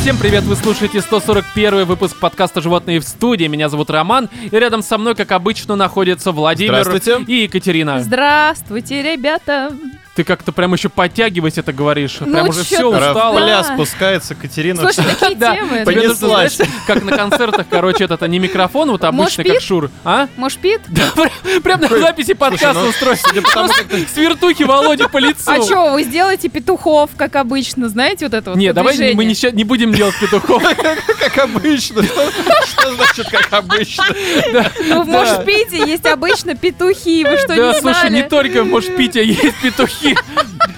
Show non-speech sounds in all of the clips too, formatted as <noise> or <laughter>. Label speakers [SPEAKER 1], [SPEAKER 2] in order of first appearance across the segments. [SPEAKER 1] Всем привет, вы слушаете 141 выпуск подкаста «Животные в студии». Меня зовут Роман, и рядом со мной, как обычно, находятся Владимир
[SPEAKER 2] Здравствуйте.
[SPEAKER 1] и Екатерина.
[SPEAKER 3] Здравствуйте, ребята!
[SPEAKER 1] Ты как-то прям еще подтягиваясь это говоришь, прям
[SPEAKER 3] Ну,
[SPEAKER 1] уже
[SPEAKER 3] чё
[SPEAKER 1] все
[SPEAKER 3] ты,
[SPEAKER 1] устало.
[SPEAKER 3] да.
[SPEAKER 2] Рафаля спускается,
[SPEAKER 1] <laughs>
[SPEAKER 2] Катерина...
[SPEAKER 3] Слушай, такие
[SPEAKER 1] Ну, Да,
[SPEAKER 3] темы.
[SPEAKER 1] тебе нужно,
[SPEAKER 2] Понеслась.
[SPEAKER 1] знаешь, как на концертах, короче, это не микрофон, вот обычный, как
[SPEAKER 3] Мошпит?
[SPEAKER 1] Шур, а?
[SPEAKER 3] Мошпит?
[SPEAKER 1] Да, прям, прям на записи подкаста
[SPEAKER 2] ну.
[SPEAKER 1] устроился. С вертухи Володя по лицу.
[SPEAKER 3] А что, вы сделаете петухов, как обычно, знаете, вот это вот
[SPEAKER 1] Не, давай
[SPEAKER 3] движение?
[SPEAKER 1] мы не, ща- не будем делать петухов.
[SPEAKER 2] как обычно. Что, что значит как обычно?
[SPEAKER 3] Ну, в Мошпите есть обычно петухи, вы что,
[SPEAKER 1] Да,
[SPEAKER 3] не
[SPEAKER 1] слушай,
[SPEAKER 3] знали?
[SPEAKER 1] не только, может, Питя есть петухи.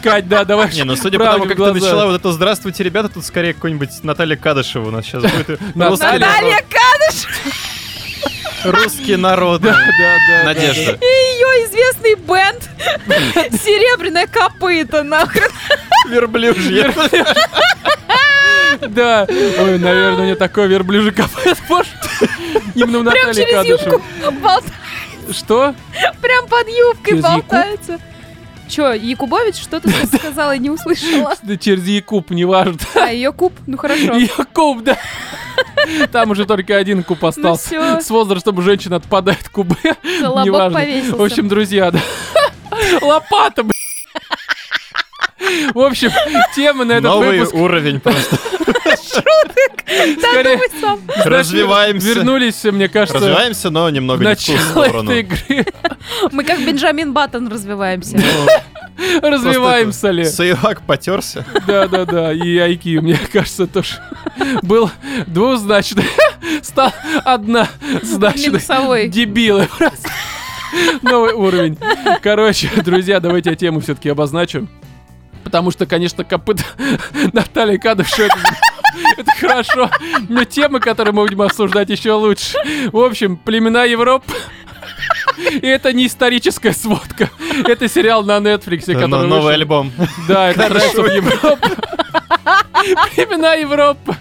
[SPEAKER 1] Кать, да, давай.
[SPEAKER 2] Не, ну судя по
[SPEAKER 1] правде
[SPEAKER 2] тому,
[SPEAKER 1] в
[SPEAKER 2] как ты
[SPEAKER 1] глаза.
[SPEAKER 2] начала вот это «Здравствуйте, ребята», тут скорее какой-нибудь Наталья Кадышева у нас сейчас <laughs> будет.
[SPEAKER 1] <laughs>
[SPEAKER 2] Русский
[SPEAKER 3] Наталья
[SPEAKER 2] народ.
[SPEAKER 3] Кадыш
[SPEAKER 2] Русский народ.
[SPEAKER 1] Да, да, да.
[SPEAKER 2] Надежда.
[SPEAKER 3] и ее известный бенд <laughs> Серебряное копыто, нахрен.
[SPEAKER 2] Верблюжья.
[SPEAKER 1] Да, Да. Ой, наверное, у нее такой верблюжий капот. <laughs> Может, Именно у
[SPEAKER 3] Прям
[SPEAKER 1] Натальи
[SPEAKER 3] через юбку
[SPEAKER 1] Кадышевой.
[SPEAKER 3] болтает,
[SPEAKER 1] Что?
[SPEAKER 3] прям под юбкой
[SPEAKER 1] Через юбку?
[SPEAKER 3] болтается. Че, Якубович, что ты
[SPEAKER 1] <laughs>
[SPEAKER 3] сказала, я не услышала.
[SPEAKER 1] Да Через Якуб, неважно.
[SPEAKER 3] А, ее куб,
[SPEAKER 1] <laughs>
[SPEAKER 3] ну хорошо.
[SPEAKER 1] Якуб, да. Там уже только один куб остался.
[SPEAKER 3] Ну всё.
[SPEAKER 1] С возрастом женщин отпадают кубы.
[SPEAKER 3] Колобок
[SPEAKER 1] Неважно.
[SPEAKER 3] повесился.
[SPEAKER 1] В общем, друзья, да. Лопата, блин. В общем, тема на этот
[SPEAKER 2] Новый
[SPEAKER 1] выпуск
[SPEAKER 2] уровень просто.
[SPEAKER 3] Да,
[SPEAKER 1] скорее-
[SPEAKER 3] думай сам.
[SPEAKER 1] Знаешь,
[SPEAKER 2] Развиваемся.
[SPEAKER 1] Вернулись, мне кажется,
[SPEAKER 2] Развиваемся, но
[SPEAKER 1] в
[SPEAKER 2] немного не в ту
[SPEAKER 1] начало
[SPEAKER 2] сторону.
[SPEAKER 1] этой игры.
[SPEAKER 3] Мы как Бенджамин Баттон
[SPEAKER 2] Ну,
[SPEAKER 3] развиваемся.
[SPEAKER 1] Развиваемся ли?
[SPEAKER 2] Саевак потерся.
[SPEAKER 1] Да-да-да, и IQ, мне <laughs> кажется, тоже был двузначный. <laughs> Стал однозначный.
[SPEAKER 3] Минусовой.
[SPEAKER 1] Дебилы <laughs> просто. Новый уровень. Короче, друзья, давайте я тему все-таки обозначу. Потому что, конечно, копыт <laughs> Натальи Кадышева это, <laughs> это хорошо. Но темы, которые мы будем обсуждать, еще лучше. В общем, племена Европы. <laughs> И это не историческая сводка. Это сериал на Netflix,
[SPEAKER 2] Но
[SPEAKER 1] который вышел.
[SPEAKER 2] Новый альбом.
[SPEAKER 1] Да, это нравится в Европе. Племена Европы.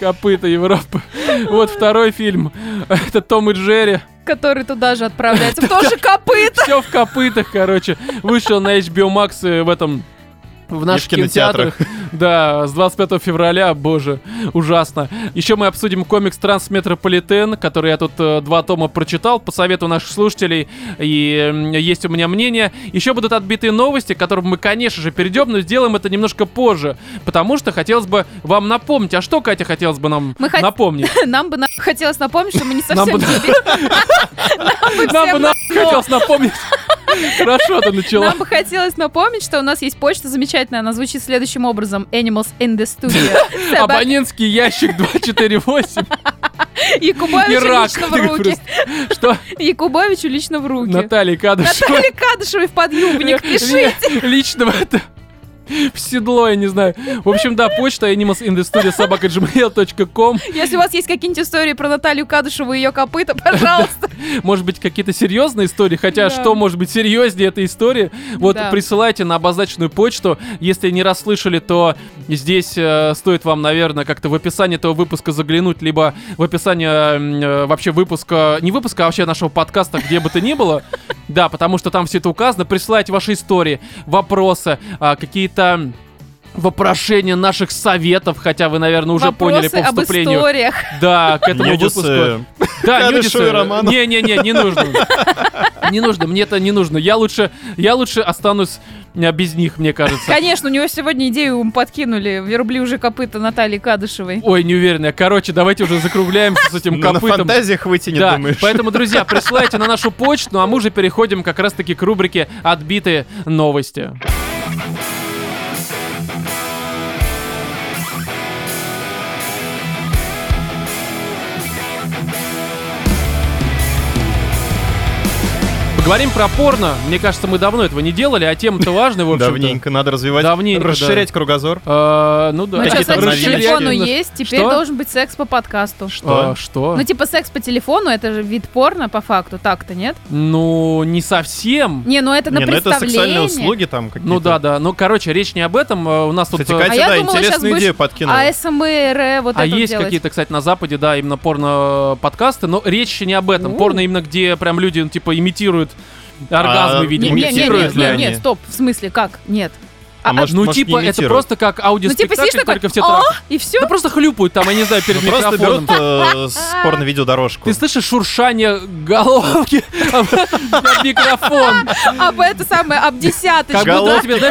[SPEAKER 1] Копыта Европы. Вот второй фильм. Это Том и Джерри.
[SPEAKER 3] который туда же отправляется. Тоже копыт.
[SPEAKER 1] Все в копытах, короче. Вышел на HBO Max э, в этом в наших кинотеатрах.
[SPEAKER 2] кинотеатрах.
[SPEAKER 1] Да, с 25 февраля, боже, ужасно. Еще мы обсудим комикс «Трансметрополитен», который я тут э, два тома прочитал по совету наших слушателей, и м, есть у меня мнение. Еще будут отбитые новости, к которым мы, конечно же, перейдем, но сделаем это немножко позже, потому что хотелось бы вам напомнить. А что, Катя, хотелось бы нам
[SPEAKER 3] Мы хот-
[SPEAKER 1] напомнить?
[SPEAKER 3] Нам бы на- хотелось напомнить, что мы не
[SPEAKER 1] Нам бы
[SPEAKER 3] <laughs> совсем дебилы.
[SPEAKER 1] Нам бы
[SPEAKER 3] всем
[SPEAKER 1] на- хотелось напомнить. Хорошо ты начала.
[SPEAKER 3] Нам бы хотелось напомнить, что у нас есть почта замечательная. Она звучит следующим образом. Animals in
[SPEAKER 1] <laughs>
[SPEAKER 3] the studio. Собака
[SPEAKER 1] Абонентский ящик 248.
[SPEAKER 3] Якубовичу
[SPEAKER 1] Ирак.
[SPEAKER 3] лично в руки.
[SPEAKER 1] Что?
[SPEAKER 3] Якубовичу лично в руки.
[SPEAKER 1] Наталья Кадышева.
[SPEAKER 3] Наталья Кадышевой в подъюбник. Пиши.
[SPEAKER 1] Мне Лично в это... В седло, я не знаю. В общем, да, почта animalsinthestudio.gmail.com
[SPEAKER 3] Если у вас есть какие-нибудь истории про Наталью Кадышеву и
[SPEAKER 1] <laughs>
[SPEAKER 3] ее копыта, пожалуйста.
[SPEAKER 1] Может быть, какие-то серьезные истории, хотя
[SPEAKER 3] Да.
[SPEAKER 1] что может быть серьезнее этой истории? Вот
[SPEAKER 3] Да.
[SPEAKER 1] присылайте на обозначенную почту. Если не расслышали, то здесь э, стоит вам, наверное, как-то в описании этого выпуска заглянуть, либо в описании э, э, вообще выпуска, не выпуска, а вообще нашего подкаста, где бы то ни было. <laughs> Да, потому что там все это указано. Присылайте ваши истории, вопросы, а, какие-то вопрошения наших советов, хотя вы, наверное, уже поняли
[SPEAKER 3] Вопросы
[SPEAKER 1] по
[SPEAKER 3] об
[SPEAKER 1] вступлению.
[SPEAKER 3] историях.
[SPEAKER 1] Да, к этому выпуску.
[SPEAKER 2] Нюдисы.
[SPEAKER 1] Да,
[SPEAKER 2] Кадышеву
[SPEAKER 1] нюдисы.
[SPEAKER 2] и Роману.
[SPEAKER 1] Не-не-не, не нужно. Не нужно, мне это не нужно. Я лучше, я лучше останусь э, без них, мне кажется.
[SPEAKER 3] Конечно, у него сегодня идею им подкинули верблюжье копыта Натальи Кадышевой.
[SPEAKER 1] Ой, не уверен я. Короче, давайте уже закругляемся с этим
[SPEAKER 2] Ну, На
[SPEAKER 1] копытом.
[SPEAKER 2] фантазиях вытянет,
[SPEAKER 1] Да,
[SPEAKER 2] думаешь.
[SPEAKER 1] поэтому,
[SPEAKER 2] <laughs>
[SPEAKER 1] друзья, присылайте на нашу почту, ну а мы же переходим как раз-таки к рубрике «Отбитые новости». Поговорим про порно. Мне кажется, мы давно этого не делали, а
[SPEAKER 2] <laughs>
[SPEAKER 1] тема-то важная, в общем-то.
[SPEAKER 2] Давненько надо развивать,
[SPEAKER 1] Давненько, да.
[SPEAKER 2] расширять кругозор.
[SPEAKER 1] Э, ну да.
[SPEAKER 3] Ну что,
[SPEAKER 2] Какие-то
[SPEAKER 3] секс по
[SPEAKER 2] новинки.
[SPEAKER 3] телефону
[SPEAKER 1] Расширять.
[SPEAKER 3] есть, теперь
[SPEAKER 1] Что?
[SPEAKER 3] должен быть секс по подкасту.
[SPEAKER 1] Э, что?
[SPEAKER 3] Ну, типа, секс по телефону, это же вид порно, по факту, так-то, нет?
[SPEAKER 1] Ну, не совсем.
[SPEAKER 3] Не, ну это на
[SPEAKER 2] Не, ну это
[SPEAKER 3] представление.
[SPEAKER 2] сексуальные услуги там какие-то.
[SPEAKER 1] Ну да, да. Ну, короче, речь не об этом. Э, У нас тут...
[SPEAKER 2] Типа.
[SPEAKER 1] э,
[SPEAKER 2] Кстати, Катя,
[SPEAKER 3] А я
[SPEAKER 2] да,
[SPEAKER 3] думала, щас
[SPEAKER 2] интересную
[SPEAKER 3] будешь- А,
[SPEAKER 2] идею подкинула.
[SPEAKER 3] АСМР, э, вот
[SPEAKER 1] А
[SPEAKER 3] это вот
[SPEAKER 1] есть
[SPEAKER 3] делать.
[SPEAKER 1] какие-то, кстати, на Западе, да, именно порно-подкасты, но речь не об этом.
[SPEAKER 3] У.
[SPEAKER 1] Порно именно, где прям люди, ну, типа, имитируют оргазмы,
[SPEAKER 2] А,
[SPEAKER 1] видимо.
[SPEAKER 3] Не, не, не,
[SPEAKER 2] Имитируют
[SPEAKER 3] не,
[SPEAKER 2] ли
[SPEAKER 3] не,
[SPEAKER 2] они?
[SPEAKER 3] не, стоп, в смысле, как? Нет. типа,
[SPEAKER 2] А может,
[SPEAKER 1] ну,
[SPEAKER 2] может,
[SPEAKER 1] типа,
[SPEAKER 2] не
[SPEAKER 1] это
[SPEAKER 2] имитируют?
[SPEAKER 1] просто как аудиоспектакль,
[SPEAKER 3] Ну, сидишь такой,
[SPEAKER 1] только в
[SPEAKER 3] «О!»
[SPEAKER 1] тетрадке.
[SPEAKER 3] И все?
[SPEAKER 1] Да просто хлюпают там, я не знаю, перед
[SPEAKER 2] Ну, Просто
[SPEAKER 1] микрофоном.
[SPEAKER 2] берут
[SPEAKER 3] <laughs>
[SPEAKER 2] э, с порно-видеодорожку.
[SPEAKER 1] Ты слышишь шуршание головки <laughs> об об микрофон?
[SPEAKER 3] Об это самое, об
[SPEAKER 1] Как
[SPEAKER 3] десяточку.
[SPEAKER 1] будто
[SPEAKER 2] Головки
[SPEAKER 1] тебе, знаешь,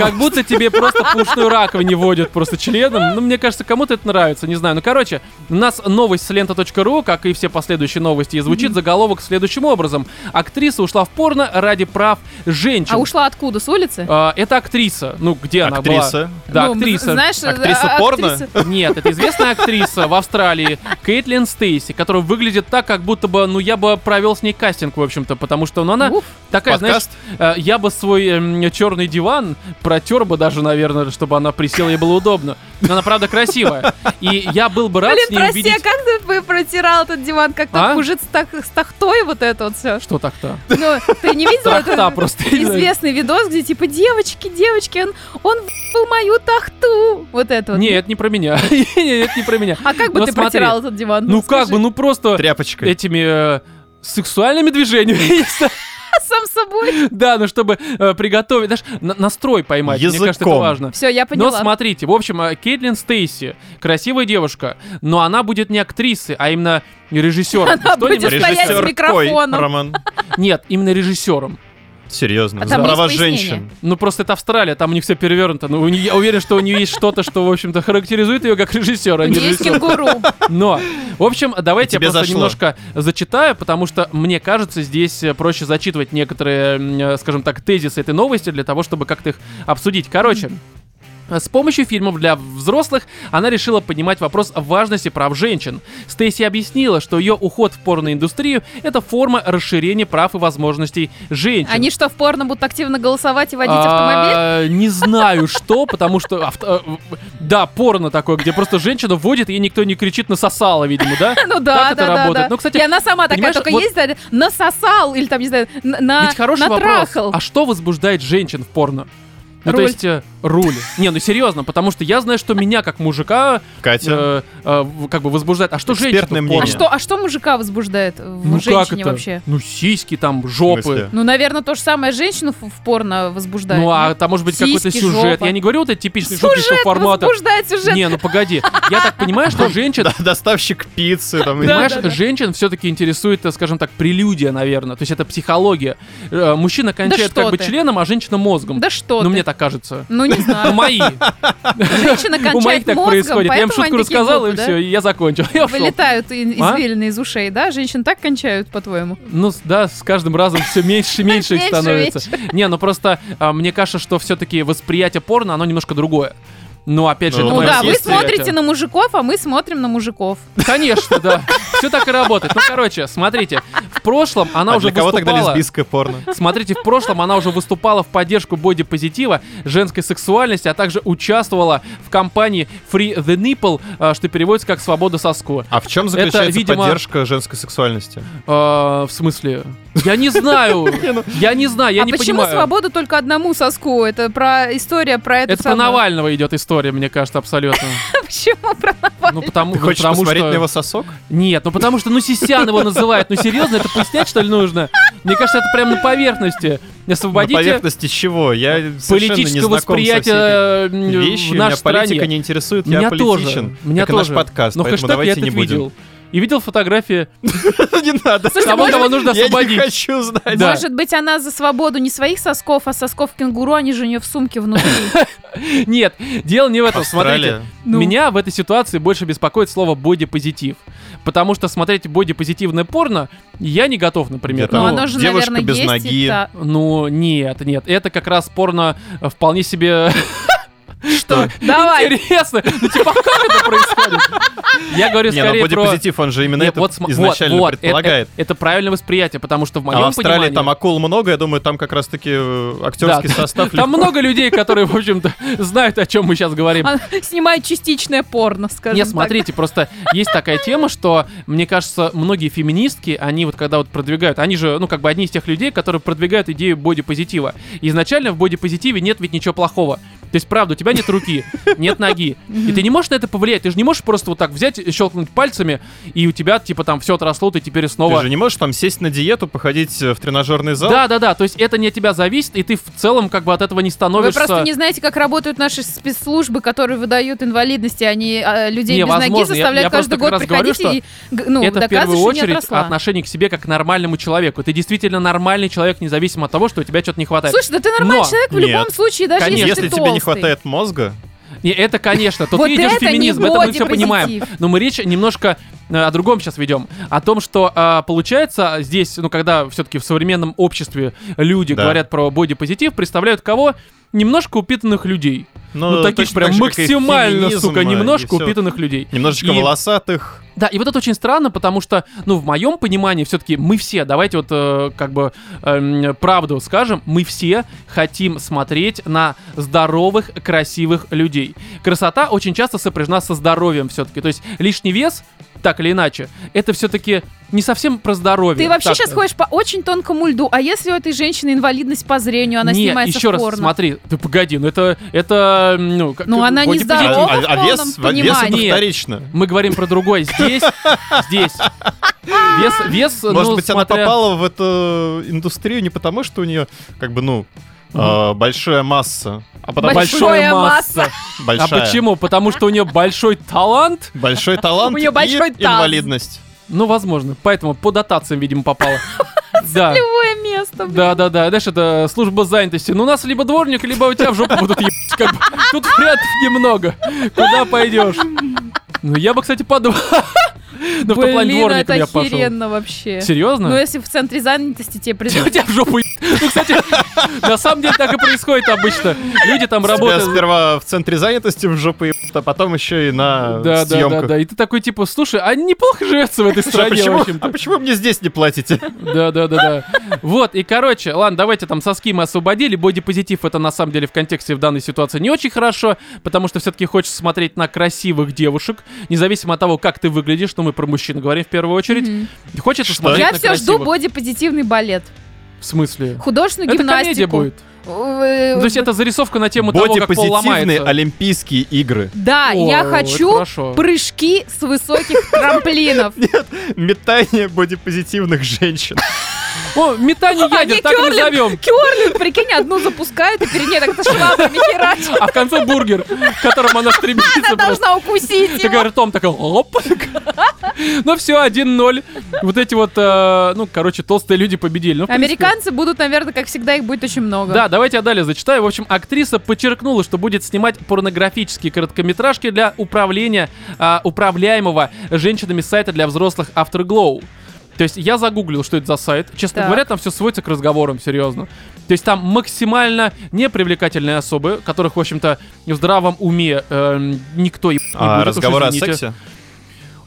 [SPEAKER 1] <laughs> Как будто тебе просто пушную раковину водят просто членом. Ну, мне кажется, кому-то это нравится, не знаю. Ну, короче, у нас новость с лента.ру, как и все последующие новости, и звучит заголовок следующим образом. Актриса ушла в порно ради прав женщин.
[SPEAKER 3] А ушла откуда? С улицы?
[SPEAKER 1] А, это актриса. Ну, где она была?
[SPEAKER 2] Актриса.
[SPEAKER 1] Да,
[SPEAKER 3] Ну,
[SPEAKER 1] актриса.
[SPEAKER 3] Знаешь,
[SPEAKER 2] Актриса
[SPEAKER 3] а-
[SPEAKER 2] порно?
[SPEAKER 3] актриса-
[SPEAKER 1] Нет, это известная актриса в Австралии, Кейтлин Стейси, которая выглядит так, как будто бы, ну, я бы провел с ней кастинг, в общем-то, потому что, ну, она
[SPEAKER 3] Уф.
[SPEAKER 1] такая,
[SPEAKER 2] Подкаст.
[SPEAKER 1] знаешь, э, я бы свой черный диван протер бы даже, наверное, чтобы она присела, ей было удобно. Но она, правда, красивая. И я был бы рад
[SPEAKER 3] Блин,
[SPEAKER 1] с ней
[SPEAKER 3] прости, а
[SPEAKER 1] увидеть...
[SPEAKER 3] как ты бы протирал этот диван? Как
[SPEAKER 1] А?
[SPEAKER 3] ты мужик с, тах- с тахтой вот это
[SPEAKER 1] <laughs>
[SPEAKER 3] вот все?
[SPEAKER 1] Что так-то?
[SPEAKER 3] Ну, ты не видел
[SPEAKER 1] Тахта
[SPEAKER 3] этот
[SPEAKER 1] просто, не знаю.
[SPEAKER 3] известный видос, где типа, девочки, девочки, он, он в***л мою тахту. Вот это вот.
[SPEAKER 1] Не, это не про меня. <laughs> Не, это не про меня.
[SPEAKER 3] А как бы
[SPEAKER 1] Ну,
[SPEAKER 3] ты
[SPEAKER 1] смотри.
[SPEAKER 3] протирал этот диван?
[SPEAKER 1] Ну, как
[SPEAKER 3] скажи.
[SPEAKER 1] бы, ну, просто
[SPEAKER 2] Тряпочкой.
[SPEAKER 1] этими... э, сексуальными движениями, <laughs> я не знаю.
[SPEAKER 3] <laughs> Сам собой.
[SPEAKER 1] да, ну чтобы э, приготовить, даже на- настрой поймать, мне кажется, это
[SPEAKER 2] Языком.
[SPEAKER 1] важно.
[SPEAKER 3] Все, я
[SPEAKER 1] Но
[SPEAKER 3] поняла.
[SPEAKER 1] смотрите, в общем, э, Кейтлин Стейси, красивая девушка, но она будет не актрисой, а именно режиссером.
[SPEAKER 3] Она
[SPEAKER 1] Что-нибудь-
[SPEAKER 3] будет стоять с
[SPEAKER 2] Режиссер
[SPEAKER 3] микрофоном.
[SPEAKER 2] Кой, Роман.
[SPEAKER 1] Нет, именно режиссером.
[SPEAKER 2] Серьезно.
[SPEAKER 3] А
[SPEAKER 2] за
[SPEAKER 3] там есть
[SPEAKER 2] права
[SPEAKER 3] пояснение?
[SPEAKER 2] женщин.
[SPEAKER 1] Ну просто это Австралия, там у них все перевернуто. Ну, у нее- я уверен, что у нее есть что-то, что, в общем-то, характеризует ее как режиссера. а
[SPEAKER 3] У
[SPEAKER 1] не
[SPEAKER 3] нее есть
[SPEAKER 1] режиссера.
[SPEAKER 3] кенгуру.
[SPEAKER 1] Но, в общем, давайте я
[SPEAKER 2] Тебе
[SPEAKER 1] просто
[SPEAKER 2] зашло.
[SPEAKER 1] немножко зачитаю, потому что, мне кажется, здесь э, проще зачитывать некоторые, м, э, скажем так, тезисы этой новости для того, чтобы как-то их обсудить. Короче, С помощью фильмов для взрослых она решила поднимать вопрос важности прав женщин. Стейси объяснила, что ее уход в порноиндустрию — это форма расширения прав и возможностей женщин.
[SPEAKER 3] <laughs> Они что, в порно будут активно голосовать и А водить
[SPEAKER 1] А,
[SPEAKER 3] автомобиль? <laughs>
[SPEAKER 1] Не знаю что, потому что... авто- э, Да, порно такое, где просто женщина водит, и ей никто не кричит «насосала», видимо, да?
[SPEAKER 3] Ну да,
[SPEAKER 1] это
[SPEAKER 3] да, да,
[SPEAKER 1] работает.
[SPEAKER 3] да.
[SPEAKER 1] Ну, кстати,
[SPEAKER 3] и она сама такая
[SPEAKER 1] понимаешь,
[SPEAKER 3] только
[SPEAKER 1] вот-
[SPEAKER 3] есть, да, насосал, или там, не знаю, на- на,
[SPEAKER 1] Ведь хороший вопрос.
[SPEAKER 3] натрахал.
[SPEAKER 1] А что возбуждает женщин в порно? Ну, то
[SPEAKER 3] Руль.
[SPEAKER 1] есть, э, руль. Не, ну серьезно, потому что я знаю, что меня, как мужика,
[SPEAKER 2] Катя.
[SPEAKER 1] э, э, в- как бы возбуждает. А что женщина в
[SPEAKER 2] Экспертное
[SPEAKER 1] порно?
[SPEAKER 3] А
[SPEAKER 2] мнение.
[SPEAKER 3] что, а что мужика возбуждает в
[SPEAKER 1] Ну как
[SPEAKER 3] женщине
[SPEAKER 1] это?
[SPEAKER 3] вообще?
[SPEAKER 1] Ну, сиськи там,
[SPEAKER 2] В смысле?
[SPEAKER 1] жопы.
[SPEAKER 3] Ну, наверное, то же самое женщину в, в порно возбуждает.
[SPEAKER 1] Ну, а
[SPEAKER 3] нет?
[SPEAKER 1] там может быть какой-то
[SPEAKER 3] Сиськи,
[SPEAKER 1] сюжет.
[SPEAKER 3] жопа.
[SPEAKER 1] Я не говорю вот эти типичные шутки, что
[SPEAKER 3] сюжет
[SPEAKER 1] формата.
[SPEAKER 3] возбуждает сюжет.
[SPEAKER 1] Не, ну погоди. Я так понимаю, что женщин...
[SPEAKER 2] <laughs> Да, Доставщик пиццы. там,
[SPEAKER 1] Понимаешь,
[SPEAKER 3] да, да.
[SPEAKER 1] женщин все-таки интересует, э, скажем так, прелюдия, наверное. То есть это психология. Э, Мужчина кончает
[SPEAKER 3] что
[SPEAKER 1] как бы
[SPEAKER 3] ты.
[SPEAKER 1] членом, а женщина мозгом.
[SPEAKER 3] Да что
[SPEAKER 1] ну,
[SPEAKER 3] ты.
[SPEAKER 1] мне так кажется.
[SPEAKER 3] Ну, не
[SPEAKER 1] Ну, <laughs>
[SPEAKER 3] знаю.
[SPEAKER 1] мои.
[SPEAKER 3] Женщина
[SPEAKER 1] У моих
[SPEAKER 3] кончает
[SPEAKER 1] так
[SPEAKER 3] мозгом,
[SPEAKER 1] происходит. Я им
[SPEAKER 3] поэтому
[SPEAKER 1] шутку
[SPEAKER 3] они такие
[SPEAKER 1] рассказал, и
[SPEAKER 3] глупые, да?
[SPEAKER 1] все, и я закончил. Я ушел.
[SPEAKER 3] Вылетают и-
[SPEAKER 1] А?
[SPEAKER 3] извилины из ушей, да? Женщин так кончают, по-твоему?
[SPEAKER 1] Ну с- да, с каждым разом все меньше и меньше их
[SPEAKER 3] Меньше,
[SPEAKER 1] становится. Не, ну просто а, мне кажется, что все-таки восприятие порно, оно немножко другое. Ну, опять же,
[SPEAKER 2] Ну,
[SPEAKER 1] это
[SPEAKER 3] Ну
[SPEAKER 1] мое
[SPEAKER 3] да, вы
[SPEAKER 1] восприятие.
[SPEAKER 3] смотрите на мужиков, а мы смотрим на мужиков.
[SPEAKER 1] Конечно, да. Все так и работает. Ну, короче, смотрите, в прошлом она
[SPEAKER 2] А
[SPEAKER 1] уже
[SPEAKER 2] для кого тогда
[SPEAKER 1] выступала-
[SPEAKER 2] лесбийское порно?
[SPEAKER 1] Смотрите, в прошлом она уже выступала в поддержку бодипозитива, женской сексуальности, а также участвовала в кампании Free the Nipple, а, что переводится как «Свобода соску».
[SPEAKER 2] А в чем
[SPEAKER 1] Это,
[SPEAKER 2] заключается
[SPEAKER 1] видимо-
[SPEAKER 2] поддержка женской сексуальности?
[SPEAKER 1] А, в смысле? Я не знаю.
[SPEAKER 2] ну,
[SPEAKER 1] Я не знаю, я
[SPEAKER 3] а
[SPEAKER 1] не
[SPEAKER 3] почему
[SPEAKER 1] понимаю.
[SPEAKER 3] свободу только одному соску? Это про история про это
[SPEAKER 1] Это про Навального идет история, мне кажется, абсолютно.
[SPEAKER 3] <laughs> Почему про
[SPEAKER 1] Ну потому,
[SPEAKER 2] Ты
[SPEAKER 1] ну,
[SPEAKER 2] хочешь
[SPEAKER 1] потому
[SPEAKER 2] посмотреть
[SPEAKER 1] что...
[SPEAKER 2] на его сосок?
[SPEAKER 1] Нет, ну потому что, ну Сисян его называют. Ну серьезно, это пояснять что ли нужно? Мне кажется, это прям на поверхности.
[SPEAKER 2] На
[SPEAKER 1] Освободите
[SPEAKER 2] поверхности чего? Я совершенно не
[SPEAKER 1] политическое
[SPEAKER 2] знаком со всей
[SPEAKER 1] восприятие
[SPEAKER 2] этой
[SPEAKER 1] э,
[SPEAKER 2] вещи.
[SPEAKER 1] в нашей
[SPEAKER 2] меня политика
[SPEAKER 1] стране.
[SPEAKER 2] не интересует, я
[SPEAKER 1] Меня
[SPEAKER 2] политичен.
[SPEAKER 1] тоже. Меня
[SPEAKER 2] как и
[SPEAKER 1] тоже.
[SPEAKER 2] наш подкаст,
[SPEAKER 1] Но
[SPEAKER 2] поэтому
[SPEAKER 1] хэштег
[SPEAKER 2] давайте
[SPEAKER 1] я
[SPEAKER 2] не
[SPEAKER 1] этот
[SPEAKER 2] будем.
[SPEAKER 1] видел. И видел фотографии
[SPEAKER 2] <laughs>
[SPEAKER 1] <laughs>
[SPEAKER 2] Не надо.
[SPEAKER 3] Слушай,
[SPEAKER 1] того,
[SPEAKER 3] может-
[SPEAKER 1] кого нужно
[SPEAKER 2] Я не
[SPEAKER 1] освободить. Ну,
[SPEAKER 2] хочу знать.
[SPEAKER 1] Да.
[SPEAKER 3] Может быть, она за свободу не своих сосков, а сосков кенгуру, они же у нее в
[SPEAKER 2] <laughs>
[SPEAKER 3] сумке внутри.
[SPEAKER 1] Нет, дело не в этом. Смотрите,
[SPEAKER 2] Австралия.
[SPEAKER 3] Ну.
[SPEAKER 1] меня в этой ситуации больше беспокоит слово бодипозитив. Потому что смотреть бодипозитивное порно я не готов, например.
[SPEAKER 2] Где
[SPEAKER 3] Ну,
[SPEAKER 2] там?
[SPEAKER 1] Ну,
[SPEAKER 3] оно же,
[SPEAKER 2] девушка
[SPEAKER 3] наверное,
[SPEAKER 2] без
[SPEAKER 3] есть. и
[SPEAKER 2] ноги.
[SPEAKER 3] та-
[SPEAKER 1] ну, нет, нет. Это как раз порно э, вполне себе
[SPEAKER 3] Что? Давай.
[SPEAKER 1] интересно. Ну, типа, как это происходит? Я говорю
[SPEAKER 2] Не, ну
[SPEAKER 1] скорее про...
[SPEAKER 2] бодипозитив, он же именно
[SPEAKER 1] Нет,
[SPEAKER 2] это
[SPEAKER 1] вот см-
[SPEAKER 2] изначально
[SPEAKER 1] вот, вот, это-
[SPEAKER 2] предполагает.
[SPEAKER 1] Это, правильное восприятие, потому что в моем
[SPEAKER 2] а в Австралии
[SPEAKER 1] понимании...
[SPEAKER 2] там акул много, я думаю, там как раз-таки э, актерский
[SPEAKER 1] Да.
[SPEAKER 2] состав
[SPEAKER 1] Там
[SPEAKER 2] легко.
[SPEAKER 1] много людей, которые, в общем-то, знают, о чем мы сейчас говорим.
[SPEAKER 3] Она Снимает частичное порно, скажем
[SPEAKER 1] Не,
[SPEAKER 3] так.
[SPEAKER 1] смотрите, просто есть такая тема, что, мне кажется, многие феминистки, они вот когда вот продвигают, они же, ну, как бы одни из тех людей, которые продвигают идею бодипозитива. Изначально в бодипозитиве нет ведь ничего плохого. То есть, правда, у тебя нет руки, нет ноги. И ты не можешь на это повлиять. Ты же не можешь просто вот так взять, щелкнуть пальцами, и у тебя, типа, там все отросло, ты теперь
[SPEAKER 2] Ты
[SPEAKER 1] снова...
[SPEAKER 2] же не можешь там сесть на диету, походить э, в тренажерный зал.
[SPEAKER 1] Да, да, да. То есть это не от тебя зависит, и ты в целом как бы от этого не
[SPEAKER 3] Вы
[SPEAKER 1] становишься.
[SPEAKER 3] просто не знаете, как работают наши спецслужбы, которые выдают инвалидности, они а, людей без ноги
[SPEAKER 1] Невозможно. Я-
[SPEAKER 3] заставляют
[SPEAKER 1] я просто
[SPEAKER 3] каждый
[SPEAKER 1] как
[SPEAKER 3] год
[SPEAKER 1] раз говорю,
[SPEAKER 3] приходить и г- ну,
[SPEAKER 1] это в
[SPEAKER 3] доказывать,
[SPEAKER 1] первую
[SPEAKER 3] что не
[SPEAKER 1] очередь
[SPEAKER 3] отросла.
[SPEAKER 1] отношение к себе как к нормальному человеку. Ты действительно нормальный человек, независимо от того, что у тебя что-то не хватает.
[SPEAKER 3] Слушай, да ты нормальный
[SPEAKER 1] Но-
[SPEAKER 3] человек в
[SPEAKER 2] Нет.
[SPEAKER 3] любом случае, даже
[SPEAKER 1] Конечно.
[SPEAKER 3] если ты
[SPEAKER 2] Если тебе не
[SPEAKER 3] толстый.
[SPEAKER 2] хватает мозга,
[SPEAKER 1] И это, конечно, то
[SPEAKER 3] Вот
[SPEAKER 1] ты идешь в
[SPEAKER 3] это не
[SPEAKER 1] феминизм, это мы все
[SPEAKER 3] бодипозитив.
[SPEAKER 1] понимаем. Но мы речь немножко э, о другом сейчас ведем. О том, что э, получается здесь, ну, когда все-таки в современном обществе люди
[SPEAKER 2] Да.
[SPEAKER 1] говорят про бодипозитив, представляют кого? Немножко упитанных людей.
[SPEAKER 2] ну,
[SPEAKER 1] ну, таких
[SPEAKER 2] точно
[SPEAKER 1] прям
[SPEAKER 2] так же, как и
[SPEAKER 1] максимально,
[SPEAKER 2] феминизм,
[SPEAKER 1] сука,
[SPEAKER 2] э, и
[SPEAKER 1] немножко
[SPEAKER 2] всё.
[SPEAKER 1] упитанных людей.
[SPEAKER 2] Немножечко
[SPEAKER 1] И-
[SPEAKER 2] волосатых.
[SPEAKER 1] Да, и вот это очень странно, потому что, ну, в моем понимании, все-таки мы все, давайте вот э, как бы эм, правду скажем, мы все хотим смотреть на здоровых, красивых людей. Красота очень часто сопряжена со здоровьем все-таки. То есть лишний вес, так или иначе, это все-таки не совсем про здоровье.
[SPEAKER 3] Ты вообще
[SPEAKER 1] Так,
[SPEAKER 3] сейчас
[SPEAKER 1] э,
[SPEAKER 3] ходишь по очень тонкому льду, а если у этой женщины инвалидность по зрению, она
[SPEAKER 1] не,
[SPEAKER 3] снимается
[SPEAKER 1] еще
[SPEAKER 3] в
[SPEAKER 1] раз,
[SPEAKER 3] порно?
[SPEAKER 1] смотри, ты погоди, ну это, это, м, ну, как-
[SPEAKER 3] Ну, она не
[SPEAKER 1] бодипозитив.
[SPEAKER 2] А,
[SPEAKER 3] здорова
[SPEAKER 2] а-
[SPEAKER 3] в
[SPEAKER 2] а вес,
[SPEAKER 3] полном
[SPEAKER 2] а вес это
[SPEAKER 1] понимании.
[SPEAKER 2] вторично.
[SPEAKER 1] Мы говорим про другой, здесь, здесь, вес, вес,
[SPEAKER 2] Может
[SPEAKER 1] ну,
[SPEAKER 2] быть, она
[SPEAKER 1] смотря-
[SPEAKER 2] попала в эту индустрию не потому, что у нее, как бы, ну, э, большая масса, а потому
[SPEAKER 3] Большая
[SPEAKER 1] Большая
[SPEAKER 3] масса.
[SPEAKER 1] масса.
[SPEAKER 2] что большая.
[SPEAKER 1] А почему? Потому что у нее большой талант? <laughs>
[SPEAKER 2] Большой талант
[SPEAKER 3] У
[SPEAKER 2] и
[SPEAKER 3] неё большой таз.
[SPEAKER 2] инвалидность.
[SPEAKER 1] Ну, возможно. Поэтому по дотациям, видимо,
[SPEAKER 3] <laughs>
[SPEAKER 1] попало. Да.
[SPEAKER 3] Любое место. блин.
[SPEAKER 1] Да, да, да. Знаешь, это служба занятости. Ну, у нас либо дворник, либо у тебя в жопу будут ебать. Как бы. Тут вариантов немного. Куда пойдешь? Ну, я бы, кстати, подумал. Ну, в том плане
[SPEAKER 3] Блин,
[SPEAKER 1] дворником
[SPEAKER 3] это
[SPEAKER 1] я пошел.
[SPEAKER 3] охеренно вообще. Ну,
[SPEAKER 1] Серьезно?
[SPEAKER 3] если в центре занятости
[SPEAKER 1] <laughs>
[SPEAKER 3] тебе
[SPEAKER 1] У <laughs>
[SPEAKER 3] придут...
[SPEAKER 1] тебя в жопу еб- Ну, кстати, на самом деле так и происходит обычно. Люди там
[SPEAKER 2] Тебя
[SPEAKER 1] работают.
[SPEAKER 2] сперва в центре занятости в жопу ебут, а потом еще и на
[SPEAKER 1] Да, да, да,
[SPEAKER 2] съемках.
[SPEAKER 1] да. И ты такой, типа, слушай, а неплохо живется в этой
[SPEAKER 2] Слушай, а
[SPEAKER 1] стране, в
[SPEAKER 2] почему,
[SPEAKER 1] общем-то.
[SPEAKER 2] а почему мне здесь не
[SPEAKER 1] <laughs>
[SPEAKER 2] платите?
[SPEAKER 1] Да, да, да, да. Вот, и короче, ладно, давайте там соски мы освободили. Бодипозитив это на самом деле в контексте в данной ситуации не очень хорошо, потому что все-таки хочется смотреть на красивых девушек, независимо от того, как ты выглядишь, что мы про мужчин говорим в первую очередь.
[SPEAKER 3] Мгм.
[SPEAKER 1] Хочется
[SPEAKER 2] Что?
[SPEAKER 1] смотреть
[SPEAKER 3] Я
[SPEAKER 1] на
[SPEAKER 3] все жду
[SPEAKER 1] красивых.
[SPEAKER 3] бодипозитивный балет.
[SPEAKER 1] В смысле?
[SPEAKER 3] Художественную
[SPEAKER 1] Это комедия
[SPEAKER 3] гимнастику. Э,
[SPEAKER 1] будет. Ну, то есть это зарисовка на тему того, как пол
[SPEAKER 2] Бодипозитивные
[SPEAKER 1] ломается.
[SPEAKER 2] олимпийские игры.
[SPEAKER 3] Да,
[SPEAKER 1] О,
[SPEAKER 3] я
[SPEAKER 1] это
[SPEAKER 3] хочу
[SPEAKER 1] хорошо.
[SPEAKER 3] прыжки
[SPEAKER 1] <laughs>
[SPEAKER 3] с высоких трамплинов.
[SPEAKER 2] Метание бодипозитивных женщин.
[SPEAKER 1] О, метание ядер,
[SPEAKER 3] Они
[SPEAKER 1] так и
[SPEAKER 3] кёрлинг-
[SPEAKER 1] назовем.
[SPEAKER 3] Кёрлинг, прикинь, одну запускают, и перед ней так
[SPEAKER 1] <laughs>
[SPEAKER 3] швабрами херачит.
[SPEAKER 1] А в конце бургер, к которому она стремится.
[SPEAKER 3] Она
[SPEAKER 1] просто.
[SPEAKER 3] должна укусить
[SPEAKER 1] Ты
[SPEAKER 3] его.
[SPEAKER 1] ртом такой, оп. <laughs> Ну все, 1-0. Вот эти вот, э, ну, короче, толстые люди победили. Ну, в принципе,
[SPEAKER 3] Американцы будут, наверное, как всегда, их будет очень много.
[SPEAKER 1] Да, давайте я далее зачитаю. В общем, актриса подчеркнула, что будет снимать порнографические короткометражки для управления а, управляемого женщинами сайта для взрослых Afterglow. То есть я загуглил, что это за сайт. Честно
[SPEAKER 3] Так.
[SPEAKER 1] говоря, там все сводится к разговорам, серьезно. То есть там максимально непривлекательные особы, которых, в общем-то, в здравом уме эм, никто ебать не
[SPEAKER 2] А
[SPEAKER 1] будет, уж
[SPEAKER 2] разговоры о
[SPEAKER 1] извините.
[SPEAKER 2] сексе?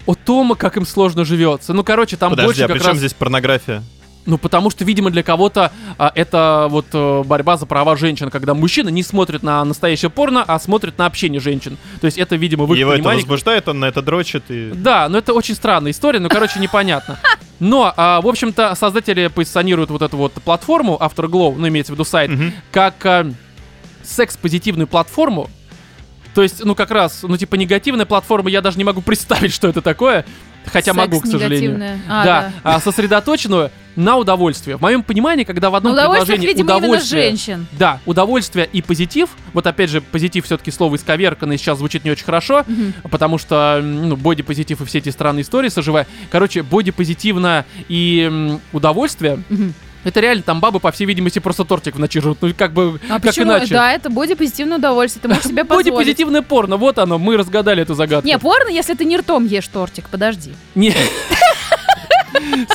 [SPEAKER 1] о том, как им сложно живется. Ну, короче, там
[SPEAKER 2] Подожди,
[SPEAKER 1] больше
[SPEAKER 2] а
[SPEAKER 1] как
[SPEAKER 2] при
[SPEAKER 1] раз...
[SPEAKER 2] чем здесь порнография?
[SPEAKER 1] Ну, потому что, видимо, для кого-то а, это вот э, борьба за права женщин, когда мужчина не смотрит на настоящее порно, а смотрит на общение женщин. То есть это, видимо, в их
[SPEAKER 2] Его это
[SPEAKER 1] понимании
[SPEAKER 2] возбуждает, он на это дрочит и...
[SPEAKER 1] да, но это очень странная история, ну, короче, непонятно. Но, а, в общем-то, создатели позиционируют вот эту вот платформу Afterglow, ну, имеется в виду сайт,
[SPEAKER 2] Мгм.
[SPEAKER 1] как а, секс-позитивную платформу. То есть, ну, как раз, ну, типа, негативная платформа, я даже не могу представить, что это такое. Хотя
[SPEAKER 3] Секс
[SPEAKER 1] могу, к сожалению.
[SPEAKER 3] негативное. А,
[SPEAKER 1] да, а, сосредоточенную на удовольствие. В моем понимании, когда в
[SPEAKER 3] Ну,
[SPEAKER 1] одном
[SPEAKER 3] удовольствие,
[SPEAKER 1] предложении
[SPEAKER 3] видимо, именно
[SPEAKER 1] удовольствие...
[SPEAKER 3] женщин.
[SPEAKER 1] Да, удовольствие и позитив. Вот опять же, позитив все-таки слово исковерканное сейчас звучит не очень хорошо,
[SPEAKER 3] Мгм.
[SPEAKER 1] потому что м, ну, бодипозитив и все эти странные истории соживая. Короче, бодипозитивно и м, удовольствие.
[SPEAKER 3] Мгм.
[SPEAKER 1] Это реально там бабы, по всей видимости, просто тортик в ночи жрут. Ну как бы,
[SPEAKER 3] А
[SPEAKER 1] как
[SPEAKER 3] почему?
[SPEAKER 1] иначе?
[SPEAKER 3] Да, это бодипозитивное удовольствие. Ты
[SPEAKER 1] <laughs>
[SPEAKER 3] можешь себе позволить.
[SPEAKER 1] Бодипозитивное порно, вот оно, мы разгадали эту загадку.
[SPEAKER 3] Не, порно, если ты не ртом ешь тортик, подожди.
[SPEAKER 1] Не.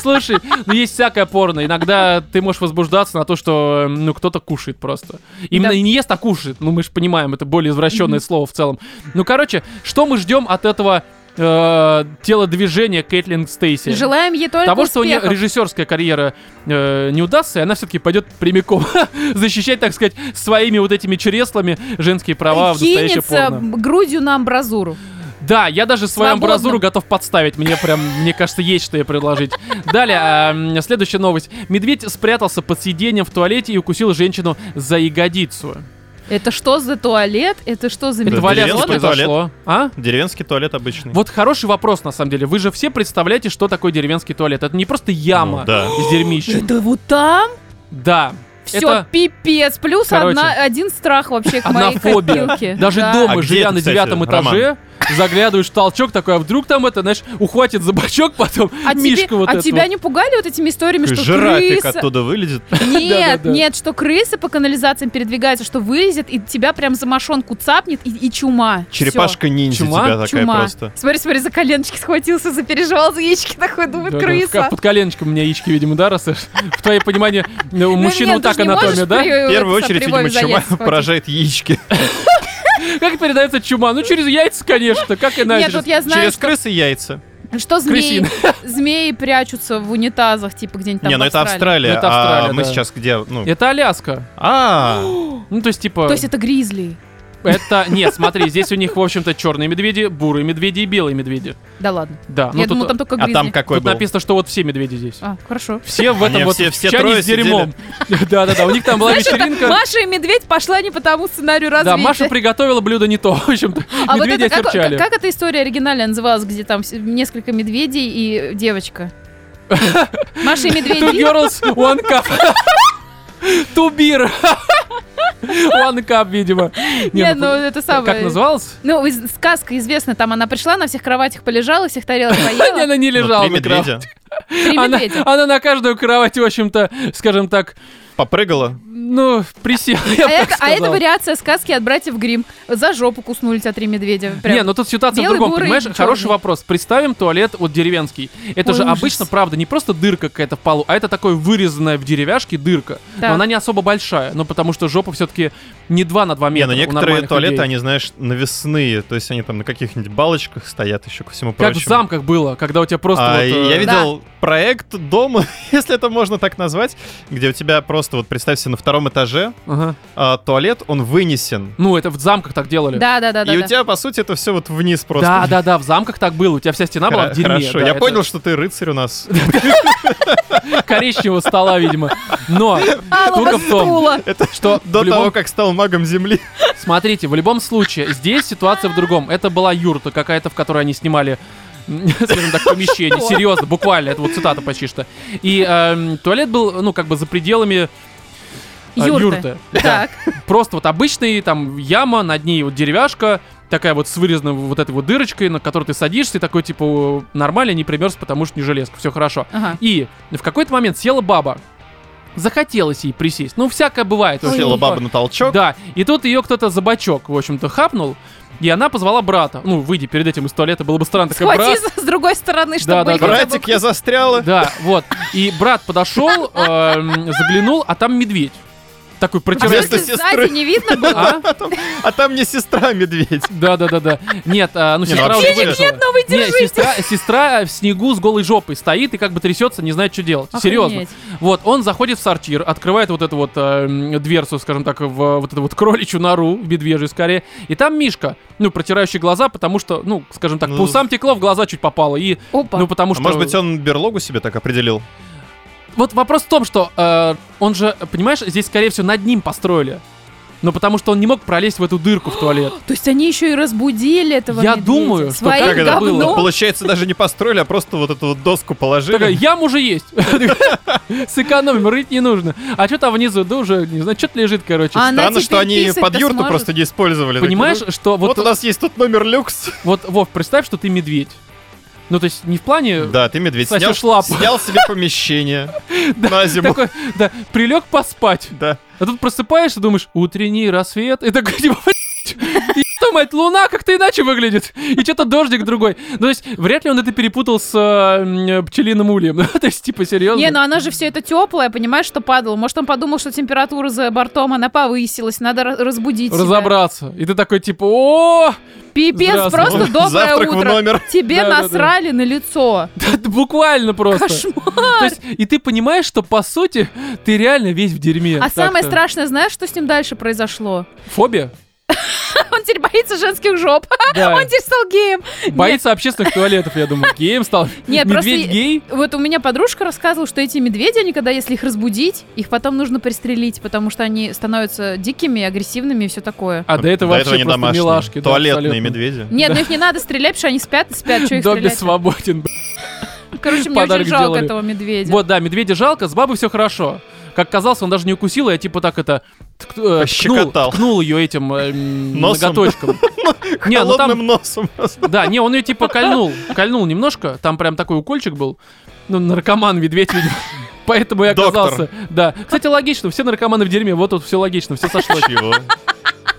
[SPEAKER 1] Слушай, ну есть всякое порно. Иногда ты можешь возбуждаться на то, что э, ну кто-то кушает просто. Именно
[SPEAKER 3] Да.
[SPEAKER 1] и не ест, а кушает. Ну мы же понимаем, это более извращенное слово в целом. Ну короче, что мы ждем от этого э, телодвижения Кейтлин Стейси?
[SPEAKER 3] Желаем ей только
[SPEAKER 1] Того, что у нее
[SPEAKER 3] успехов.
[SPEAKER 1] режиссерская карьера э, не удастся, и она все-таки пойдет прямиком <laughs> защищать, так сказать, своими вот этими чреслами женские права в настоящее
[SPEAKER 3] Кинется
[SPEAKER 1] порно.
[SPEAKER 3] б- грудью на амбразуру.
[SPEAKER 1] Да, я даже свою
[SPEAKER 3] Свободно.
[SPEAKER 1] амбразуру готов подставить. Мне прям, мне кажется, есть что ей предложить. Далее, а, м, следующая новость. Медведь спрятался под сиденьем в туалете и укусил женщину за ягодицу.
[SPEAKER 3] Это что за туалет? Это что за
[SPEAKER 1] Это
[SPEAKER 2] Это
[SPEAKER 1] валяться
[SPEAKER 2] деревенский
[SPEAKER 1] произошло. А?
[SPEAKER 2] Деревенский туалет обычный.
[SPEAKER 1] Вот хороший вопрос, на самом деле. Вы же все представляете, что такое деревенский туалет. Это не просто
[SPEAKER 2] Ну,
[SPEAKER 1] яма
[SPEAKER 2] да.
[SPEAKER 1] из дерьмища.
[SPEAKER 3] Это вот там?
[SPEAKER 1] Да.
[SPEAKER 3] Все,
[SPEAKER 1] Это-
[SPEAKER 3] пипец. Плюс
[SPEAKER 1] Короче.
[SPEAKER 3] одна, один страх вообще к моей
[SPEAKER 1] Однофобия.
[SPEAKER 3] копилке.
[SPEAKER 1] Даже
[SPEAKER 3] Да.
[SPEAKER 1] дома,
[SPEAKER 2] А где
[SPEAKER 1] живя
[SPEAKER 2] это,
[SPEAKER 1] на
[SPEAKER 2] кстати,
[SPEAKER 1] девятом этаже, заглядываешь в толчок такой, а вдруг там это, знаешь, ухватит за бачок потом
[SPEAKER 3] А, тебе-
[SPEAKER 1] мишка вот
[SPEAKER 3] а
[SPEAKER 1] эта
[SPEAKER 3] тебя
[SPEAKER 1] вот.
[SPEAKER 3] не пугали вот этими историями, что
[SPEAKER 2] Жирафик
[SPEAKER 3] крыса...
[SPEAKER 2] оттуда вылезет.
[SPEAKER 1] <laughs> Да-да-да.
[SPEAKER 3] <laughs> Нет, нет, что крысы по канализациям передвигаются, что вылезет, и тебя прям за мошонку цапнет, и, и чума. Всё.
[SPEAKER 2] Черепашка ниндзя
[SPEAKER 1] Чума?
[SPEAKER 2] тебя такая
[SPEAKER 3] Чума.
[SPEAKER 2] просто.
[SPEAKER 3] Смотри, смотри, за коленочки схватился, запереживал за яички, такой думает,
[SPEAKER 1] Да-да,
[SPEAKER 3] крыса.
[SPEAKER 1] как Под коленочком у меня яички, видимо, да, раз <laughs> В твоей понимании, ну, у
[SPEAKER 3] Ну,
[SPEAKER 1] мужчин
[SPEAKER 3] нет,
[SPEAKER 1] вот
[SPEAKER 3] ты
[SPEAKER 1] так
[SPEAKER 3] же не
[SPEAKER 1] анатомия,
[SPEAKER 3] можешь
[SPEAKER 1] да?
[SPEAKER 3] при-
[SPEAKER 2] В первую
[SPEAKER 3] это,
[SPEAKER 2] очередь,
[SPEAKER 3] при воле
[SPEAKER 2] видимо,
[SPEAKER 3] за
[SPEAKER 1] <laughs>
[SPEAKER 2] чума
[SPEAKER 3] яйца схватить.
[SPEAKER 2] поражает яички.
[SPEAKER 1] Как передается чума? Ну, через яйца, конечно. Как иначе?
[SPEAKER 3] Нет, вот я знаю,
[SPEAKER 2] Через
[SPEAKER 3] что,
[SPEAKER 2] крысы яйца.
[SPEAKER 3] что змеи, <laughs> змеи прячутся в унитазах, типа где-нибудь там
[SPEAKER 2] Не,
[SPEAKER 3] в
[SPEAKER 2] ну это
[SPEAKER 3] Австралии.
[SPEAKER 2] Австралия.
[SPEAKER 1] Ну, это
[SPEAKER 2] А
[SPEAKER 1] Австралия,
[SPEAKER 2] мы
[SPEAKER 1] да.
[SPEAKER 2] сейчас где? Ну,
[SPEAKER 1] Это Аляска.
[SPEAKER 2] а,
[SPEAKER 1] Ну, то есть, типа...
[SPEAKER 3] То есть это гризли.
[SPEAKER 1] Это, нет, смотри, здесь у них, в общем-то, черные медведи, бурые медведи и белые медведи.
[SPEAKER 3] Да ладно.
[SPEAKER 1] Да, ну
[SPEAKER 3] Я
[SPEAKER 1] тут,
[SPEAKER 3] думал, там только
[SPEAKER 2] а
[SPEAKER 3] гризли.
[SPEAKER 2] там какой
[SPEAKER 1] тут
[SPEAKER 2] был?
[SPEAKER 1] написано, что вот все медведи здесь.
[SPEAKER 3] А, хорошо.
[SPEAKER 1] Все в этом
[SPEAKER 2] Они
[SPEAKER 1] вот
[SPEAKER 2] все- все
[SPEAKER 1] в чане
[SPEAKER 2] трое
[SPEAKER 1] с дерьмом. <laughs> Да-да-да, у них там была
[SPEAKER 3] Знаешь, это
[SPEAKER 1] вечеринка.
[SPEAKER 3] Маша и медведь пошла не по тому сценарию
[SPEAKER 1] Да,
[SPEAKER 3] развития.
[SPEAKER 1] Маша приготовила блюдо не то, <laughs> в общем-то.
[SPEAKER 3] А вот
[SPEAKER 1] Медведи
[SPEAKER 3] это как,
[SPEAKER 1] осерчали.
[SPEAKER 3] как эта история оригинальная называлась, где там вс- несколько медведей
[SPEAKER 1] <laughs>
[SPEAKER 3] и девочка? Маша и
[SPEAKER 1] Two
[SPEAKER 3] медведи.
[SPEAKER 1] girls, one cup. Two beer. One cup, видимо. Не,
[SPEAKER 3] Нет,
[SPEAKER 1] ну,
[SPEAKER 3] ну это самое.
[SPEAKER 1] Как называлась?
[SPEAKER 3] Ну, из- сказка известная, там она пришла, на всех кроватях полежала,
[SPEAKER 1] <laughs>
[SPEAKER 3] всех тарелок
[SPEAKER 1] Не,
[SPEAKER 3] поела.
[SPEAKER 1] она не
[SPEAKER 2] ну,
[SPEAKER 1] лежала
[SPEAKER 2] три
[SPEAKER 1] на кровати.
[SPEAKER 2] медведя.
[SPEAKER 3] Три
[SPEAKER 1] Она,
[SPEAKER 3] медведя.
[SPEAKER 1] она на каждую кровать, в общем-то, скажем так,
[SPEAKER 2] Попрыгала.
[SPEAKER 1] ну, присела, я
[SPEAKER 3] А
[SPEAKER 1] бы так
[SPEAKER 3] это, а это
[SPEAKER 1] сказал.
[SPEAKER 3] вариация сказки от братьев Грим. За жопу куснули тебя три медведя. Прям.
[SPEAKER 1] Не, ну тут ситуация в
[SPEAKER 3] Белый,
[SPEAKER 1] другом,
[SPEAKER 3] бурый,
[SPEAKER 1] понимаешь?
[SPEAKER 3] чёрный.
[SPEAKER 1] Хороший вопрос. Представим туалет вот деревенский. Это
[SPEAKER 3] Ой,
[SPEAKER 1] же
[SPEAKER 3] ужас.
[SPEAKER 1] обычно, правда, не просто дырка какая-то в полу, а это такой вырезанная в деревяшке дырка.
[SPEAKER 3] Так.
[SPEAKER 1] Но она не особо большая, ну потому что жопа все-таки не 2 на 2
[SPEAKER 2] Не,
[SPEAKER 1] метра.
[SPEAKER 2] ну
[SPEAKER 1] у
[SPEAKER 2] некоторые
[SPEAKER 1] нормальных
[SPEAKER 2] туалеты,
[SPEAKER 1] людей.
[SPEAKER 2] они, знаешь, навесные. То есть они там на каких-нибудь балочках стоят еще ко всему
[SPEAKER 1] Как в
[SPEAKER 2] прочему.
[SPEAKER 1] замках было, когда у тебя просто
[SPEAKER 2] А,
[SPEAKER 1] вот,
[SPEAKER 2] и
[SPEAKER 1] э,
[SPEAKER 2] Я видел проект дома, <laughs> если это можно так назвать, где у тебя просто, вот представь себе, на втором этаже
[SPEAKER 1] ага.
[SPEAKER 2] а, туалет, он вынесен.
[SPEAKER 1] Ну, это в замках так делали.
[SPEAKER 3] Да, да, да, да.
[SPEAKER 2] и у
[SPEAKER 3] да.
[SPEAKER 2] тебя, по сути, это все вот вниз просто.
[SPEAKER 1] да, да, да, в замках так было. У тебя вся стена была в
[SPEAKER 2] Хра-
[SPEAKER 1] дерьме.
[SPEAKER 2] Хорошо,
[SPEAKER 1] да,
[SPEAKER 2] я
[SPEAKER 1] это
[SPEAKER 2] понял, что ты рыцарь
[SPEAKER 1] <laughs>
[SPEAKER 2] у нас.
[SPEAKER 1] Коричневого стола, видимо. Но
[SPEAKER 3] Алого
[SPEAKER 1] штука в том,
[SPEAKER 3] стула.
[SPEAKER 2] Это
[SPEAKER 1] что
[SPEAKER 2] до
[SPEAKER 1] в любом
[SPEAKER 2] того, как стал
[SPEAKER 1] <laughs>
[SPEAKER 2] магом земли.
[SPEAKER 1] Смотрите, в любом случае, здесь ситуация в другом. Это была юрта какая-то, в которой они снимали м, скажем так, помещение. Серьезно, буквально, это вот цитата почти что. И эм, туалет был, ну, как бы за пределами э,
[SPEAKER 3] Юрты.
[SPEAKER 1] юрты.
[SPEAKER 3] Так.
[SPEAKER 1] Просто вот обычный, там, яма, над ней вот деревяшка, такая вот с вырезанной вот этой вот дырочкой, на которой ты садишься, и такой, типа, «О, нормально, не примерз, потому что не железка, все хорошо.
[SPEAKER 3] Ага.
[SPEAKER 1] И в какой-то момент села баба. Захотелось ей присесть. Ну, всякое бывает. в общем.
[SPEAKER 2] Села баба на толчок.
[SPEAKER 1] Да, и тут ее кто-то за бачок, в общем-то, хапнул, и она позвала брата. Ну, выйди перед этим из туалета, было бы странно, такая,
[SPEAKER 3] Схвати
[SPEAKER 1] брат...
[SPEAKER 3] с- с другой стороны, чтобы...
[SPEAKER 1] да,
[SPEAKER 3] хотя бы-
[SPEAKER 2] Братик, я застряла.
[SPEAKER 1] Да, вот. И брат подошел, эм, заглянул, а там медведь. Такой
[SPEAKER 3] А
[SPEAKER 2] Вместо
[SPEAKER 1] протирает.
[SPEAKER 3] просто
[SPEAKER 2] сестры.
[SPEAKER 3] сзади не видно было?
[SPEAKER 1] А?
[SPEAKER 2] А там не сестра, а медведь.
[SPEAKER 1] Да, да, да, да. Нет, а, ну
[SPEAKER 2] Не, ну,
[SPEAKER 1] сестра уже
[SPEAKER 2] вообще-
[SPEAKER 1] вылезла.
[SPEAKER 2] Денег
[SPEAKER 3] Ну вы
[SPEAKER 1] Нет,
[SPEAKER 3] держите.
[SPEAKER 1] сестра, сестра в снегу с голой жопой стоит и как бы трясется, не знает, что делать. Серьезно.
[SPEAKER 3] Охренеть.
[SPEAKER 1] Вот, он заходит в сортир, открывает вот эту вот эм, дверцу, скажем так, в вот эту вот кроличью нору, в медвежью скорее, и там Мишка, ну, протирающий глаза, потому что, ну, скажем так,
[SPEAKER 2] Ну,
[SPEAKER 1] по усам текло, в глаза чуть попало, и,
[SPEAKER 3] Опа.
[SPEAKER 1] ну, потому
[SPEAKER 2] А
[SPEAKER 1] что...
[SPEAKER 2] Может быть, он берлогу себе так определил?
[SPEAKER 1] Вот вопрос в том, что э, он же, понимаешь, здесь, скорее всего, над ним построили. Ну, потому что он не мог пролезть в эту дырку в туалет.
[SPEAKER 3] То есть они еще и разбудили этого
[SPEAKER 1] Я
[SPEAKER 3] медведя
[SPEAKER 1] думаю, что
[SPEAKER 3] своим
[SPEAKER 1] как это было?
[SPEAKER 3] говном?
[SPEAKER 2] Ну, Получается, даже не построили, а просто вот эту вот доску
[SPEAKER 1] Такая,
[SPEAKER 2] положили.
[SPEAKER 1] ям уже есть. <laughs> Сэкономим, рыть не нужно. А что там внизу, да уже, не знаю, что-то лежит, короче.
[SPEAKER 3] А она
[SPEAKER 2] Странно, что
[SPEAKER 3] теперь
[SPEAKER 2] они
[SPEAKER 3] писать-то
[SPEAKER 2] под юрту
[SPEAKER 3] сможет.
[SPEAKER 2] просто не использовали. Такие,
[SPEAKER 1] Понимаешь,
[SPEAKER 2] ну,
[SPEAKER 1] что
[SPEAKER 2] Вот
[SPEAKER 1] вот,
[SPEAKER 2] у нас есть тут номер люкс.
[SPEAKER 1] вот, Вов, представь, что ты медведь. Ну, то есть не в плане
[SPEAKER 2] Да, ты медведь
[SPEAKER 1] Сосёшь
[SPEAKER 2] снял,
[SPEAKER 1] лапу.
[SPEAKER 2] снял себе помещение на
[SPEAKER 1] <laughs>
[SPEAKER 2] зиму.
[SPEAKER 1] Такой, да, прилег поспать.
[SPEAKER 2] Да.
[SPEAKER 1] А тут просыпаешься, думаешь, утренний рассвет. И такой, типа, «Блядь, ёб мать, луна как-то иначе выглядит. И что-то дождик другой. Ну, То есть, вряд ли он это перепутал с э, м, пчелиным ульем. <laughs> То есть, типа, серьезно.
[SPEAKER 3] Не, ну она же все это теплая, понимаешь, что падала. Может, он подумал, что температура за бортом, она повысилась, надо ра- разбудить себя.
[SPEAKER 1] Разобраться. И ты такой, типа, о <laughs>
[SPEAKER 3] Пипец,
[SPEAKER 1] Здравствуй. <laughs>
[SPEAKER 3] просто доброе
[SPEAKER 2] Завтрак в
[SPEAKER 3] утро.
[SPEAKER 2] номер.
[SPEAKER 3] Тебе
[SPEAKER 1] Да-да-да.
[SPEAKER 3] насрали на лицо.
[SPEAKER 1] Буквально просто.
[SPEAKER 3] Кошмар.
[SPEAKER 1] То есть, и ты понимаешь, что, по сути, ты реально весь в дерьме.
[SPEAKER 3] А самое
[SPEAKER 1] Так-то.
[SPEAKER 3] страшное, знаешь, что с ним дальше произошло?
[SPEAKER 1] Фобия?
[SPEAKER 3] <laughs> Он теперь боится женских жоп.
[SPEAKER 1] Да.
[SPEAKER 3] А, <laughs> Он теперь стал геем.
[SPEAKER 1] Боится общественных туалетов, я думаю. Геем стал.
[SPEAKER 3] Нет, просто
[SPEAKER 1] Медведь
[SPEAKER 3] и-
[SPEAKER 1] гей?
[SPEAKER 3] Вот у меня подружка рассказывала, что эти медведи, они когда, если их разбудить, их потом нужно пристрелить, потому что они становятся дикими, агрессивными и все такое.
[SPEAKER 1] А до этого
[SPEAKER 2] До этого
[SPEAKER 1] вообще
[SPEAKER 2] не
[SPEAKER 1] просто
[SPEAKER 2] домашние.
[SPEAKER 1] милашки. да,
[SPEAKER 2] Туалетные
[SPEAKER 1] абсолютно.
[SPEAKER 2] медведи.
[SPEAKER 3] Нет, ну их не надо стрелять, потому что они спят, и спят, что их
[SPEAKER 1] Добби
[SPEAKER 3] стрелять.
[SPEAKER 1] свободен. б***ь.
[SPEAKER 3] Короче, мне
[SPEAKER 1] подарок
[SPEAKER 3] очень жалко
[SPEAKER 1] сделали.
[SPEAKER 3] этого медведя.
[SPEAKER 1] Вот, да, медведя жалко, с бабой все хорошо. Как казалось, он даже не укусил, я типа так это тк- э, ткнул,
[SPEAKER 2] Пощекотал.
[SPEAKER 1] ткнул ее этим э, м,
[SPEAKER 2] Носом. <laughs>
[SPEAKER 1] ноготочком. Не, ну
[SPEAKER 2] Холодным
[SPEAKER 1] там,
[SPEAKER 2] <laughs> носом просто.
[SPEAKER 1] да, не, он ее типа кольнул, кольнул немножко, там прям такой укольчик был. Ну, наркоман медведь, видимо. <laughs> Поэтому и
[SPEAKER 2] Доктор.
[SPEAKER 1] оказался. Да. Кстати, логично, все наркоманы в дерьме, вот тут все логично, все сошлось.
[SPEAKER 2] Чего?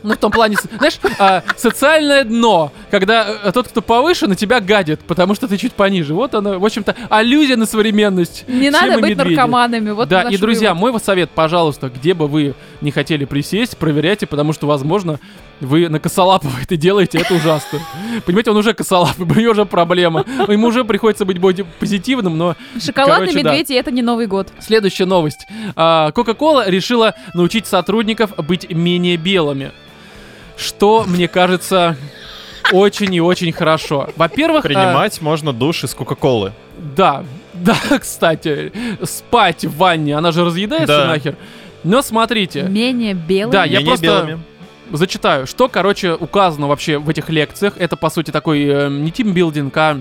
[SPEAKER 1] Ну, в том плане, с- знаешь, а, социальное дно, когда э, тот, кто повыше, на тебя гадит, потому что ты чуть пониже. Вот она, в общем-то, аллюзия на современность.
[SPEAKER 3] Не
[SPEAKER 1] Все
[SPEAKER 3] надо
[SPEAKER 1] мы
[SPEAKER 3] быть
[SPEAKER 1] медведи.
[SPEAKER 3] наркоманами. Вот
[SPEAKER 1] да,
[SPEAKER 3] наш
[SPEAKER 1] и, друзья,
[SPEAKER 3] вывод.
[SPEAKER 1] мой вот совет, пожалуйста, где бы вы не хотели присесть, проверяйте, потому что, возможно, вы на косолапого <laughs> это делаете, это ужасно. Понимаете, он уже косолапый, <laughs> у него уже проблема. Ему уже приходится быть более позитивным, но
[SPEAKER 3] Шоколадный
[SPEAKER 1] короче, да.
[SPEAKER 3] медведь, и это не Новый год.
[SPEAKER 1] Следующая новость. А, Кока-кола решила научить сотрудников быть менее белыми. Что, мне кажется, очень и очень хорошо. Во-первых, а,
[SPEAKER 2] Принимать можно душ из Кока-Колы.
[SPEAKER 1] да, да, <laughs> кстати, спать в ванне, она же разъедается
[SPEAKER 2] Да.
[SPEAKER 1] нахер. Но смотрите,
[SPEAKER 3] Менее белый.
[SPEAKER 1] Да, А, я
[SPEAKER 2] Менее
[SPEAKER 1] просто-
[SPEAKER 2] белыми.
[SPEAKER 1] зачитаю, что, короче, указано вообще в этих лекциях. Это, по сути, такой э, не тимбилдинг, а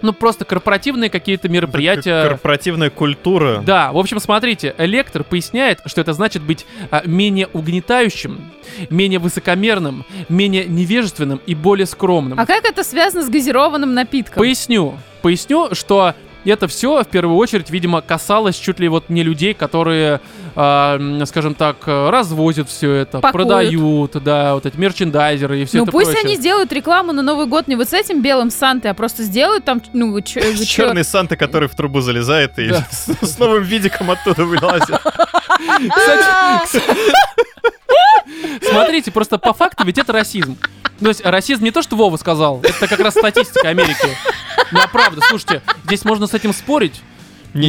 [SPEAKER 1] ну просто корпоративные какие-то мероприятия.
[SPEAKER 2] Кор- Корпоративная культура.
[SPEAKER 1] Да, в общем, смотрите, Электор поясняет, что это значит быть а, менее угнетающим, менее высокомерным, менее невежественным и более скромным.
[SPEAKER 3] А как это связано с газированным напитком?
[SPEAKER 1] Поясню. Поясню, что это все в первую очередь, видимо, касалось чуть ли вот не людей, которые, а, м, скажем так, э, развозят все это,
[SPEAKER 3] Пакуют.
[SPEAKER 1] продают, да, вот эти мерчендайзеры и все
[SPEAKER 3] ну
[SPEAKER 1] это
[SPEAKER 3] пусть
[SPEAKER 1] прочее.
[SPEAKER 3] они сделают рекламу на Новый год не вот с этим белым Сантой, а просто сделают там, ну,
[SPEAKER 1] <laughs>
[SPEAKER 3] чё- чё-
[SPEAKER 2] Черный Санта, который в трубу залезает и
[SPEAKER 1] Да.
[SPEAKER 2] <laughs> с с новым видиком оттуда вылазит.
[SPEAKER 1] Кстати, кс- Смотрите, просто по факту ведь это расизм. То есть расизм не то, что Вова сказал, это как раз статистика Америки. Ну, а правда, слушайте, здесь можно с этим спорить.
[SPEAKER 2] Не,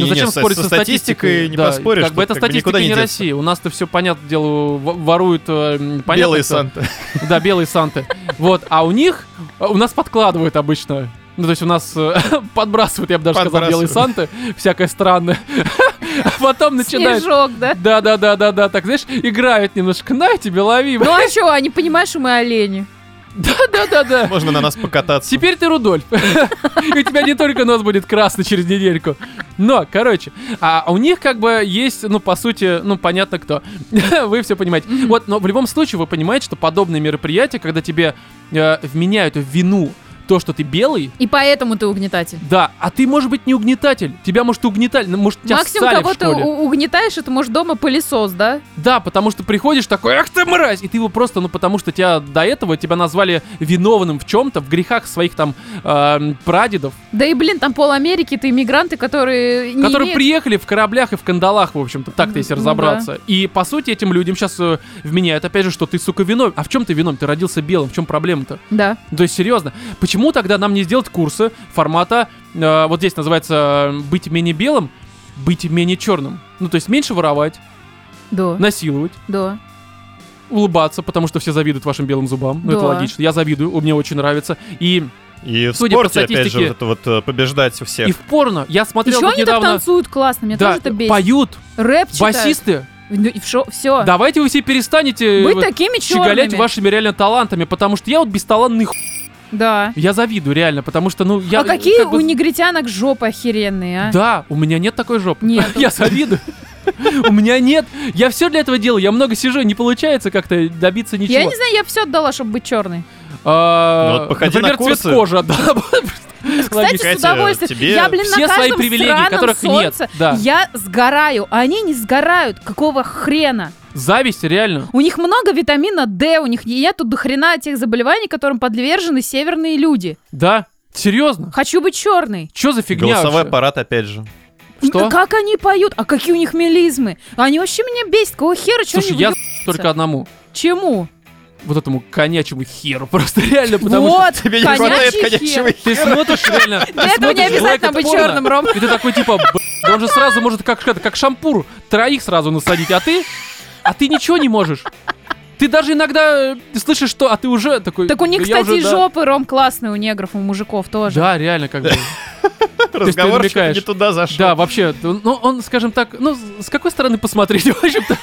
[SPEAKER 1] <laughs> Ну,
[SPEAKER 2] не,
[SPEAKER 1] зачем
[SPEAKER 2] не, со-
[SPEAKER 1] спорить
[SPEAKER 2] со
[SPEAKER 1] со статистикой?
[SPEAKER 2] статистикой не
[SPEAKER 1] Да,
[SPEAKER 2] поспоришь.
[SPEAKER 1] Как бы
[SPEAKER 2] тут
[SPEAKER 1] это
[SPEAKER 2] никуда
[SPEAKER 1] статистика не,
[SPEAKER 2] деться.
[SPEAKER 1] Россия. У нас-то все, понятное дело, в- воруют... э, м, понятно,
[SPEAKER 2] Белые
[SPEAKER 1] что-
[SPEAKER 2] Санты.
[SPEAKER 1] Да, белые Санты. Вот, а у них... э, У нас подкладывают обычно. Ну, то есть у нас э, <laughs> подбрасывают, я бы даже сказал, белые Санты. Всякое странное. <laughs> А потом начинают...
[SPEAKER 3] Снежок, да?
[SPEAKER 1] Да, да, да, да, да. Так, знаешь, играют немножко. На тебе, лови.
[SPEAKER 3] Ну а чё, они понимают, что мы олени.
[SPEAKER 1] Да, да, да, да.
[SPEAKER 2] <laughs> Можно на нас покататься.
[SPEAKER 1] Теперь ты Рудольф. <laughs> И у тебя не только нос будет красный через недельку. Но, короче, а у них как бы есть, ну, по сути, ну, понятно кто. <laughs> Вы все понимаете. Вот, но в любом случае вы понимаете, что подобные мероприятия, когда тебе э, вменяют в вину то, что ты белый,
[SPEAKER 3] И поэтому ты угнетатель.
[SPEAKER 1] да, а ты, может быть, не угнетатель. Тебя, может, угнетали, ну, может, тебя
[SPEAKER 3] Максимум,
[SPEAKER 1] ссали в
[SPEAKER 3] кого ты
[SPEAKER 1] школе.
[SPEAKER 3] у- угнетаешь, это может дома пылесос, да?
[SPEAKER 1] Да, потому что приходишь такой, ах ты мразь, и ты его просто, ну потому что тебя до этого тебя назвали виновным в чем-то, в грехах своих там эм, прадедов,
[SPEAKER 3] Да и, блин, там пол Америки, это иммигранты, которые не
[SPEAKER 1] которые
[SPEAKER 3] имеют-
[SPEAKER 1] приехали в кораблях и в кандалах, в общем-то, так-то если
[SPEAKER 3] Ну
[SPEAKER 1] разобраться. И по сути этим людям сейчас вменяют опять же, что ты сука виновен. А в чем ты виновен? Ты родился белым, в чем проблема-то?
[SPEAKER 3] Да.
[SPEAKER 1] Ну, То есть серьезно, почему тогда нам не сделать курсы формата, э, вот здесь называется э, быть менее белым, быть менее черным? Ну то есть меньше воровать,
[SPEAKER 3] Да.
[SPEAKER 1] насиловать.
[SPEAKER 3] Да.
[SPEAKER 1] улыбаться, потому что все завидуют вашим белым зубам. Ну, это
[SPEAKER 3] Да.
[SPEAKER 1] логично. Я завидую, у- мне очень нравится. И,
[SPEAKER 2] И в
[SPEAKER 1] Судя по
[SPEAKER 2] спорте, опять же,
[SPEAKER 1] статистике-
[SPEAKER 2] вот это вот э, побеждать у
[SPEAKER 1] и
[SPEAKER 2] всех.
[SPEAKER 1] в порно. Я смотрел
[SPEAKER 3] Еще
[SPEAKER 1] вот
[SPEAKER 3] они так
[SPEAKER 1] недавно...
[SPEAKER 3] танцуют классно, мне
[SPEAKER 1] да,
[SPEAKER 3] тоже это бесит.
[SPEAKER 1] поют,
[SPEAKER 3] Рэп читают.
[SPEAKER 1] басисты.
[SPEAKER 3] Ну и все.
[SPEAKER 1] Давайте вы все перестанете
[SPEAKER 3] Быть
[SPEAKER 1] вот
[SPEAKER 3] такими
[SPEAKER 1] щеголять
[SPEAKER 3] черными.
[SPEAKER 1] вашими реально талантами, потому что я вот бесталантный ху...
[SPEAKER 3] Да.
[SPEAKER 1] Я завидую реально, потому что, ну, я...
[SPEAKER 3] а какие
[SPEAKER 1] как бы-
[SPEAKER 3] у негритянок жопы охеренные, а?
[SPEAKER 1] Да, у меня нет такой жопы.
[SPEAKER 3] Нету.
[SPEAKER 1] <laughs> Я завидую. У меня нет. Я все для этого делаю. Я много сижу, не получается как-то добиться ничего.
[SPEAKER 3] Я не знаю, я бы все отдала, чтобы быть черной.
[SPEAKER 1] А,
[SPEAKER 2] Ну, вот походи на
[SPEAKER 1] Например, цвет
[SPEAKER 2] курсы.
[SPEAKER 1] кожи отдала бы. <laughs>
[SPEAKER 3] Кстати,
[SPEAKER 2] Катя,
[SPEAKER 3] с удовольствием.
[SPEAKER 2] тебе
[SPEAKER 3] Я, блин,
[SPEAKER 1] все
[SPEAKER 3] на
[SPEAKER 1] свои
[SPEAKER 3] каждом
[SPEAKER 1] привилегии,
[SPEAKER 3] сраном
[SPEAKER 1] которых нет,
[SPEAKER 3] солнце
[SPEAKER 1] да.
[SPEAKER 3] Я сгораю, а они не сгорают. Какого хрена?
[SPEAKER 1] Зависть, реально.
[SPEAKER 3] У них много витамина D, у них нету до хрена тех заболеваний, которым подвержены северные люди.
[SPEAKER 1] Да? Серьезно?
[SPEAKER 3] Хочу быть черной.
[SPEAKER 1] Что за фигня
[SPEAKER 2] Голосовой
[SPEAKER 1] вообще?
[SPEAKER 2] аппарат, опять же.
[SPEAKER 1] Что?
[SPEAKER 3] Как они поют? А какие у них мелизмы? Они вообще меня бесят. Какого хера? Чё
[SPEAKER 1] Слушай,
[SPEAKER 3] они
[SPEAKER 1] я
[SPEAKER 3] выеб-
[SPEAKER 1] только одному.
[SPEAKER 3] Чему?
[SPEAKER 1] Вот этому конячему херу. <laughs> Просто реально, потому что...
[SPEAKER 3] вот,
[SPEAKER 2] Тебе не хватает
[SPEAKER 3] конячий
[SPEAKER 2] конячего
[SPEAKER 3] хер.
[SPEAKER 1] Ты смотришь реально...
[SPEAKER 3] Для этого не обязательно быть черным, Ром.
[SPEAKER 1] И ты такой типа, «Б***ь, да он же сразу может как, как шампур троих сразу насадить, а ты... А ты ничего не можешь. Ты даже иногда э, слышишь, что, а ты уже такой...
[SPEAKER 3] Так у них,
[SPEAKER 1] «Да я уже,
[SPEAKER 3] кстати, и
[SPEAKER 1] да».
[SPEAKER 3] жопы ром классные у негров, у мужиков тоже.
[SPEAKER 1] Да, реально, как бы. <laughs>
[SPEAKER 2] Разговор
[SPEAKER 1] ты намекаешь.
[SPEAKER 2] не туда зашел.
[SPEAKER 1] Да, вообще, т- ну он, скажем так, ну с- с какой стороны посмотреть, <laughs> в общем-то.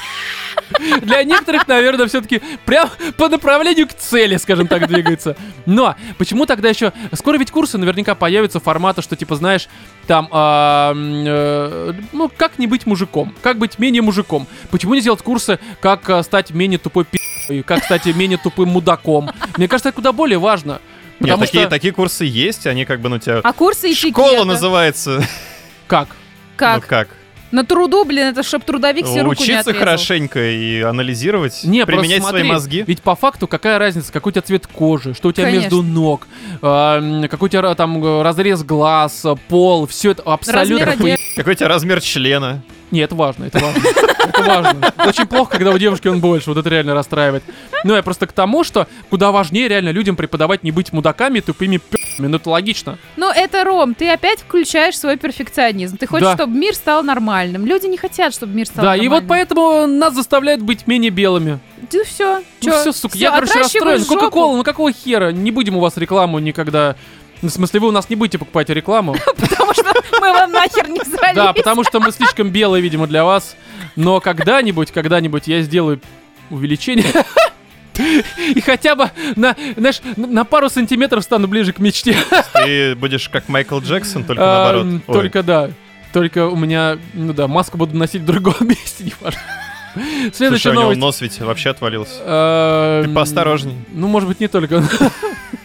[SPEAKER 1] Для некоторых, наверное, все-таки прям по направлению к цели, скажем так, двигается. Но почему тогда еще... Скоро ведь курсы наверняка появятся формата, что типа, знаешь, там, а, м, э, ну, как не быть мужиком, как быть менее мужиком. Почему не сделать курсы, как а, стать менее тупой пи***ой, как стать менее тупым мудаком. Мне кажется, это куда более важно.
[SPEAKER 2] Нет,
[SPEAKER 1] Потому
[SPEAKER 2] такие,
[SPEAKER 1] что...
[SPEAKER 2] такие курсы есть, они как бы, ну, тебя...
[SPEAKER 3] А курсы
[SPEAKER 2] Школа
[SPEAKER 3] этикета?
[SPEAKER 2] называется. <laughs>
[SPEAKER 1] Как?
[SPEAKER 3] Как?
[SPEAKER 2] Ну, как?
[SPEAKER 3] На труду, блин, это чтоб трудовик себе руку не
[SPEAKER 2] Учиться
[SPEAKER 3] отрезал.
[SPEAKER 2] хорошенько и анализировать,
[SPEAKER 1] Не, просто
[SPEAKER 2] применять свои
[SPEAKER 1] смотри,
[SPEAKER 2] мозги.
[SPEAKER 1] Ведь по факту какая разница, какой у тебя цвет кожи, что у тебя
[SPEAKER 3] Конечно.
[SPEAKER 1] между ног, а, м, какой у тебя там э, разрез глаз, э, пол, все это
[SPEAKER 3] Размер
[SPEAKER 1] абсолютно...
[SPEAKER 3] одежды.
[SPEAKER 2] Какой у тебя размер члена?
[SPEAKER 1] Не, это важно, это важно. Это важно. Очень плохо, когда у девушки он больше, вот это реально расстраивает. Ну, я просто к тому, что куда важнее реально людям преподавать не быть мудаками и тупыми пи***ми. Ну, это логично.
[SPEAKER 3] Ну, это Ром, ты опять включаешь свой перфекционизм. Ты хочешь,
[SPEAKER 1] Да.
[SPEAKER 3] чтобы мир стал нормальным. Люди не хотят, чтобы мир стал
[SPEAKER 1] да, и
[SPEAKER 3] нормальным.
[SPEAKER 1] вот поэтому нас заставляют быть менее белыми.
[SPEAKER 3] Ну все,
[SPEAKER 1] Ну все, сука, я, короче, расстроен. Кока-кола, ну какого хера? Не будем у вас рекламу никогда... Ну, В смысле, вы у нас не будете покупать рекламу.
[SPEAKER 3] потому что мы вам нахер не залили.
[SPEAKER 1] Да, потому что мы слишком белые, видимо, для вас. Но когда-нибудь, когда-нибудь я сделаю увеличение. И хотя бы на, знаешь, на- на пару сантиметров стану ближе к мечте.
[SPEAKER 2] Ты будешь как Майкл Джексон, только
[SPEAKER 1] А,
[SPEAKER 2] наоборот.
[SPEAKER 1] м,
[SPEAKER 2] Ой.
[SPEAKER 1] Только да. Только у меня, ну да, маску буду носить в другом <laughs> месте, не важно. Следующая
[SPEAKER 2] Слушай, у него
[SPEAKER 1] новость.
[SPEAKER 2] нос ведь вообще отвалился.
[SPEAKER 1] Ты
[SPEAKER 2] Ты поосторожней.
[SPEAKER 1] Ну, может быть, не только. <laughs>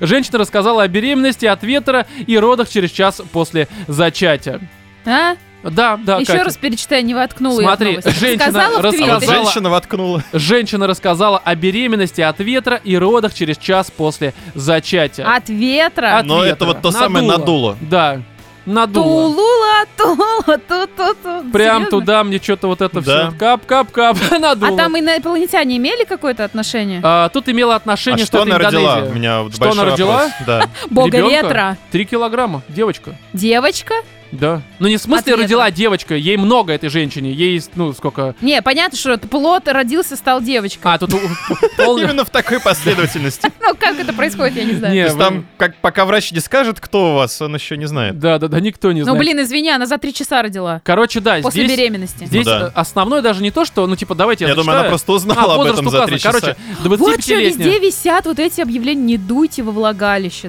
[SPEAKER 1] Женщина рассказала о беременности от ветра и родах через час после зачатия.
[SPEAKER 3] А?
[SPEAKER 1] Да, да,
[SPEAKER 3] Еще
[SPEAKER 1] Катя.
[SPEAKER 3] раз перечитай, не воткнула я в
[SPEAKER 1] Смотри,
[SPEAKER 3] новость.
[SPEAKER 1] женщина
[SPEAKER 3] Сказала в
[SPEAKER 1] рассказала-
[SPEAKER 3] Твиттере.
[SPEAKER 1] Сказала-
[SPEAKER 2] А Женщина воткнула.
[SPEAKER 1] Женщина рассказала о беременности от ветра и родах через час после зачатия.
[SPEAKER 3] От ветра.
[SPEAKER 1] От
[SPEAKER 2] Но
[SPEAKER 1] ветра.
[SPEAKER 2] это вот то самое надуло.
[SPEAKER 1] Да, надуло.
[SPEAKER 3] Тулула, тула, ту ту ту.
[SPEAKER 1] Прям
[SPEAKER 3] Серьезно?
[SPEAKER 1] туда мне что-то вот это
[SPEAKER 2] Да.
[SPEAKER 1] все кап-кап-кап <laughs> надуло.
[SPEAKER 3] А там инопланетяне имели какое-то отношение?
[SPEAKER 1] А, тут имело отношение,
[SPEAKER 2] а что она
[SPEAKER 1] это
[SPEAKER 2] родила? У
[SPEAKER 1] Индонезия.
[SPEAKER 2] меня вот
[SPEAKER 1] Что
[SPEAKER 2] большой
[SPEAKER 1] она родила?
[SPEAKER 2] вопрос. Да.
[SPEAKER 1] А,
[SPEAKER 3] Бога
[SPEAKER 1] ребенка?
[SPEAKER 3] ветра.
[SPEAKER 1] Три килограмма, девочка.
[SPEAKER 3] Девочка?
[SPEAKER 1] Да. Ну не в смысле
[SPEAKER 3] От ветра.
[SPEAKER 1] родила девочка, ей много этой женщине, ей, ну сколько...
[SPEAKER 3] Не, понятно, что это плод родился, стал девочкой.
[SPEAKER 1] А, тут у- <laughs> полный...
[SPEAKER 2] Именно в такой последовательности.
[SPEAKER 3] Ну, как это происходит, я не знаю.
[SPEAKER 1] <laughs> Не,
[SPEAKER 2] То есть
[SPEAKER 1] вы-
[SPEAKER 2] там, как пока врач не скажет, кто у вас, он еще не знает.
[SPEAKER 1] Да, да, да, никто не
[SPEAKER 3] ну,
[SPEAKER 1] знает.
[SPEAKER 3] блин, извини, она за три часа родила.
[SPEAKER 1] Короче, да,
[SPEAKER 3] После
[SPEAKER 1] здесь...
[SPEAKER 3] беременности.
[SPEAKER 1] Здесь
[SPEAKER 2] Ну да.
[SPEAKER 1] э, основное даже не то, что, ну типа, давайте я
[SPEAKER 2] Я думаю, она
[SPEAKER 1] зачитаю.
[SPEAKER 2] просто узнала
[SPEAKER 1] а,
[SPEAKER 2] об
[SPEAKER 1] возраст
[SPEAKER 2] этом за
[SPEAKER 1] указан.
[SPEAKER 2] три часа.
[SPEAKER 1] Короче,
[SPEAKER 3] Вот что
[SPEAKER 1] 25-летняя.
[SPEAKER 3] везде висят вот эти объявления «Не дуйте во влагалище»,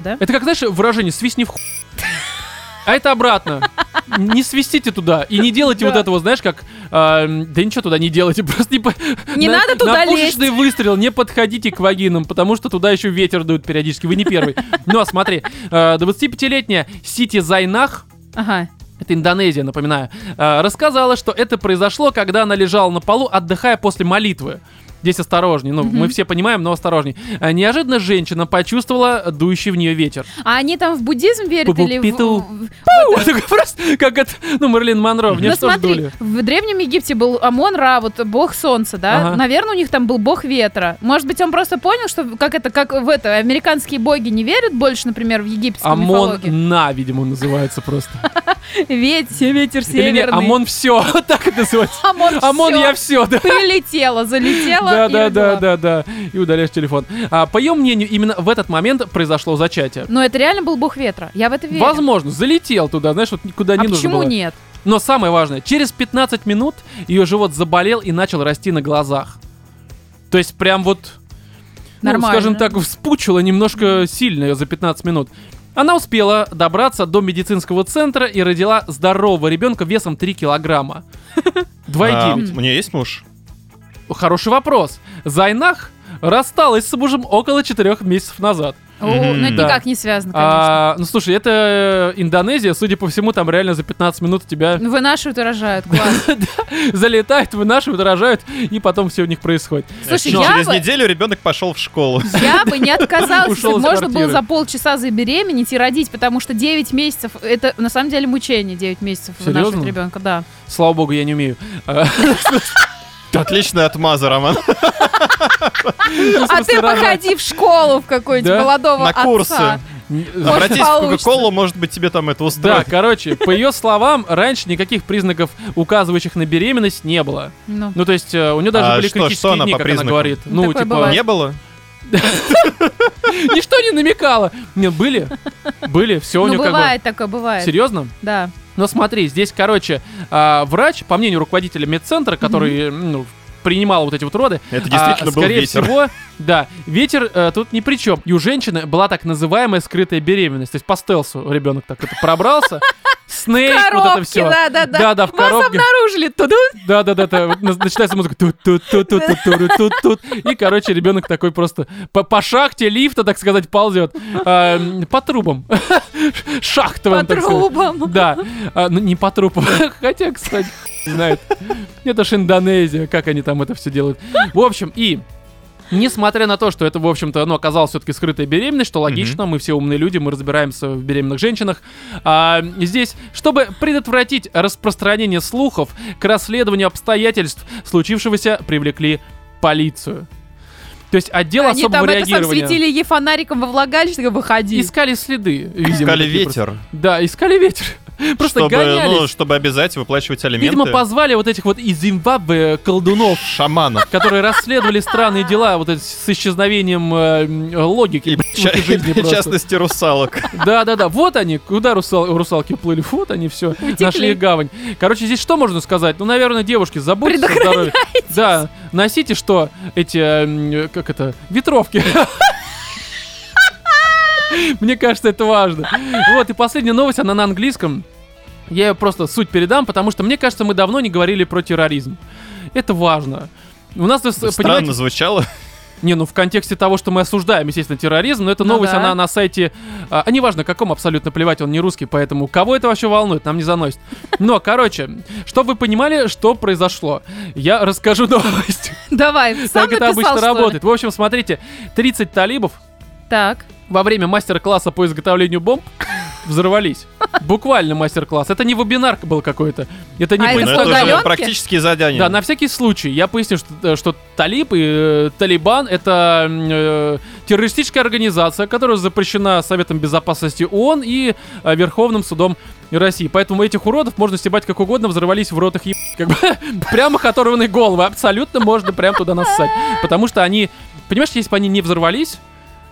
[SPEAKER 1] <laughs>
[SPEAKER 3] да?
[SPEAKER 1] Это как, знаешь, выражение «свистни в хуй». А это обратно. Не свистите туда и не делайте вот
[SPEAKER 3] Да.
[SPEAKER 1] этого, знаешь, как... а, м, Да ничего туда не делайте, <laughs> просто не... по-
[SPEAKER 3] Не
[SPEAKER 1] на-
[SPEAKER 3] надо туда
[SPEAKER 1] На пушечный выстрел не подходите к вагинам, потому что туда еще ветер дует периодически, вы не первый. Ну, а смотри, э, 25-летняя Сити Зайнах
[SPEAKER 3] Ага.
[SPEAKER 1] это Индонезия, напоминаю, э, рассказала, что это произошло, когда она лежала на полу, отдыхая после молитвы. Здесь осторожней, ну, мы все понимаем, но осторожней. Э, Неожиданно женщина почувствовала дующий в нее ветер.
[SPEAKER 3] А они там в буддизм верят или... в-
[SPEAKER 1] Пу-пу-питу.
[SPEAKER 3] в-
[SPEAKER 1] Вот такой просто, как это, ну, Мерлин Монро, мне
[SPEAKER 3] Ну
[SPEAKER 1] что ж
[SPEAKER 3] смотри,
[SPEAKER 1] дули.
[SPEAKER 3] в Древнем Египте был Амон Ра, вот бог солнца, да?
[SPEAKER 1] Ага.
[SPEAKER 3] Наверное, у них там был бог ветра. Может быть, он просто понял, что как это, как в это, американские боги не верят больше, например, в египетскую
[SPEAKER 1] Амон
[SPEAKER 3] мифологию.
[SPEAKER 1] на, видимо, он называется просто.
[SPEAKER 3] <laughs> Ведь ветер
[SPEAKER 1] Или
[SPEAKER 3] северный.
[SPEAKER 1] нет, Амон все, <laughs> вот так это называется.
[SPEAKER 3] Амон,
[SPEAKER 1] Амон
[SPEAKER 3] всё.
[SPEAKER 1] я все, да.
[SPEAKER 3] Прилетела, залетела
[SPEAKER 1] Да,
[SPEAKER 3] и
[SPEAKER 1] да, да,
[SPEAKER 3] родила.
[SPEAKER 1] да, да. И удаляешь телефон. А, по ее мнению, именно в этот момент произошло зачатие.
[SPEAKER 3] Но это реально был бог ветра. Я в это верю.
[SPEAKER 1] Возможно, залетел туда, знаешь, вот никуда
[SPEAKER 3] а
[SPEAKER 1] не нужно
[SPEAKER 3] почему
[SPEAKER 1] было.
[SPEAKER 3] нет?
[SPEAKER 1] Но самое важное, через 15 минут ее живот заболел и начал расти на глазах. То есть прям вот, ну,
[SPEAKER 3] Нормально.
[SPEAKER 1] скажем так, вспучило немножко сильно ее за 15 минут. Она успела добраться до медицинского центра и родила здорового ребенка весом 3
[SPEAKER 3] <laughs>
[SPEAKER 1] килограмма.
[SPEAKER 2] А,
[SPEAKER 1] 2,9.
[SPEAKER 2] У нее есть муж?
[SPEAKER 1] Хороший вопрос. Зайнах рассталась с мужем около 4 месяцев назад.
[SPEAKER 3] О, ну это
[SPEAKER 2] Да.
[SPEAKER 3] никак не связано, конечно.
[SPEAKER 1] А, ну слушай, это Индонезия, судя по всему, там реально за 15 минут
[SPEAKER 3] <laughs>
[SPEAKER 1] тебя
[SPEAKER 3] Ну, Вынашивают и
[SPEAKER 1] <laughs>
[SPEAKER 3] рожают, класс.
[SPEAKER 1] залетают, вынашивают, рожают, и потом все у них происходит.
[SPEAKER 3] Слушай,
[SPEAKER 1] Чё,
[SPEAKER 3] я
[SPEAKER 2] Через
[SPEAKER 3] бы,
[SPEAKER 2] неделю ребенок пошел
[SPEAKER 1] <laughs>
[SPEAKER 2] в школу.
[SPEAKER 3] я бы не отказалась, если
[SPEAKER 1] Ушёл
[SPEAKER 3] бы
[SPEAKER 1] из
[SPEAKER 3] можно было
[SPEAKER 1] квартиры.
[SPEAKER 3] за полчаса забеременеть и родить, потому что 9 месяцев, это на самом деле мучение 9 месяцев
[SPEAKER 1] Серьёзно?
[SPEAKER 3] вынашивать ребенка, да.
[SPEAKER 1] Слава богу, я не умею.
[SPEAKER 3] <laughs>
[SPEAKER 1] А,
[SPEAKER 2] Отличная отмаза, Роман.
[SPEAKER 1] ну, в
[SPEAKER 3] А
[SPEAKER 1] смысле,
[SPEAKER 3] ты
[SPEAKER 1] Ну, рожать.
[SPEAKER 3] А походи в школу в какую-нибудь
[SPEAKER 1] Да?
[SPEAKER 3] молодого
[SPEAKER 2] На
[SPEAKER 3] отца.
[SPEAKER 2] курсы.
[SPEAKER 1] Н-
[SPEAKER 3] Может,
[SPEAKER 2] Обратись в
[SPEAKER 3] получится.
[SPEAKER 2] Кока-Колу, может быть, тебе там это
[SPEAKER 1] Да,
[SPEAKER 2] устроит.
[SPEAKER 1] короче, по ее словам, раньше никаких признаков, указывающих на беременность, не было.
[SPEAKER 3] Ну.
[SPEAKER 1] Ну, то есть, э, у нее даже
[SPEAKER 2] А
[SPEAKER 1] были
[SPEAKER 2] что-
[SPEAKER 1] критические
[SPEAKER 2] что она
[SPEAKER 1] дни,
[SPEAKER 2] по
[SPEAKER 1] как она
[SPEAKER 2] признакам?
[SPEAKER 1] говорит. Ну,
[SPEAKER 3] Такое
[SPEAKER 1] типа,
[SPEAKER 3] бывает.
[SPEAKER 2] Не было?
[SPEAKER 1] ничто не намекало. Нет, были. Были, все у
[SPEAKER 3] Ну,
[SPEAKER 1] нее как бы.
[SPEAKER 3] бывает такое, бывает.
[SPEAKER 1] Серьезно?
[SPEAKER 3] Да.
[SPEAKER 1] Но смотри, здесь, короче, а, врач, по мнению руководителя медцентра, который ну, принимал вот эти вот роды,
[SPEAKER 2] Это действительно
[SPEAKER 1] а,
[SPEAKER 2] был
[SPEAKER 1] скорее
[SPEAKER 2] ветер.
[SPEAKER 1] всего, да, ветер э, тут ни при чем. И у женщины была так называемая скрытая беременность. То есть по стелсу ребенок так это пробрался. Снейк, вот это
[SPEAKER 3] Коробки,
[SPEAKER 1] все.
[SPEAKER 3] да, да, да.
[SPEAKER 1] Да, да, в
[SPEAKER 3] Вас
[SPEAKER 1] коробке.
[SPEAKER 3] обнаружили. Туда
[SPEAKER 1] Да, да, да, да. Вот на- Начинается музыка. Тут, тут, тут, тут, тут, тут, тут, тут. И, короче, ребенок такой просто по, по шахте лифта, так сказать, ползет. А, м, по трубам. <laughs>
[SPEAKER 3] по
[SPEAKER 1] Шахтовым, так сказать.
[SPEAKER 3] трубам.
[SPEAKER 1] Да, А, ну не по трупу, <laughs> хотя, кстати, <laughs> не знает. Это ж Индонезия, как они там это все делают. В общем, и Несмотря на то, что это, в общем-то, ну, оказалось все-таки скрытая беременность, что логично, мы все умные люди, мы разбираемся в беременных женщинах. А, здесь, чтобы предотвратить распространение слухов, к расследованию обстоятельств случившегося привлекли полицию. То есть отдел
[SPEAKER 3] Они
[SPEAKER 1] особого
[SPEAKER 3] там это сам
[SPEAKER 1] реагирования.
[SPEAKER 3] светили ей фонариком во влагалище, как выходи.
[SPEAKER 1] Искали следы, видимо.
[SPEAKER 2] Искали
[SPEAKER 1] такие просто.
[SPEAKER 2] ветер.
[SPEAKER 1] Да, искали ветер. <laughs> Просто
[SPEAKER 2] чтобы,
[SPEAKER 1] гонялись.
[SPEAKER 2] ну, чтобы обязать выплачивать алименты.
[SPEAKER 1] Видимо, позвали вот этих вот из Зимбабве э, колдунов, <laughs>
[SPEAKER 2] Шамана.
[SPEAKER 1] которые расследовали странные дела вот эти с исчезновением э, м, логики.
[SPEAKER 2] И,
[SPEAKER 1] в
[SPEAKER 2] ча-
[SPEAKER 1] этой жизни
[SPEAKER 2] <laughs> и, в
[SPEAKER 1] просто.
[SPEAKER 2] частности, русалок.
[SPEAKER 1] Да, да, да. Вот они, куда русал- русалки плыли, вот они все, нашли их гавань. Короче, здесь что можно сказать? Ну, наверное, девушки, заботьтесь о здоровье. Да, носите что? Эти, э, м, как это, ветровки. Мне кажется, это важно. Вот, и последняя новость, она на английском. Я ее просто суть передам, потому что мне кажется, мы давно не говорили про терроризм. Это важно. У нас, то есть, понимаете, <laughs>
[SPEAKER 2] Странно звучало.
[SPEAKER 1] не, ну в контексте того, что мы осуждаем, естественно, терроризм, но эта
[SPEAKER 3] Ну
[SPEAKER 1] новость,
[SPEAKER 3] да.
[SPEAKER 1] она на сайте... А, а неважно, каком, абсолютно плевать, он не русский, поэтому кого это вообще волнует, нам не заносит. Но, короче, чтобы вы понимали, что произошло, я расскажу <laughs> новость,
[SPEAKER 3] Давай, сам
[SPEAKER 1] как это
[SPEAKER 3] написал,
[SPEAKER 1] обычно
[SPEAKER 3] что ли?
[SPEAKER 1] работает. В общем, смотрите, 30 талибов
[SPEAKER 3] Так.
[SPEAKER 1] во время мастер-класса по изготовлению бомб взорвались. Буквально мастер-класс. Это не вебинар был какой-то. Это не
[SPEAKER 3] А
[SPEAKER 2] Но
[SPEAKER 3] Это
[SPEAKER 1] поисковик.
[SPEAKER 2] это уже
[SPEAKER 3] удаленки?
[SPEAKER 2] практические задания.
[SPEAKER 1] Да, на всякий случай. Я поясню, что, э, что Талиб и э, Талибан это э, террористическая организация, которая запрещена Советом Безопасности ООН и э, Верховным судом России. Поэтому этих уродов можно стебать как угодно, взорвались в рот их еб... как бы, <laughs> прямо их оторванные головы. Абсолютно можно прям туда нассать. Потому что они, понимаешь, если бы они не взорвались,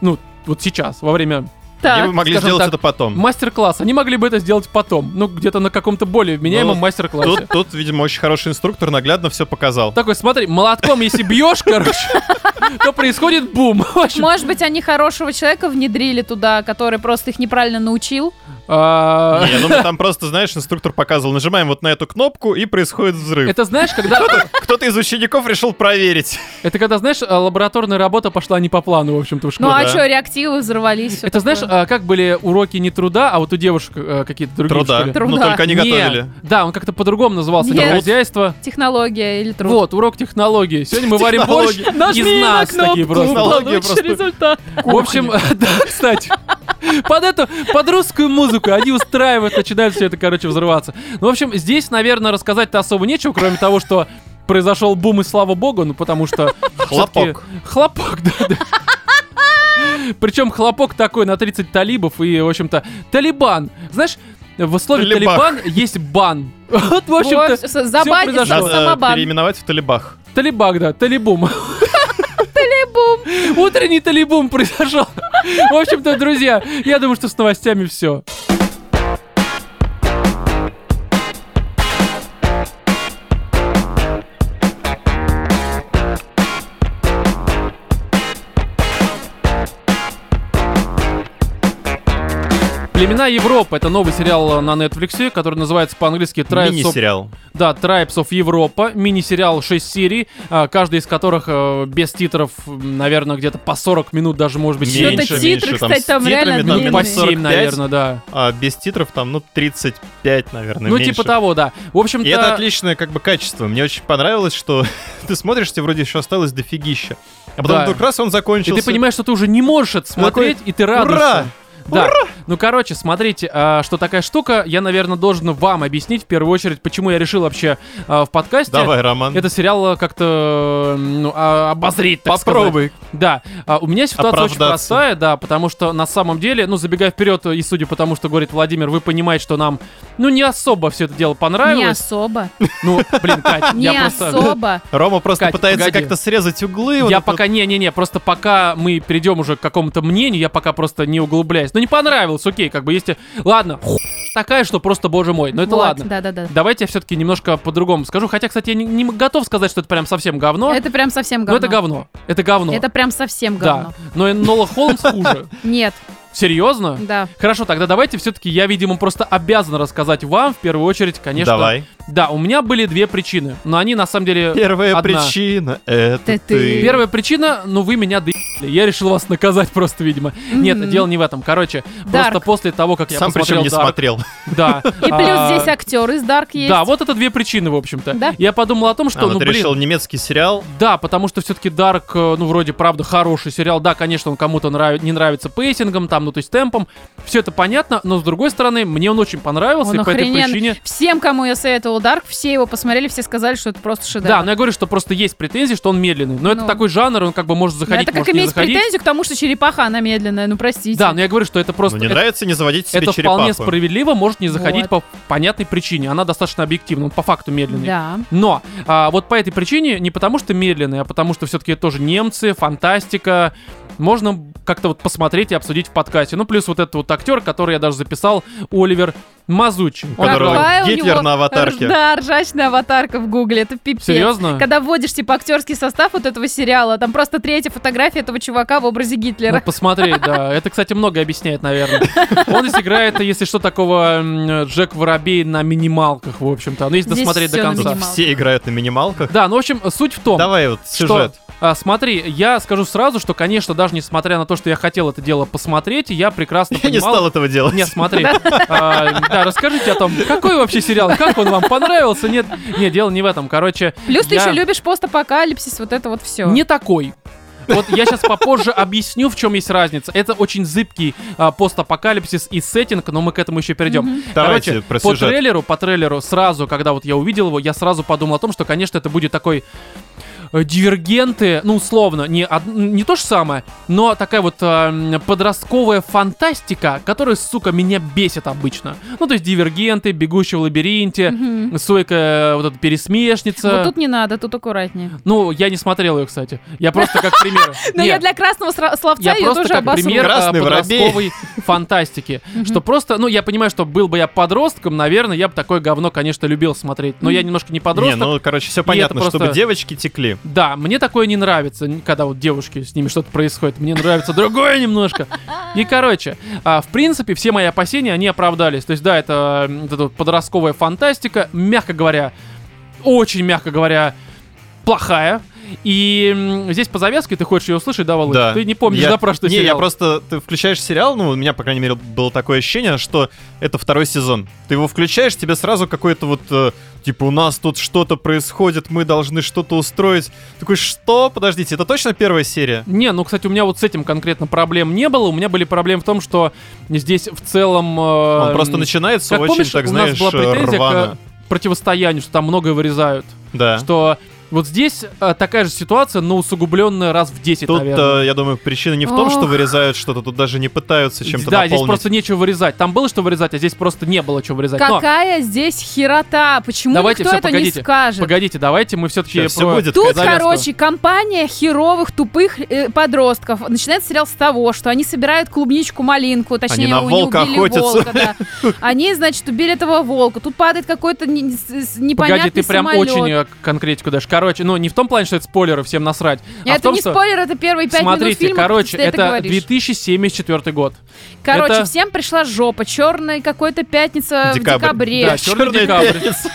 [SPEAKER 1] ну, вот сейчас, во время
[SPEAKER 2] И
[SPEAKER 1] <laughs>
[SPEAKER 3] Так.
[SPEAKER 2] вы могли
[SPEAKER 1] скажем
[SPEAKER 2] сделать
[SPEAKER 1] так,
[SPEAKER 2] это потом.
[SPEAKER 1] мастер-класса, они могли бы это сделать потом. Ну, где-то на каком-то более вменяемом
[SPEAKER 2] Ну,
[SPEAKER 1] мастер-классе.
[SPEAKER 2] Тут, тут, видимо, очень хороший инструктор наглядно все показал.
[SPEAKER 1] Такой, смотри, молотком, если бьешь, короче, то происходит бум. <laughs> В общем,
[SPEAKER 3] Может быть, они хорошего человека внедрили туда, который просто их неправильно научил.
[SPEAKER 1] а,
[SPEAKER 2] Не, я думаю, там просто, знаешь, инструктор показывал, нажимаем вот на эту кнопку, и происходит взрыв.
[SPEAKER 1] Это знаешь, когда...
[SPEAKER 2] Кто-то из учеников решил проверить.
[SPEAKER 1] Это когда, знаешь, а, лабораторная работа пошла не по плану, в общем-то, в
[SPEAKER 3] Ну
[SPEAKER 1] школе.
[SPEAKER 2] Ну
[SPEAKER 3] а
[SPEAKER 2] да.
[SPEAKER 3] что, реактивы взорвались. всё
[SPEAKER 1] Это знаешь,
[SPEAKER 3] такое.
[SPEAKER 1] а, как были уроки не труда, а вот у девушек а, какие-то другие в
[SPEAKER 2] Труда.
[SPEAKER 1] школе?
[SPEAKER 3] Труда.
[SPEAKER 2] Ну, только они
[SPEAKER 1] Не,
[SPEAKER 2] готовили.
[SPEAKER 1] Да, он как-то по-другому назывался. Это
[SPEAKER 3] Нет.
[SPEAKER 1] хозяйство.
[SPEAKER 3] Технология или труд.
[SPEAKER 1] Вот, урок технологии. Сегодня мы варим борщ
[SPEAKER 2] Технологии.
[SPEAKER 1] из нас такие просто.
[SPEAKER 2] Технологии просто.
[SPEAKER 3] результат.
[SPEAKER 1] В общем, <laughs> да, кстати. Под эту, под русскую музыку они устраивают, начинают все это, короче, взрываться. Ну, в общем, здесь, наверное, рассказать-то особо нечего, кроме того, что произошел бум, и слава богу, ну, потому что... всё-таки-
[SPEAKER 2] Хлопок.
[SPEAKER 1] Хлопок, да, да. Причем хлопок такой на 30 талибов и, в общем-то, талибан. Знаешь, в слове
[SPEAKER 2] Талибах.
[SPEAKER 1] талибан есть бан. <laughs> Вот, в
[SPEAKER 3] Вот,
[SPEAKER 1] общем-то,
[SPEAKER 3] с- забанишь
[SPEAKER 1] произошло. Что?
[SPEAKER 2] Надо э,
[SPEAKER 3] самобан.
[SPEAKER 2] переименовать в Талибах.
[SPEAKER 1] талибак, да, талибум. Талибум. Утренний талибум произошел. В общем-то, друзья, я думаю, что с новостями все. Племена Европы это новый сериал на Netflix, который называется по-английски Tribes of
[SPEAKER 2] Мини-сериал.
[SPEAKER 1] да, Tribes of Europa, мини-сериал 6 серий, а, каждый из которых э, без титров, м, наверное, где-то по 40 минут, даже, может быть,
[SPEAKER 3] Меньше,
[SPEAKER 1] меньше.
[SPEAKER 3] Это титры, кстати,
[SPEAKER 2] с
[SPEAKER 3] там
[SPEAKER 2] титрами
[SPEAKER 3] реально
[SPEAKER 2] там
[SPEAKER 1] Ну,
[SPEAKER 3] длинные.
[SPEAKER 2] минут
[SPEAKER 1] по
[SPEAKER 2] 45,
[SPEAKER 1] 7, наверное, да.
[SPEAKER 2] А без титров там, ну, 35, наверное,
[SPEAKER 1] Ну,
[SPEAKER 2] меньше.
[SPEAKER 1] типа того, да. В общем-то...
[SPEAKER 2] И это отличное как бы качество. Мне очень понравилось, что <laughs> ты смотришь, тебе вроде еще осталось дофигища. А потом
[SPEAKER 1] Да.
[SPEAKER 2] вдруг раз он
[SPEAKER 1] и
[SPEAKER 2] закончился.
[SPEAKER 1] ты понимаешь, что ты уже не можешь это
[SPEAKER 2] такой,
[SPEAKER 1] смотреть, и ты радуешься.
[SPEAKER 2] «Ура!
[SPEAKER 1] Да. Ну, короче, смотрите, а, что такая штука. Я, наверное, должен вам объяснить в первую очередь, почему я решил вообще а, в подкасте
[SPEAKER 2] Давай, Роман.
[SPEAKER 1] это сериал а, как-то м, ну, а, обозреть, так сказать.
[SPEAKER 2] Попробуй.
[SPEAKER 1] Да, а, у меня ситуация очень
[SPEAKER 2] Оправдаться.
[SPEAKER 1] простая, да, потому что на самом деле, ну, забегая вперед, и судя по тому, что говорит Владимир, вы понимаете, что нам, ну, не особо все это дело
[SPEAKER 3] Не
[SPEAKER 1] понравилось.
[SPEAKER 3] особо.
[SPEAKER 1] Ну, блин, Кать,
[SPEAKER 3] <laughs>
[SPEAKER 1] <laughs>
[SPEAKER 3] Не
[SPEAKER 1] я просто...
[SPEAKER 3] особо.
[SPEAKER 2] Рома просто
[SPEAKER 1] Кать,
[SPEAKER 2] пытается
[SPEAKER 1] погоди.
[SPEAKER 2] как-то срезать углы. вот
[SPEAKER 1] Я
[SPEAKER 2] это вот.
[SPEAKER 1] пока не-не-не, просто пока мы перейдем уже к какому-то мнению, я пока просто не углубляюсь. Ну не понравилось, окей, как бы есть. и- Ладно, ху- такая, что просто, боже мой, ну это ладно.
[SPEAKER 3] Да, да, да.
[SPEAKER 1] Давайте я все-таки немножко по-другому скажу. Хотя, кстати, я не, не готов сказать, что это прям совсем говно.
[SPEAKER 3] Это прям совсем
[SPEAKER 1] Но
[SPEAKER 3] говно.
[SPEAKER 1] это говно. Это говно.
[SPEAKER 3] Это прям совсем говно.
[SPEAKER 1] Да. Но Нола
[SPEAKER 3] <laughs>
[SPEAKER 1] Холмс хуже.
[SPEAKER 3] Нет,
[SPEAKER 1] Серьезно?
[SPEAKER 3] да.
[SPEAKER 1] Хорошо, тогда давайте все-таки я, видимо, просто обязан рассказать вам в первую очередь, конечно.
[SPEAKER 2] Давай.
[SPEAKER 1] Да, у меня были две причины, но они на самом деле
[SPEAKER 2] Первая
[SPEAKER 1] одна.
[SPEAKER 2] причина — это
[SPEAKER 3] Ты-
[SPEAKER 2] ты.
[SPEAKER 3] ты.
[SPEAKER 1] Первая причина, ну вы меня доебали. Я решил вас наказать просто, видимо. Нет,
[SPEAKER 3] Мгм.
[SPEAKER 1] дело не в этом. Короче, просто
[SPEAKER 3] Дарк.
[SPEAKER 1] после того, как я
[SPEAKER 2] Сам
[SPEAKER 1] посмотрел
[SPEAKER 2] причем не
[SPEAKER 1] Dark-
[SPEAKER 2] смотрел.
[SPEAKER 1] Да.
[SPEAKER 3] <laughs> И плюс
[SPEAKER 1] а,
[SPEAKER 3] здесь актер из Dark есть.
[SPEAKER 1] Да, вот это две причины, в общем-то.
[SPEAKER 3] Да.
[SPEAKER 1] Я подумал о том, что,
[SPEAKER 2] А, ну
[SPEAKER 1] ну
[SPEAKER 2] ты
[SPEAKER 1] блин,
[SPEAKER 2] решил немецкий сериал.
[SPEAKER 1] да, потому что все-таки Дарк, э, ну, вроде, правда, хороший сериал. Да, конечно, он кому-то нрав- не нравится пейсингом, там, ну, то есть темпом. Все это понятно, но, с другой стороны, мне он очень понравился,
[SPEAKER 3] Он
[SPEAKER 1] и по этой
[SPEAKER 3] охрененный.
[SPEAKER 1] причине...
[SPEAKER 3] Всем, кому я советовал Dark, все его посмотрели, все сказали, что это просто шедевр.
[SPEAKER 1] Да, но я говорю, что просто есть претензии, что он медленный. Но это
[SPEAKER 3] типа, Ну.
[SPEAKER 1] такой жанр, он как бы может
[SPEAKER 3] Но
[SPEAKER 1] заходить,
[SPEAKER 3] это как
[SPEAKER 1] может ну, не
[SPEAKER 3] иметь
[SPEAKER 1] заходить.
[SPEAKER 3] претензию к тому, что черепаха, она медленная, ну простите.
[SPEAKER 1] Да, но я говорю, что это
[SPEAKER 2] Ну
[SPEAKER 1] просто...
[SPEAKER 2] не
[SPEAKER 1] это-
[SPEAKER 2] нравится, не заводите себе
[SPEAKER 1] это вполне
[SPEAKER 2] черепаху.
[SPEAKER 1] справедливо, может не заходить
[SPEAKER 3] Вот.
[SPEAKER 1] по понятной причине. Она достаточно объективна, он по факту медленный.
[SPEAKER 3] Да.
[SPEAKER 1] Но а, вот по этой причине, не потому что медленный, а потому что все-таки тоже немцы, фантастика. Можно как-то вот посмотреть и обсудить в подкасте. Ну, плюс вот этот вот актер, который я даже записал, Оливер Мазучи. Он
[SPEAKER 2] Которого
[SPEAKER 1] играл-
[SPEAKER 3] Какая у
[SPEAKER 2] Гитлер
[SPEAKER 3] него
[SPEAKER 2] на аватарке.
[SPEAKER 3] рж- Да, ржачная аватарка в Гугле, это пипец.
[SPEAKER 1] Серьезно?
[SPEAKER 3] Когда вводишь, типа, актерский состав вот этого сериала, там просто третья фотография этого чувака в образе
[SPEAKER 1] Ну,
[SPEAKER 3] Гитлера.
[SPEAKER 1] посмотреть, да. Это, кстати, многое объясняет, наверное. Он здесь играет, если что, такого м, Джек Воробей на минималках, в общем-то. Ну, если
[SPEAKER 3] Здесь
[SPEAKER 1] досмотреть до
[SPEAKER 3] всё на
[SPEAKER 1] конца.
[SPEAKER 3] минималках.
[SPEAKER 2] Все играют на минималках.
[SPEAKER 1] Да, ну, в общем, суть в том,
[SPEAKER 2] Давай вот сюжет.
[SPEAKER 1] Что, а, смотри, я скажу сразу, что, конечно, даже несмотря на то, что я хотел это дело посмотреть, я прекрасно
[SPEAKER 2] <laughs> Я не
[SPEAKER 1] понимал-
[SPEAKER 2] стал этого делать.
[SPEAKER 1] Не,
[SPEAKER 3] <laughs>
[SPEAKER 1] смотри. а, Да, расскажите о том, какой вообще сериал, как он вам понравился, нет? Не, дело не в этом. Короче,
[SPEAKER 3] Плюс ты
[SPEAKER 1] я
[SPEAKER 3] еще любишь постапокалипсис, вот это вот все.
[SPEAKER 1] Не такой. Вот я сейчас попозже объясню, в чем есть разница. Это очень зыбкий а, постапокалипсис и сеттинг, но мы к этому еще перейдем.
[SPEAKER 2] Давайте
[SPEAKER 1] Короче,
[SPEAKER 2] про
[SPEAKER 1] по
[SPEAKER 2] сюжет.
[SPEAKER 1] трейлеру, по трейлеру сразу, когда вот я увидел его, я сразу подумал о том, что, конечно, это будет такой э, дивергенты, ну, условно, не, од- не то же самое, но такая вот э, м, подростковая фантастика, которая, сука, меня бесит обычно. Ну, то есть дивергенты, бегущий в лабиринте,
[SPEAKER 3] Мгм.
[SPEAKER 1] Сойка, э, вот эта пересмешница.
[SPEAKER 3] Вот тут не надо, тут аккуратнее.
[SPEAKER 1] Ну, я не смотрел ее, кстати. Я просто как
[SPEAKER 3] <laughs>
[SPEAKER 1] пример.
[SPEAKER 3] Но Ну, я
[SPEAKER 1] Нет.
[SPEAKER 3] для красного сра- словца
[SPEAKER 1] Я
[SPEAKER 3] ее
[SPEAKER 1] просто
[SPEAKER 3] тоже
[SPEAKER 1] как
[SPEAKER 3] обосру.
[SPEAKER 1] пример а,
[SPEAKER 2] Красный воробей. <laughs>
[SPEAKER 1] подростковой фантастики. Что просто, ну, я понимаю, что был бы я подростком, наверное, я бы такое говно, конечно, любил смотреть. Но я немножко не
[SPEAKER 2] Не,
[SPEAKER 1] подросток.
[SPEAKER 2] ну, короче, все понятно,
[SPEAKER 1] просто-
[SPEAKER 2] чтобы девочки текли.
[SPEAKER 1] Да, мне такое не нравится, н- когда вот девушки, с ними что-то происходит. Мне нравится другое немножко. И, короче, а, в принципе, все мои опасения, они оправдались. То есть, да, это, м, вот эта вот подростковая фантастика, мягко говоря, очень, мягко говоря, плохая. И м, здесь по завязке ты хочешь ее услышать, да, Володь?
[SPEAKER 2] Да.
[SPEAKER 1] Ты не помнишь,
[SPEAKER 2] Я-
[SPEAKER 1] да, про что
[SPEAKER 2] Не, я
[SPEAKER 1] сериал?
[SPEAKER 2] просто... Ты включаешь сериал, ну, у меня, по крайней мере, было такое ощущение, что это второй сезон. Ты его включаешь, тебе сразу какой-то вот... э, Типа, у нас тут что-то происходит, мы должны что-то устроить. Такой, что? Подождите, это точно первая серия?
[SPEAKER 1] Не, ну, кстати, у меня вот с этим конкретно проблем не было. У меня были проблемы в том, что здесь в целом... э,
[SPEAKER 2] Он просто начинается
[SPEAKER 1] Как
[SPEAKER 2] очень,
[SPEAKER 1] помнишь,
[SPEAKER 2] так
[SPEAKER 1] у
[SPEAKER 2] знаешь, э,
[SPEAKER 1] нас была претензия
[SPEAKER 2] рвано.
[SPEAKER 1] к э, противостоянию, что там многое вырезают.
[SPEAKER 2] Да.
[SPEAKER 1] Что вот здесь э, такая же ситуация, но усугубленная раз в 10,
[SPEAKER 2] Тут,
[SPEAKER 1] наверное.
[SPEAKER 2] э, я думаю, причина не в том, что
[SPEAKER 3] Ох.
[SPEAKER 2] вырезают что-то, тут даже не пытаются чем-то
[SPEAKER 1] да, здесь
[SPEAKER 2] наполнить.
[SPEAKER 1] просто нечего вырезать. Там было что вырезать, а здесь просто не было чего вырезать. Но,
[SPEAKER 3] Какая здесь херота? Почему
[SPEAKER 1] Давайте,
[SPEAKER 3] никто
[SPEAKER 1] всё,
[SPEAKER 3] это
[SPEAKER 1] погодите,
[SPEAKER 3] не скажет?
[SPEAKER 1] погодите, давайте мы все-таки
[SPEAKER 2] Сейчас всё будет.
[SPEAKER 1] про
[SPEAKER 3] Тут,
[SPEAKER 1] завязку.
[SPEAKER 3] короче, компания херовых тупых э, подростков. Начинается сериал с того, что они собирают клубничку, малинку, точнее,
[SPEAKER 2] Они на
[SPEAKER 3] у- не
[SPEAKER 2] волка
[SPEAKER 3] убили
[SPEAKER 2] охотятся.
[SPEAKER 3] волка,
[SPEAKER 1] <laughs>
[SPEAKER 3] да. Они, значит, убили этого волка. Тут падает какой-то не- с- с- непонятный
[SPEAKER 1] Погоди, ты прям
[SPEAKER 3] самолет.
[SPEAKER 1] очень э, конкретику дашь. Короче, ну не в том плане, что это спойлеры, всем насрать. а в
[SPEAKER 3] это
[SPEAKER 1] том,
[SPEAKER 3] не
[SPEAKER 1] что...
[SPEAKER 3] спойлер, это первые пять минут
[SPEAKER 1] Смотрите,
[SPEAKER 3] фильма.
[SPEAKER 1] короче,
[SPEAKER 3] ты это,
[SPEAKER 1] это
[SPEAKER 3] говоришь.
[SPEAKER 1] 2074 год.
[SPEAKER 3] Короче,
[SPEAKER 1] это-
[SPEAKER 3] всем пришла жопа. Черная какой-то пятница
[SPEAKER 2] Декабрь.
[SPEAKER 3] в
[SPEAKER 2] <laughs>
[SPEAKER 3] декабре.
[SPEAKER 1] Да, чёрный
[SPEAKER 2] Чёрная
[SPEAKER 1] декабрь.
[SPEAKER 2] пятница.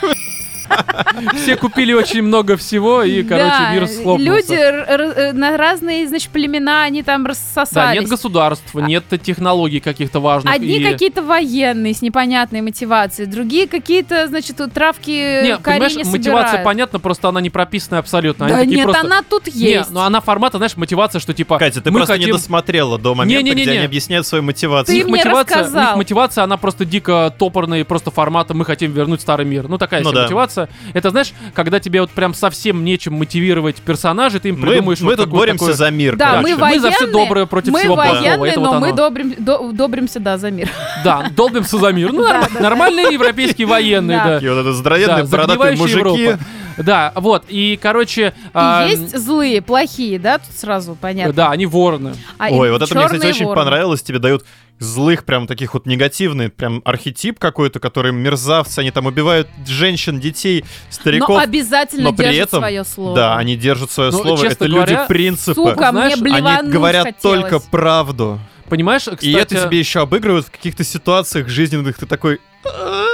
[SPEAKER 1] <laughs> Все купили очень много всего, и, короче,
[SPEAKER 3] Да,
[SPEAKER 1] мир схлопнулся.
[SPEAKER 3] Люди р- р- э, на разные, значит, племена, они там
[SPEAKER 1] Да, нет
[SPEAKER 3] рассосались.
[SPEAKER 1] государств, нет технологий каких-то важных.
[SPEAKER 3] А- Одни
[SPEAKER 1] и-
[SPEAKER 3] какие-то военные с непонятной мотивацией, другие какие-то, значит, вот травки
[SPEAKER 1] Не, понимаешь,
[SPEAKER 3] корень
[SPEAKER 1] мотивация понятна, просто она не прописана абсолютно. Они
[SPEAKER 3] Да
[SPEAKER 1] такие
[SPEAKER 3] нет,
[SPEAKER 1] просто...
[SPEAKER 3] она тут
[SPEAKER 1] Не,
[SPEAKER 3] есть.
[SPEAKER 1] ну она формата, знаешь, мотивация, что типа...
[SPEAKER 2] Катя, ты
[SPEAKER 1] мы
[SPEAKER 2] просто не
[SPEAKER 1] хотим...
[SPEAKER 2] досмотрела до момента,
[SPEAKER 1] Не-не-не-не.
[SPEAKER 2] где они объясняют свою
[SPEAKER 3] Ты
[SPEAKER 1] их
[SPEAKER 2] мотивацию.
[SPEAKER 3] мне
[SPEAKER 1] мотивация, у них
[SPEAKER 3] рассказал.
[SPEAKER 1] мотивация, она просто дико топорная, и просто формата «мы хотим вернуть старый мир». Ну, такая
[SPEAKER 2] Ну
[SPEAKER 1] себе
[SPEAKER 2] да.
[SPEAKER 1] мотивация. Это, знаешь, когда тебе вот прям совсем нечем мотивировать персонажей, ты им
[SPEAKER 2] Мы,
[SPEAKER 1] придумаешь...
[SPEAKER 2] мы
[SPEAKER 1] вот
[SPEAKER 2] тут
[SPEAKER 1] такую-
[SPEAKER 2] боремся
[SPEAKER 1] такое-
[SPEAKER 2] за мир.
[SPEAKER 3] Да,
[SPEAKER 2] короче.
[SPEAKER 3] мы
[SPEAKER 1] Мы
[SPEAKER 3] военные,
[SPEAKER 1] за все доброе против
[SPEAKER 3] мы
[SPEAKER 1] всего плохого.
[SPEAKER 3] военные,
[SPEAKER 1] Это вот
[SPEAKER 3] но
[SPEAKER 1] оно.
[SPEAKER 3] мы добрим, до- добримся, да, за мир.
[SPEAKER 1] Да, долбимся за мир.
[SPEAKER 3] <laughs>
[SPEAKER 1] Ну, норм- нормальные европейские военные,
[SPEAKER 3] Да.
[SPEAKER 1] да.
[SPEAKER 2] Такие вот это здоровенные
[SPEAKER 1] Да,
[SPEAKER 2] бородатые
[SPEAKER 1] загнивающая
[SPEAKER 2] мужики.
[SPEAKER 1] Европа. Да, вот, и, короче... а,
[SPEAKER 3] И есть злые, плохие, да, тут сразу понятно.
[SPEAKER 1] Да, они вороны.
[SPEAKER 3] А и
[SPEAKER 2] Ой, вот это мне, кстати,
[SPEAKER 3] чёрные
[SPEAKER 2] очень
[SPEAKER 3] вороны.
[SPEAKER 2] понравилось. Тебе дают злых, прям таких вот негативный, прям архетип какой-то, который мерзавцы, они там убивают женщин, детей,
[SPEAKER 3] Но
[SPEAKER 2] стариков.
[SPEAKER 3] обязательно
[SPEAKER 2] но при
[SPEAKER 3] держат
[SPEAKER 2] этом-
[SPEAKER 3] свое слово.
[SPEAKER 2] Да, они держат свое
[SPEAKER 1] Ну,
[SPEAKER 2] слово.
[SPEAKER 1] честно
[SPEAKER 2] Это
[SPEAKER 1] говоря,
[SPEAKER 2] люди принципа.
[SPEAKER 3] Сука,
[SPEAKER 1] Знаешь, они
[SPEAKER 3] мне блевануть
[SPEAKER 2] Они говорят
[SPEAKER 3] хотелось.
[SPEAKER 2] только правду.
[SPEAKER 1] Понимаешь, кстати...
[SPEAKER 2] И это тебе еще обыгрывают в каких-то ситуациях жизненных. Ты такой,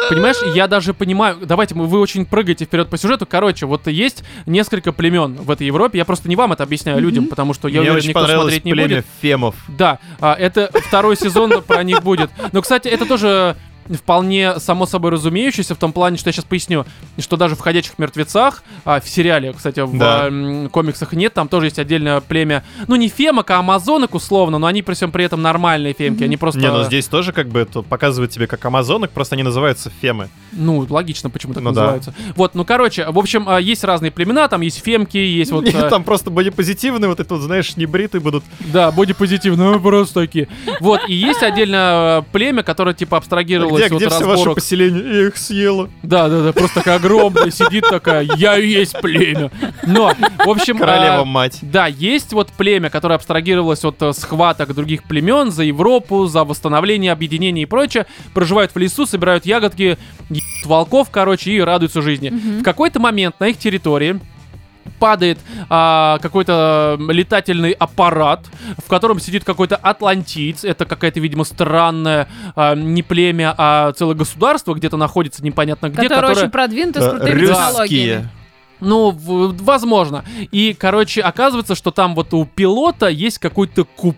[SPEAKER 1] Понимаешь, я даже понимаю, давайте мы, вы очень прыгаете вперед по сюжету. Короче, вот есть несколько племен в этой Европе. Я просто не вам это объясняю людям, потому что я
[SPEAKER 2] мне
[SPEAKER 1] уверен,
[SPEAKER 2] очень
[SPEAKER 1] никто
[SPEAKER 2] понравилось
[SPEAKER 1] смотреть не
[SPEAKER 2] племя
[SPEAKER 1] будет.
[SPEAKER 2] фемов.
[SPEAKER 1] Да, а, это второй сезон про них будет. Но, кстати, это тоже вполне само собой разумеющееся в том плане, что я сейчас поясню, что даже в «Ходячих мертвецах», а, в сериале, кстати, в
[SPEAKER 2] Да.
[SPEAKER 1] а, м, комиксах нет, там тоже есть отдельное племя, ну не фемок, а амазонок условно, но они при всем при этом нормальные фемки, они просто...
[SPEAKER 2] Не, ну здесь тоже как бы это показывает тебе как амазонок, просто они называются фемы.
[SPEAKER 1] Ну, логично, почему так
[SPEAKER 2] Ну да.
[SPEAKER 1] называются. Вот, ну, короче, в общем, а, есть разные племена, там есть фемки, есть вот...
[SPEAKER 2] <laughs> Нет,
[SPEAKER 1] а,
[SPEAKER 2] там просто были позитивные, вот это, вот, знаешь, небритые будут.
[SPEAKER 1] Да, бодипозитивные, мы просто такие. Вот, и есть отдельно э, племя, которое, типа, абстрагировалось
[SPEAKER 2] Где,
[SPEAKER 1] от
[SPEAKER 2] где все ваше
[SPEAKER 1] разборок.
[SPEAKER 2] поселение? Я их съела.
[SPEAKER 1] Да, да, да, просто такая огромная сидит такая, я и есть племя. Но, в общем... а,
[SPEAKER 2] Королева мать.
[SPEAKER 1] Да, есть вот племя, которое абстрагировалось от э, схваток других племен за Европу, за восстановление, объединение и прочее. Проживают в лесу, собирают ягодки, ебут волков, короче, и радуются жизни. В какой-то момент на их территории падает а, какой-то летательный аппарат, в котором сидит какой-то атлантиец. Это какая-то, видимо, странная а, не племя, а целое государство где-то находится, непонятно где,
[SPEAKER 3] Которые, очень продвинуты с
[SPEAKER 2] Да,
[SPEAKER 3] крутыми технологиями.
[SPEAKER 2] Э, Русские.
[SPEAKER 1] ну, в- возможно. И, короче, оказывается, что там вот у пилота есть какой-то куб,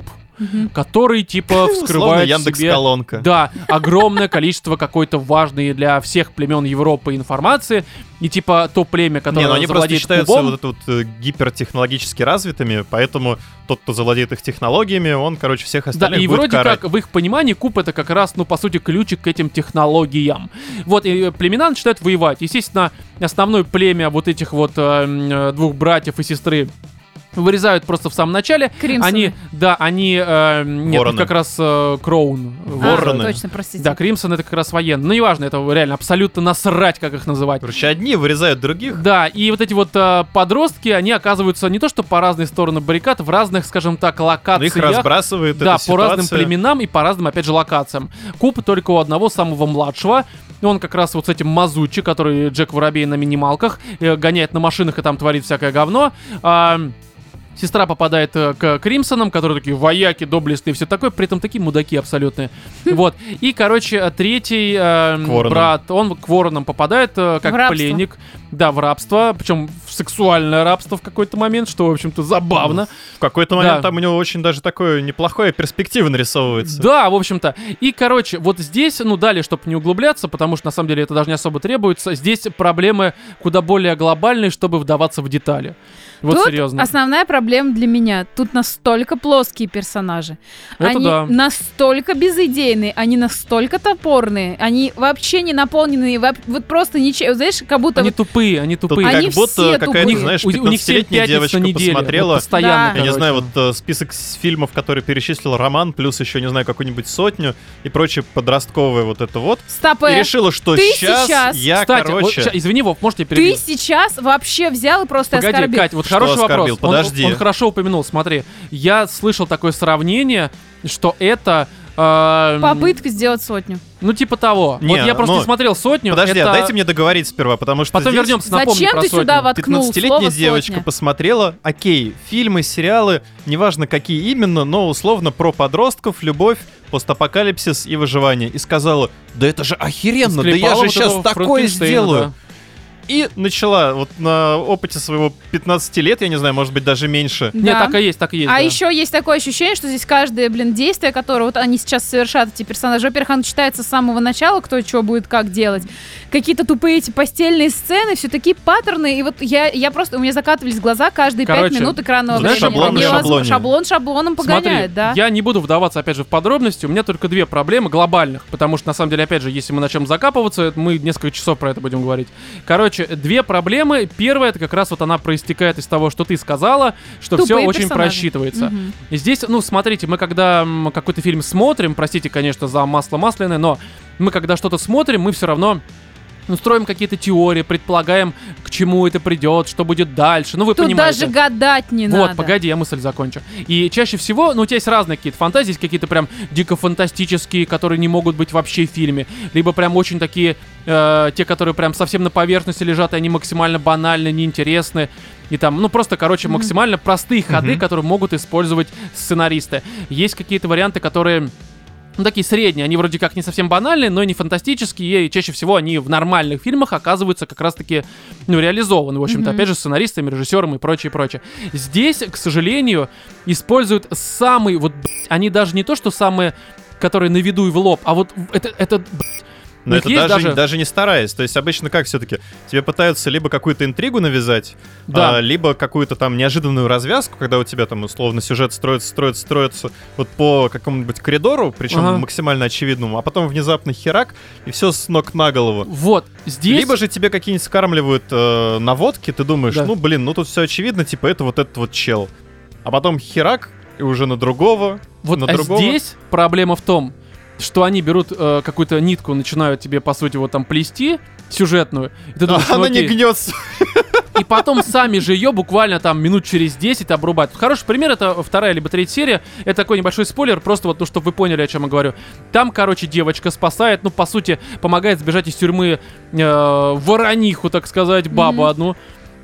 [SPEAKER 1] который, типа,
[SPEAKER 2] Условно
[SPEAKER 1] вскрывает
[SPEAKER 2] Яндекс
[SPEAKER 1] себе...
[SPEAKER 2] колонка.
[SPEAKER 1] Да, огромное количество какой-то важной для всех племен Европы информации. И, типа, то племя, которое
[SPEAKER 2] Не, ну они просто
[SPEAKER 1] завладеет
[SPEAKER 2] считаются
[SPEAKER 1] кубом...
[SPEAKER 2] вот это вот э, гипертехнологически развитыми, поэтому тот, кто завладеет их технологиями, он, короче, всех
[SPEAKER 1] Да,
[SPEAKER 2] остальных
[SPEAKER 1] и
[SPEAKER 2] будет
[SPEAKER 1] вроде
[SPEAKER 2] карать.
[SPEAKER 1] как в их понимании куб это как раз, ну, по сути, ключик к этим технологиям. Вот, и племена начинают воевать. Естественно, основное племя вот этих вот э, м, э, двух братьев и сестры вырезают просто в самом начале.
[SPEAKER 3] Кримсоны.
[SPEAKER 1] Они, да, они, э, нет,
[SPEAKER 2] Вороны.
[SPEAKER 1] это как раз э, Кроун.
[SPEAKER 3] А,
[SPEAKER 2] Вороны.
[SPEAKER 3] точно, простите.
[SPEAKER 1] Да, Кримсон это как раз военный. Ну, неважно, это реально абсолютно насрать, как их называть.
[SPEAKER 2] Короче, одни вырезают других.
[SPEAKER 1] Да, и вот эти вот э, подростки, они оказываются не то что по разные стороны баррикад, в разных, скажем так,
[SPEAKER 2] но
[SPEAKER 1] локациях.
[SPEAKER 2] Их разбрасывает
[SPEAKER 1] Да,
[SPEAKER 2] эта
[SPEAKER 1] по разным
[SPEAKER 2] ситуация.
[SPEAKER 1] племенам и по разным, опять же, локациям. Куб только у одного самого младшего. И он как раз вот с этим Мазучи, который Джек Воробей на минималках, э, гоняет на машинах и там творит всякое говно. А, Сестра попадает э, к Кримсонам, которые такие вояки, доблестные, все такое, при этом такие мудаки
[SPEAKER 3] <laughs>
[SPEAKER 1] абсолютные. Вот. И, короче, э, третий э,
[SPEAKER 2] К воронам.
[SPEAKER 1] брат, он к воронам попадает э,
[SPEAKER 3] В
[SPEAKER 1] как
[SPEAKER 3] рабство.
[SPEAKER 1] пленник. Да, в рабство, причем в сексуальное рабство в какой-то момент, что, в общем-то, забавно.
[SPEAKER 2] В какой-то момент
[SPEAKER 1] Да.
[SPEAKER 2] там у него очень даже такое неплохое перспективы нарисовывается.
[SPEAKER 1] Да, в общем-то. И, короче, вот здесь, ну, далее, чтобы не углубляться, потому что, на самом деле, это даже не особо требуется, здесь проблемы куда более глобальные, чтобы вдаваться в детали. Вот
[SPEAKER 3] Тут
[SPEAKER 1] серьезно.
[SPEAKER 3] Основная проблема для меня. Тут настолько плоские персонажи.
[SPEAKER 1] Это
[SPEAKER 3] они
[SPEAKER 1] да.
[SPEAKER 3] настолько безыдейные, они настолько топорные, они вообще не наполненные, воп- вот просто ничего, знаешь, как будто...
[SPEAKER 1] Они
[SPEAKER 3] вот-
[SPEAKER 1] тупые, они
[SPEAKER 2] Тут
[SPEAKER 1] тупые.
[SPEAKER 3] Они
[SPEAKER 2] как будто
[SPEAKER 3] все
[SPEAKER 2] какая-то,
[SPEAKER 3] тупые.
[SPEAKER 2] знаешь,
[SPEAKER 1] у, у них семь
[SPEAKER 2] 15-летняя
[SPEAKER 1] пятниц
[SPEAKER 2] девочка
[SPEAKER 1] на неделю. Вот
[SPEAKER 2] посмотрела.
[SPEAKER 1] постоянно,
[SPEAKER 3] Да.
[SPEAKER 2] Я не
[SPEAKER 1] А, короче.
[SPEAKER 2] знаю, вот э, список с фильмов, которые перечислил Роман, плюс еще, не знаю, какую-нибудь сотню и прочее подростковое вот это вот.
[SPEAKER 3] Стопэ,
[SPEAKER 2] И решила, что
[SPEAKER 3] ты
[SPEAKER 2] щас
[SPEAKER 3] сейчас-
[SPEAKER 2] я,
[SPEAKER 1] Кстати, вот
[SPEAKER 2] короче...
[SPEAKER 1] ща- извини, Вов, можете
[SPEAKER 3] ты
[SPEAKER 1] перебить?
[SPEAKER 3] сейчас вообще взял и просто
[SPEAKER 1] Погоди,
[SPEAKER 3] оскорбил.
[SPEAKER 1] Кать, вот
[SPEAKER 2] Что
[SPEAKER 1] хороший
[SPEAKER 2] оскорбил?
[SPEAKER 1] вопрос. Он-
[SPEAKER 2] Подожди.
[SPEAKER 1] Он, хорошо упомянул, смотри. Я слышал такое сравнение, что это... эм,
[SPEAKER 3] Попытка сделать сотню.
[SPEAKER 1] Ну, типа того.
[SPEAKER 2] Не,
[SPEAKER 1] вот я просто
[SPEAKER 2] ну,
[SPEAKER 1] не смотрел сотню.
[SPEAKER 2] Подожди,
[SPEAKER 1] это-
[SPEAKER 2] а дайте мне договорить сперва, потому что
[SPEAKER 1] Потом
[SPEAKER 2] здесь
[SPEAKER 1] вернемся, напомню
[SPEAKER 3] Зачем
[SPEAKER 1] про
[SPEAKER 3] ты
[SPEAKER 1] сотню.
[SPEAKER 3] сюда воткнул
[SPEAKER 2] 15-летняя
[SPEAKER 3] слово
[SPEAKER 2] девочка
[SPEAKER 3] «сотня»?
[SPEAKER 2] посмотрела, окей, фильмы, сериалы, неважно какие именно, но условно про подростков, любовь, постапокалипсис и выживание. И сказала, ну да это же охеренно, да я
[SPEAKER 1] Склепала
[SPEAKER 2] же
[SPEAKER 1] вот
[SPEAKER 2] сейчас
[SPEAKER 1] этого
[SPEAKER 2] такое
[SPEAKER 1] Франкенштейна,
[SPEAKER 2] сделаю.
[SPEAKER 1] да.
[SPEAKER 2] и начала вот на опыте своего 15 лет, я не знаю, может быть, даже меньше.
[SPEAKER 1] Нет,
[SPEAKER 3] Да.
[SPEAKER 1] так и есть, так и есть.
[SPEAKER 3] А
[SPEAKER 1] да.
[SPEAKER 3] еще есть такое ощущение, что здесь каждое, блин, действие, которое вот они сейчас совершат, эти персонажи, во-первых, оно читается с самого начала, кто что будет как делать. Какие-то тупые эти постельные сцены, все такие паттерны. И вот я, я просто, у меня закатывались глаза каждые пять
[SPEAKER 1] Короче,
[SPEAKER 3] минут экранного
[SPEAKER 2] знаешь,
[SPEAKER 3] времени.
[SPEAKER 2] шаблон на
[SPEAKER 3] Они вас-
[SPEAKER 2] шаблоне.
[SPEAKER 3] Шаблон шаблоном погоняет,
[SPEAKER 1] Смотри,
[SPEAKER 3] да.
[SPEAKER 1] я не буду вдаваться, опять же, в подробности. У меня только две проблемы глобальных, потому что, на самом деле, опять же, если мы начнем закапываться, это мы несколько часов про это будем говорить. Короче, две проблемы. Первая, это как раз вот она проистекает из того, что ты сказала, что
[SPEAKER 3] Тупые
[SPEAKER 1] все очень
[SPEAKER 3] персонажи.
[SPEAKER 1] просчитывается.
[SPEAKER 3] Мгм.
[SPEAKER 1] И Здесь, ну, смотрите, мы когда м, какой-то фильм смотрим, простите, конечно, за масло масляное, но мы когда что-то смотрим, мы все равно ну, строим какие-то теории, предполагаем, к чему это придет, что будет дальше. Ну, вы
[SPEAKER 3] Тут
[SPEAKER 1] понимаете.
[SPEAKER 3] даже гадать не
[SPEAKER 1] вот,
[SPEAKER 3] надо.
[SPEAKER 1] погоди, я мысль закончу. И чаще всего, ну, у тебя есть разные какие-то фантазии, есть какие-то прям дико фантастические, которые не могут быть вообще в фильме. Либо прям очень такие, э, те, которые прям совсем на поверхности лежат, и они максимально банальны, неинтересны. И там, ну, просто, короче,
[SPEAKER 3] Мгм.
[SPEAKER 1] максимально простые ходы,
[SPEAKER 2] Мгм.
[SPEAKER 1] которые могут использовать сценаристы. Есть какие-то варианты, которые... Ну, такие средние, они вроде как не совсем банальные, но и не фантастические, и чаще всего они в нормальных фильмах оказываются как раз-таки, ну, реализованы, в общем-то,
[SPEAKER 3] Мгм.
[SPEAKER 1] опять же, сценаристами, режиссером и прочее, прочее. Здесь, к сожалению, используют самый, вот, блядь, они даже не то, что самые, которые на виду и в лоб, а вот в- это, это, блядь, у
[SPEAKER 2] Но
[SPEAKER 1] них
[SPEAKER 2] это
[SPEAKER 1] Ну, есть
[SPEAKER 2] даже,
[SPEAKER 1] даже-
[SPEAKER 2] даже не стараясь. То есть обычно как все-таки? Тебе пытаются либо какую-то интригу навязать,
[SPEAKER 1] Да.
[SPEAKER 2] а, либо какую-то там неожиданную развязку, когда у тебя там условно сюжет строится, строится, строится вот по какому-нибудь коридору, причем
[SPEAKER 1] Ага.
[SPEAKER 2] максимально очевидному, а потом внезапно херак, и все с ног на голову.
[SPEAKER 1] вот, здесь...
[SPEAKER 2] Либо же тебе какие-нибудь скармливают э, наводки, ты думаешь,
[SPEAKER 1] Да.
[SPEAKER 2] ну блин, ну тут все очевидно, типа это вот этот вот чел. А потом херак, и уже на другого,
[SPEAKER 1] Вот
[SPEAKER 2] на
[SPEAKER 1] а
[SPEAKER 2] другого.
[SPEAKER 1] здесь проблема в том, что они берут э, какую-то нитку, начинают тебе, по сути, вот там плести сюжетную, и ты думаешь,
[SPEAKER 2] а
[SPEAKER 1] ну,
[SPEAKER 2] она не
[SPEAKER 1] окей.
[SPEAKER 2] гнется.
[SPEAKER 1] и потом сами же ее буквально там минут через 10 обрубают. Хороший пример, это вторая либо третья серия, это такой небольшой спойлер, просто вот, ну, чтобы вы поняли, о чем я говорю. Там, короче, девочка спасает, ну, по сути, помогает сбежать из тюрьмы э, ворониху, так сказать, бабу
[SPEAKER 3] Мгм.
[SPEAKER 1] одну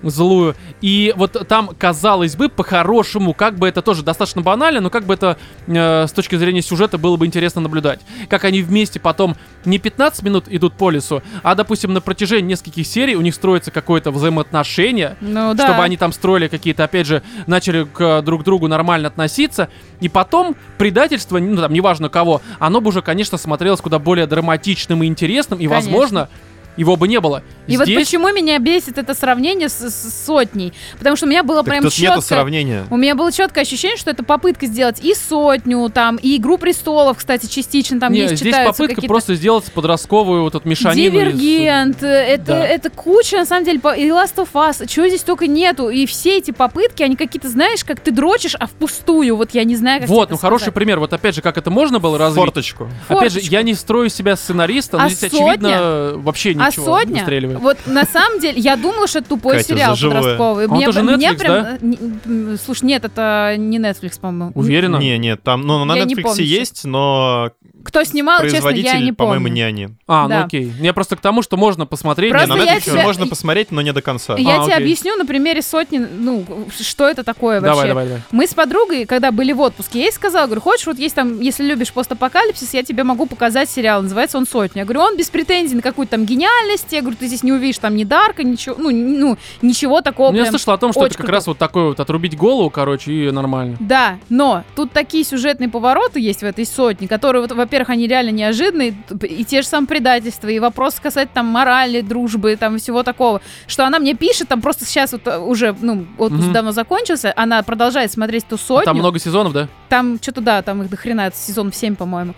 [SPEAKER 1] злую. И вот там, казалось бы, по-хорошему, как бы это тоже достаточно банально, но как бы это э, с точки зрения сюжета было бы интересно наблюдать. Как они вместе потом не 15 минут идут по лесу, а, допустим, на протяжении нескольких серий у них строится какое-то взаимоотношение,
[SPEAKER 3] Ну да.
[SPEAKER 1] чтобы они там строили какие-то, опять же, начали к э, друг другу нормально относиться, и потом предательство, ну там, неважно кого, оно бы уже, конечно, смотрелось куда более драматичным и интересным, и,
[SPEAKER 3] Конечно.
[SPEAKER 1] возможно, его бы не было.
[SPEAKER 3] И вот почему меня бесит это сравнение с, с сотней. Потому что у меня было
[SPEAKER 2] Так
[SPEAKER 3] прям
[SPEAKER 2] тут
[SPEAKER 3] четко...
[SPEAKER 2] нету сравнения.
[SPEAKER 3] У меня было четкое ощущение, что это попытка сделать и сотню, там, и Игру престолов, кстати, частично там
[SPEAKER 1] Не,
[SPEAKER 3] есть
[SPEAKER 1] здесь
[SPEAKER 3] читаются
[SPEAKER 1] попытка
[SPEAKER 3] какие-то
[SPEAKER 1] просто сделать подростковую вот эту мешанину. из-
[SPEAKER 3] Дивергент, э, это,
[SPEAKER 1] Да.
[SPEAKER 3] это куча, на самом деле, по- и Last of Us, чего здесь только нету. И все эти попытки, они какие-то, знаешь, как ты дрочишь, а впустую. Вот я не знаю, как
[SPEAKER 1] Вот,
[SPEAKER 3] тебе
[SPEAKER 1] ну
[SPEAKER 3] это
[SPEAKER 1] хороший
[SPEAKER 3] сказать.
[SPEAKER 1] пример. Вот опять же, как это можно было развить.
[SPEAKER 2] Форточку.
[SPEAKER 1] Опять же,
[SPEAKER 3] Форточку.
[SPEAKER 1] я не строю себя сценариста, но
[SPEAKER 3] А
[SPEAKER 1] здесь,
[SPEAKER 3] сотня?
[SPEAKER 1] очевидно, вообще
[SPEAKER 3] А
[SPEAKER 1] ничего не
[SPEAKER 3] сотня?
[SPEAKER 1] выстреливает.
[SPEAKER 3] Вот на самом деле, я думала, что это тупой
[SPEAKER 2] Катя,
[SPEAKER 3] сериал
[SPEAKER 2] за живое.
[SPEAKER 3] подростковый.
[SPEAKER 1] А он тоже
[SPEAKER 3] меня
[SPEAKER 1] Netflix,
[SPEAKER 3] прям.
[SPEAKER 1] да?
[SPEAKER 3] н- м, Слушай, нет, это не Netflix, по-моему.
[SPEAKER 1] Уверена?
[SPEAKER 2] Не, нет, там, ну, на
[SPEAKER 3] Я не
[SPEAKER 2] Netflix
[SPEAKER 3] помню,
[SPEAKER 2] есть, но
[SPEAKER 3] Кто снимал, честно,
[SPEAKER 2] производитель,
[SPEAKER 3] я не помню.
[SPEAKER 2] по-моему, не они.
[SPEAKER 1] А,
[SPEAKER 3] Да.
[SPEAKER 1] ну окей. Я просто к тому, что можно посмотреть. ну,
[SPEAKER 2] Не,
[SPEAKER 3] Просто
[SPEAKER 2] на
[SPEAKER 1] надо
[SPEAKER 3] я
[SPEAKER 2] Netflix
[SPEAKER 1] ничего.
[SPEAKER 3] тебя-
[SPEAKER 2] можно посмотреть, но не до конца.
[SPEAKER 1] Я-
[SPEAKER 3] Я
[SPEAKER 1] А,
[SPEAKER 3] тебе
[SPEAKER 1] окей.
[SPEAKER 3] объясню на примере сотни, ну, что это такое вообще.
[SPEAKER 1] Давай, давай, давай.
[SPEAKER 3] Мы с подругой, когда были в отпуске, я ей сказала, говорю, хочешь, вот есть там, если любишь постапокалипсис, я тебе могу показать сериал, называется он «Сотня». Я говорю, он без претензий на какую-то там гениальность, я говорю, ты здесь не увидишь там ни Дарка, ничего, ну, н- ну ничего такого.
[SPEAKER 1] Ну, я
[SPEAKER 3] прям.
[SPEAKER 1] слышал о том, что
[SPEAKER 3] очень
[SPEAKER 1] это как
[SPEAKER 3] круто.
[SPEAKER 1] раз вот такое вот отрубить голову, короче, и нормально.
[SPEAKER 3] Да, но тут такие сюжетные повороты есть в этой сотне, которые, вот, во-первых, они реально неожиданные, т- и те же самые предательства, и вопросы касательно там морали, дружбы, там и всего такого, что она мне пишет, там просто сейчас вот э, уже, ну, отпуск
[SPEAKER 1] Мгм.
[SPEAKER 3] давно закончился, она продолжает смотреть ту
[SPEAKER 1] А
[SPEAKER 3] сотню.
[SPEAKER 1] там много сезонов, да?
[SPEAKER 3] Там что-то, да, там их дохрена, это сезон 7, по-моему.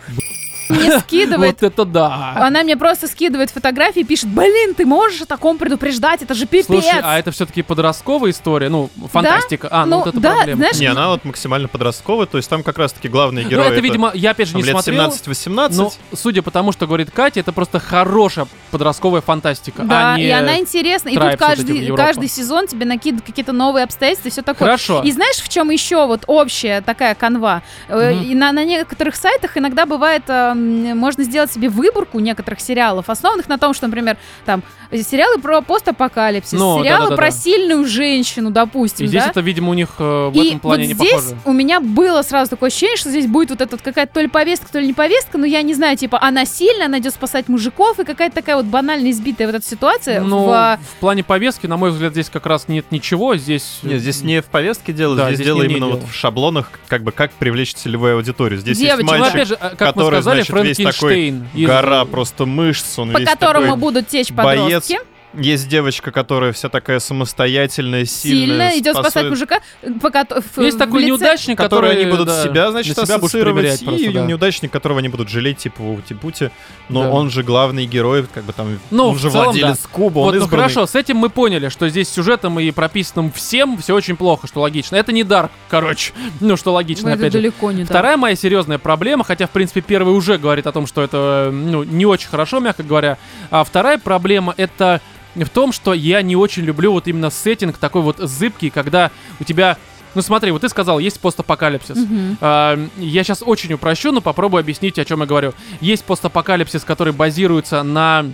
[SPEAKER 3] Мне
[SPEAKER 1] <laughs>
[SPEAKER 3] скидывает.
[SPEAKER 1] Вот это да.
[SPEAKER 3] Она мне просто скидывает фотографии и пишет, блин, ты можешь о таком предупреждать, это же пипец.
[SPEAKER 1] Слушай, а это все-таки подростковая история, ну, фантастика. А, ну
[SPEAKER 3] Ну,
[SPEAKER 1] вот это
[SPEAKER 3] да,
[SPEAKER 1] проблема.
[SPEAKER 3] знаешь,
[SPEAKER 2] Не, она вот максимально подростковая, то есть там как раз-таки главные
[SPEAKER 1] Ну,
[SPEAKER 2] герои.
[SPEAKER 1] это, видимо, я опять же
[SPEAKER 2] там
[SPEAKER 1] не
[SPEAKER 2] лет
[SPEAKER 1] смотрел.
[SPEAKER 2] 17-18.
[SPEAKER 1] Ну, судя по тому, что говорит Катя, это просто хорошая подростковая фантастика.
[SPEAKER 3] Да,
[SPEAKER 1] а не-
[SPEAKER 3] и она интересна. И тут
[SPEAKER 1] Трайбс вот эти в
[SPEAKER 3] каждый,
[SPEAKER 1] Европу.
[SPEAKER 3] каждый сезон тебе накидывают какие-то новые обстоятельства и все такое.
[SPEAKER 1] Хорошо.
[SPEAKER 3] И знаешь, в чем еще вот общая такая канва? Э,
[SPEAKER 1] Мгм.
[SPEAKER 3] и На, на некоторых сайтах иногда бывает эм, м, можно сделать себе выборку некоторых сериалов, основанных на том, что, например, там э, сериалы про постапокалипсис,
[SPEAKER 1] Ну,
[SPEAKER 3] сериалы
[SPEAKER 1] да-да-да-да.
[SPEAKER 3] про сильную женщину, допустим,
[SPEAKER 1] И здесь
[SPEAKER 3] да?
[SPEAKER 1] это, видимо, у них э, в
[SPEAKER 3] И
[SPEAKER 1] этом плане
[SPEAKER 3] вот
[SPEAKER 1] не
[SPEAKER 3] здесь
[SPEAKER 1] похоже.
[SPEAKER 3] у меня было сразу такое ощущение, что здесь будет вот эта вот какая-то то ли повестка, то ли не повестка, но я не знаю, типа, она сильная, она идет спасать мужиков, и какая-то такая вот банально избитая вот эта ситуация
[SPEAKER 1] Ну,
[SPEAKER 3] в, а,
[SPEAKER 1] в плане повестки, на мой взгляд, здесь как раз нет ничего. Здесь... э,
[SPEAKER 2] Ну, Нет, здесь не в повестке дело,
[SPEAKER 1] Да,
[SPEAKER 2] здесь,
[SPEAKER 1] здесь
[SPEAKER 2] дело
[SPEAKER 1] не- не
[SPEAKER 2] именно вот
[SPEAKER 1] дело.
[SPEAKER 2] в шаблонах, как бы как привлечь целевую аудиторию. Здесь
[SPEAKER 3] Девочек,
[SPEAKER 2] есть
[SPEAKER 1] Ну,
[SPEAKER 2] мальчик,
[SPEAKER 1] опять же, а, как мы
[SPEAKER 2] который,
[SPEAKER 1] сказали,
[SPEAKER 2] значит,
[SPEAKER 1] Фрэнк
[SPEAKER 2] весь такой
[SPEAKER 1] Кинштейн. из-
[SPEAKER 2] гора просто мышц,
[SPEAKER 1] ну,
[SPEAKER 2] он
[SPEAKER 3] по
[SPEAKER 2] весь
[SPEAKER 3] которому
[SPEAKER 2] такой-
[SPEAKER 3] будут течь
[SPEAKER 2] боец,
[SPEAKER 3] подростки.
[SPEAKER 2] Есть девочка, которая вся такая самостоятельная, сильная,
[SPEAKER 3] Сильно идет спасать
[SPEAKER 2] способен-
[SPEAKER 3] мужика. э, По кото- в-
[SPEAKER 1] Ну, Есть
[SPEAKER 3] в
[SPEAKER 1] такой
[SPEAKER 3] лице-
[SPEAKER 1] неудачник, который...
[SPEAKER 2] которые они будут
[SPEAKER 1] да,
[SPEAKER 2] себя, значит,
[SPEAKER 1] на себя будешь
[SPEAKER 2] ассоциировать,
[SPEAKER 1] примерять
[SPEAKER 2] и
[SPEAKER 1] просто, да.
[SPEAKER 2] неудачник, которого они будут жалеть, типа у Типути, но
[SPEAKER 1] Да.
[SPEAKER 2] он же главный герой, как бы там,
[SPEAKER 1] Ну,
[SPEAKER 2] он
[SPEAKER 1] в
[SPEAKER 2] же
[SPEAKER 1] целом,
[SPEAKER 2] владелец Куба,
[SPEAKER 1] Вот,
[SPEAKER 2] он
[SPEAKER 1] ну
[SPEAKER 2] избранный.
[SPEAKER 1] хорошо, с этим мы поняли, что здесь сюжетом и прописанным всем все очень плохо, что логично. Это не Дарк, короче. Ну, что логично,
[SPEAKER 3] Ну, это
[SPEAKER 1] опять же.
[SPEAKER 3] далеко не так.
[SPEAKER 1] Вторая моя серьезная проблема, хотя, в принципе, первая уже говорит о том, что это э, ну, не очень хорошо, мягко говоря. А вторая проблема это в том, что я не очень люблю вот именно сеттинг такой вот зыбкий, когда у тебя... Ну смотри, вот ты сказал, есть постапокалипсис.
[SPEAKER 3] Мгм.
[SPEAKER 1] А, Я сейчас очень упрощу, но попробую объяснить, о чем я говорю. Есть постапокалипсис, который базируется на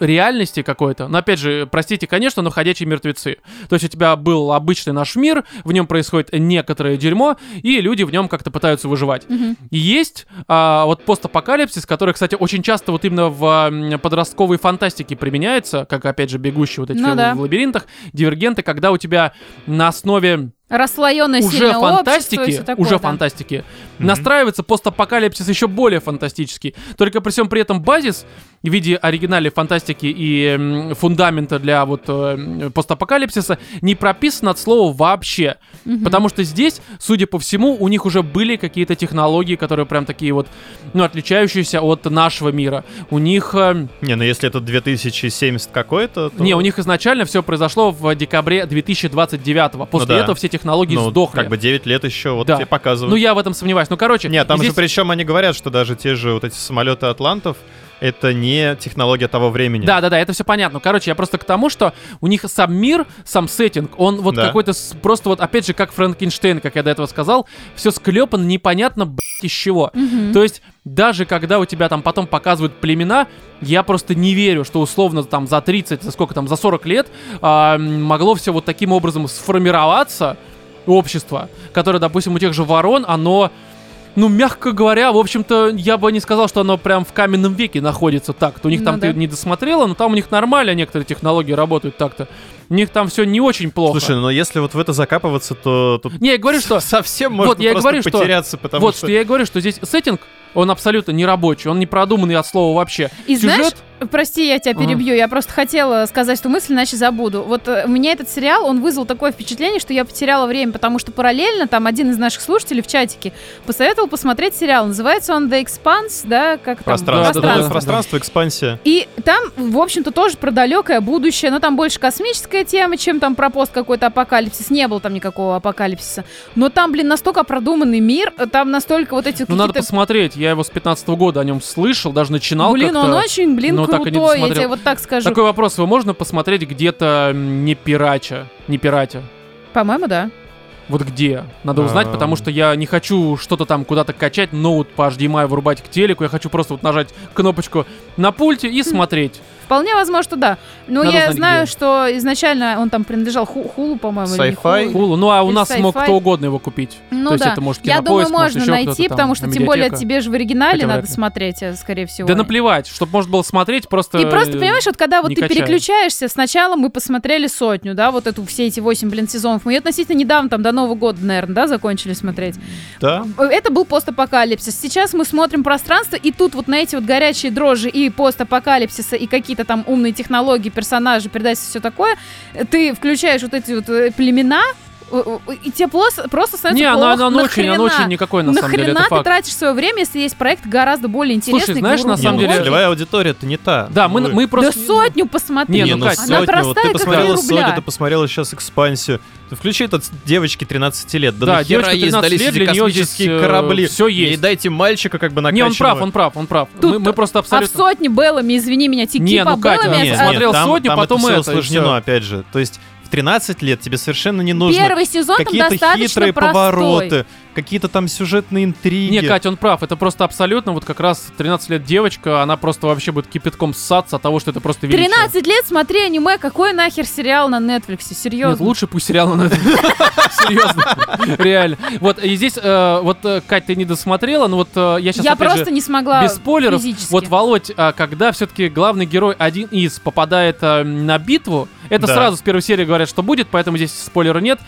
[SPEAKER 1] реальности какой-то. Но опять же, простите, конечно, но ходячие мертвецы. То есть у тебя был обычный наш мир, в нем происходит некоторое дерьмо, и люди в нем как-то пытаются выживать.
[SPEAKER 3] Мгм.
[SPEAKER 1] И есть а, вот постапокалипсис, который, кстати, очень часто вот именно в а, м, подростковой фантастике применяется, как, опять же, бегущие вот эти
[SPEAKER 3] Ну
[SPEAKER 1] фильмы
[SPEAKER 3] да.
[SPEAKER 1] в лабиринтах, дивергенты, когда у тебя на основе
[SPEAKER 3] Расслоенное
[SPEAKER 1] уже
[SPEAKER 3] сильное общество и
[SPEAKER 1] фантастики,
[SPEAKER 3] всё такое,
[SPEAKER 1] уже
[SPEAKER 3] да.
[SPEAKER 1] фантастики,
[SPEAKER 2] Мгм.
[SPEAKER 1] настраивается постапокалипсис еще более фантастический. Только при всем при этом базис в виде оригинальной фантастики и м, фундамента для вот э, м, постапокалипсиса не прописан от слова вообще.
[SPEAKER 3] Мгм.
[SPEAKER 1] Потому что здесь, судя по всему, у них уже были какие-то технологии, которые прям такие вот, ну, отличающиеся от нашего мира. У них... э,
[SPEAKER 2] Не, ну если это 2070 какой-то, то...
[SPEAKER 1] не, у них изначально все произошло в декабре 2029. После
[SPEAKER 2] да.
[SPEAKER 1] этого все технологии
[SPEAKER 2] ну,
[SPEAKER 1] сдохли.
[SPEAKER 2] как бы 9 лет еще, вот
[SPEAKER 1] Да.
[SPEAKER 2] тебе показывают.
[SPEAKER 1] Ну, я в этом сомневаюсь. Ну, короче,
[SPEAKER 2] Нет, там
[SPEAKER 1] здесь-
[SPEAKER 2] же причем они говорят, что даже те же вот эти самолеты Атлантов, это не технология того времени.
[SPEAKER 1] Да, да, да, это все понятно. Короче, я просто к тому, что у них сам мир, сам сеттинг, он вот
[SPEAKER 2] Да.
[SPEAKER 1] какой-то с- просто вот, опять же, как Франкенштейн, как я до этого сказал, все склепано, непонятно, блядь, из чего.
[SPEAKER 3] Мгм.
[SPEAKER 1] То есть, даже когда у тебя там потом показывают племена, я просто не верю, что условно там за 30, за сколько там, за 40 лет а, м, могло все вот таким образом сформироваться общество, которое, допустим, у тех же ворон, оно, ну, мягко говоря, в общем-то, я бы не сказал, что оно прям в каменном веке находится так-то. У них
[SPEAKER 3] Ну
[SPEAKER 1] там
[SPEAKER 3] да.
[SPEAKER 1] ты не досмотрела, но там у них нормально некоторые технологии работают так-то. У них там все не очень плохо.
[SPEAKER 2] Слушай, ну, но если вот в это закапываться, то тут
[SPEAKER 1] не, я говорю, что
[SPEAKER 2] совсем
[SPEAKER 1] Вот
[SPEAKER 2] можно
[SPEAKER 1] я и
[SPEAKER 2] просто
[SPEAKER 1] говорю, что-
[SPEAKER 2] потеряться, потому
[SPEAKER 1] вот
[SPEAKER 2] что...
[SPEAKER 1] что я и говорю, что здесь сеттинг, он абсолютно не рабочий, он не продуманный от слова вообще.
[SPEAKER 3] И
[SPEAKER 1] Сюжет,
[SPEAKER 3] знаешь, прости, я тебя
[SPEAKER 1] Ага.
[SPEAKER 3] перебью, я просто хотела сказать эту мысль, иначе забуду. Вот э, у меня этот сериал, он вызвал такое впечатление, что я потеряла время, потому что параллельно там один из наших слушателей в чатике посоветовал посмотреть сериал. Называется он The Expanse, да, как там?
[SPEAKER 2] Пространство,
[SPEAKER 1] Да, да,
[SPEAKER 2] да,
[SPEAKER 1] да.
[SPEAKER 2] пространство, экспансия.
[SPEAKER 3] И там, в общем-то, тоже про далекое будущее, но там больше космическая тема, чем там про пост какой-то апокалипсис. Не было там никакого апокалипсиса. Но там, блин, настолько продуманный мир, э, там настолько вот эти
[SPEAKER 1] Ну, надо
[SPEAKER 3] какие-то...
[SPEAKER 1] посмотреть. Я его с 15 года о нем слышал, даже начинал
[SPEAKER 3] Блин,
[SPEAKER 1] как-то.
[SPEAKER 3] он очень, блин,
[SPEAKER 1] но так и не
[SPEAKER 3] крутой, я
[SPEAKER 1] досмотрел.
[SPEAKER 3] тебе вот так скажу.
[SPEAKER 1] Такой вопрос, его можно посмотреть где-то м, не пирача, не пиратя?
[SPEAKER 3] По-моему, да.
[SPEAKER 1] Вот где? Надо узнать,
[SPEAKER 2] А.
[SPEAKER 1] потому что я не хочу что-то там куда-то качать, ноут по HDMI вырубать к телеку. Я хочу просто вот нажать кнопочку на пульте
[SPEAKER 3] Хм.
[SPEAKER 1] и смотреть.
[SPEAKER 3] Вполне возможно, что да. Но
[SPEAKER 1] Надо
[SPEAKER 3] я
[SPEAKER 1] узнать,
[SPEAKER 3] знаю,
[SPEAKER 1] где.
[SPEAKER 3] что изначально он там принадлежал Ху- Хулу, по-моему, или не
[SPEAKER 2] Sci-Fi?
[SPEAKER 3] Hulu.
[SPEAKER 1] Хулу. Ну а у
[SPEAKER 3] Или
[SPEAKER 1] нас мог
[SPEAKER 3] sci-fi.
[SPEAKER 1] кто угодно его купить.
[SPEAKER 3] Ну
[SPEAKER 1] То есть
[SPEAKER 3] да.
[SPEAKER 1] это может
[SPEAKER 3] Я думаю,
[SPEAKER 1] кинопоиск, может,
[SPEAKER 3] можно
[SPEAKER 1] еще
[SPEAKER 3] найти,
[SPEAKER 1] кто-то там,
[SPEAKER 3] потому что тем более
[SPEAKER 1] медиатека.
[SPEAKER 3] тебе же в оригинале
[SPEAKER 1] Хотя
[SPEAKER 3] надо
[SPEAKER 1] вряд ли.
[SPEAKER 3] смотреть, э, скорее всего.
[SPEAKER 1] Да наплевать, чтобы можно было смотреть просто...
[SPEAKER 3] И просто,
[SPEAKER 1] э,
[SPEAKER 3] понимаешь, вот когда вот
[SPEAKER 1] не
[SPEAKER 3] ты
[SPEAKER 1] качает.
[SPEAKER 3] переключаешься, сначала мы посмотрели сотню, да, вот эту, все эти восемь, блин, сезонов. Мы ее относительно недавно, там, до Нового года, наверное, да, закончили смотреть.
[SPEAKER 2] Да?
[SPEAKER 3] Это был постапокалипсис. Сейчас мы смотрим пространство, и тут вот на эти вот горячие дрожжи и постапокалипсиса, и какие-то там умные технологии, персонажи, передачи, все такое, ты включаешь вот эти вот э, племена, э, э, и тебе просто, просто становится
[SPEAKER 1] Не,
[SPEAKER 3] плохо.
[SPEAKER 1] она, она очень, она
[SPEAKER 3] Нахрена?
[SPEAKER 1] очень никакой, на самом деле, это
[SPEAKER 3] Нахрена ты
[SPEAKER 1] факт.
[SPEAKER 3] тратишь свое время, если есть проект гораздо более интересный?
[SPEAKER 1] знаешь, на
[SPEAKER 3] глубокий?
[SPEAKER 1] самом
[SPEAKER 2] Не, ну,
[SPEAKER 1] деле-
[SPEAKER 2] целевая аудитория-то не та.
[SPEAKER 1] Да, мы,
[SPEAKER 2] Вы-
[SPEAKER 1] мы просто...
[SPEAKER 3] Да сотню посмотри.
[SPEAKER 1] Не,
[SPEAKER 2] Не,
[SPEAKER 1] ну,
[SPEAKER 2] ну,
[SPEAKER 1] Кать,
[SPEAKER 2] сотню,
[SPEAKER 3] она
[SPEAKER 2] вот
[SPEAKER 3] простая,
[SPEAKER 2] ты
[SPEAKER 3] как
[SPEAKER 2] посмотрела
[SPEAKER 3] три рубля.
[SPEAKER 2] сотню, ты посмотрела сейчас экспансию. Ты включи этот девочки 13 лет. Да,
[SPEAKER 1] Да,
[SPEAKER 2] нахера
[SPEAKER 1] девочка
[SPEAKER 2] ей
[SPEAKER 1] 13
[SPEAKER 2] сдались
[SPEAKER 1] лет,
[SPEAKER 2] эти
[SPEAKER 1] для неё
[SPEAKER 2] космические
[SPEAKER 1] здесь, э,
[SPEAKER 2] корабли.
[SPEAKER 1] всё есть.
[SPEAKER 2] Ей дайте мальчика как бы ну.
[SPEAKER 1] Не, он прав,
[SPEAKER 2] накачанного.
[SPEAKER 1] он прав, он прав.
[SPEAKER 3] Тут-
[SPEAKER 1] мы, мы просто
[SPEAKER 3] А в
[SPEAKER 1] абсолютно...
[SPEAKER 3] сотне Беллами, извини меня, тики
[SPEAKER 1] Не,
[SPEAKER 3] по
[SPEAKER 1] ну, Катя,
[SPEAKER 3] Беллами а
[SPEAKER 1] не,
[SPEAKER 3] это-
[SPEAKER 1] смотрел
[SPEAKER 2] там,
[SPEAKER 1] сотню,
[SPEAKER 2] там
[SPEAKER 1] потом
[SPEAKER 2] это, всё
[SPEAKER 1] это, и
[SPEAKER 2] усложнено,
[SPEAKER 1] всё.
[SPEAKER 2] опять же. То есть в 13 лет, тебе совершенно не нужно.
[SPEAKER 3] Первый сезон там
[SPEAKER 2] какие-то
[SPEAKER 3] достаточно
[SPEAKER 2] хитрые
[SPEAKER 3] простой.
[SPEAKER 2] повороты, какие-то там сюжетные интриги.
[SPEAKER 1] Не, Катя, он прав. Это просто абсолютно вот как раз 13 лет девочка, она просто вообще будет кипятком ссаться от того, что это просто величие.
[SPEAKER 3] 13 лет смотри аниме, какой нахер сериал на Нетфликсе, серьезно.
[SPEAKER 1] Нет, лучше пусть сериал <laughs> на Серьезно. Реально. Вот и здесь, э, вот, э, Кать, ты не досмотрела, но вот э, я сейчас
[SPEAKER 3] Я просто не смогла
[SPEAKER 1] без спойлеров.
[SPEAKER 3] физически.
[SPEAKER 1] Вот, Володь, а, когда все-таки главный герой один из попадает э, на битву, это
[SPEAKER 2] Да.
[SPEAKER 1] сразу с первой серии говорят, что будет, поэтому здесь спойлера нет.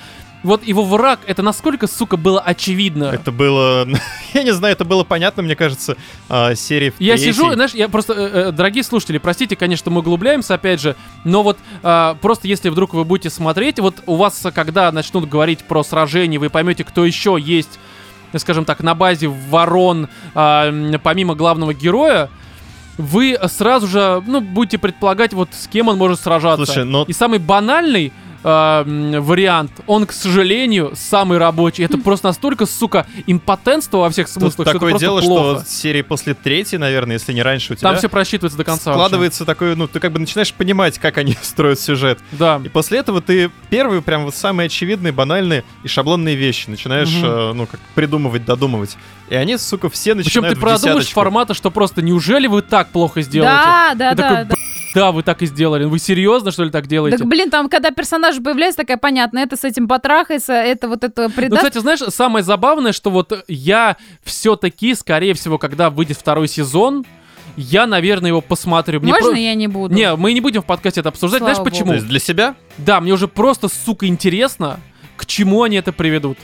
[SPEAKER 1] Вот его враг, это насколько, сука, было очевидно.
[SPEAKER 2] Это было, <laughs> я не знаю, это было понятно, мне кажется, а, серии в
[SPEAKER 1] Я
[SPEAKER 2] третьей.
[SPEAKER 1] сижу, знаешь, я просто, э, э, дорогие слушатели, простите, конечно, мы углубляемся, опять же, но вот а, просто если вдруг вы будете смотреть, вот у вас, а, когда начнут говорить про сражение, вы поймете, кто еще есть, э, скажем так, на базе ворон, а, м, помимо главного героя, вы сразу же, ну, будете предполагать, вот с кем он может сражаться.
[SPEAKER 2] Слушай, но-
[SPEAKER 1] И самый банальный а, м, вариант, он, к сожалению, самый рабочий. Это просто настолько, сука, импотентство во всех
[SPEAKER 2] Тут
[SPEAKER 1] смыслах, что это
[SPEAKER 2] такое
[SPEAKER 1] просто
[SPEAKER 2] дело,
[SPEAKER 1] плохо.
[SPEAKER 2] что серии после третьей, наверное, если не раньше у тебя,
[SPEAKER 1] Там все просчитывается до конца. вообще.
[SPEAKER 2] складывается такое, ну, ты как бы начинаешь понимать, как они <laughs> строят сюжет.
[SPEAKER 1] Да.
[SPEAKER 2] И после этого ты первые, прям вот самые очевидные, банальные и шаблонные вещи начинаешь,
[SPEAKER 1] Мгм.
[SPEAKER 2] э, ну, как придумывать, додумывать. И они, сука,
[SPEAKER 1] Причем
[SPEAKER 2] все
[SPEAKER 1] ты
[SPEAKER 2] начинают в
[SPEAKER 1] продумаешь
[SPEAKER 2] десяточку.
[SPEAKER 1] формата, что просто неужели вы так плохо сделаете?
[SPEAKER 3] Да, да,
[SPEAKER 1] Я
[SPEAKER 3] да,
[SPEAKER 1] такой,
[SPEAKER 3] да.
[SPEAKER 1] Да, вы так и сделали. Вы серьезно, что ли, так делаете?
[SPEAKER 3] Так, блин, там, когда персонаж появляется, такая, понятно, это с этим потрахается, это вот это
[SPEAKER 1] ну,
[SPEAKER 3] предаст.
[SPEAKER 1] кстати, знаешь, самое забавное, что вот я все-таки, скорее всего, когда выйдет второй сезон, я, наверное, его посмотрю. Мне
[SPEAKER 3] Можно
[SPEAKER 1] про-
[SPEAKER 3] я не буду?
[SPEAKER 1] Не, мы не будем в подкасте это обсуждать.
[SPEAKER 3] Слава
[SPEAKER 1] знаешь почему?
[SPEAKER 2] То есть
[SPEAKER 1] <laughs>
[SPEAKER 2] для себя?
[SPEAKER 1] Да, мне уже просто, сука, интересно, к чему они это приведут.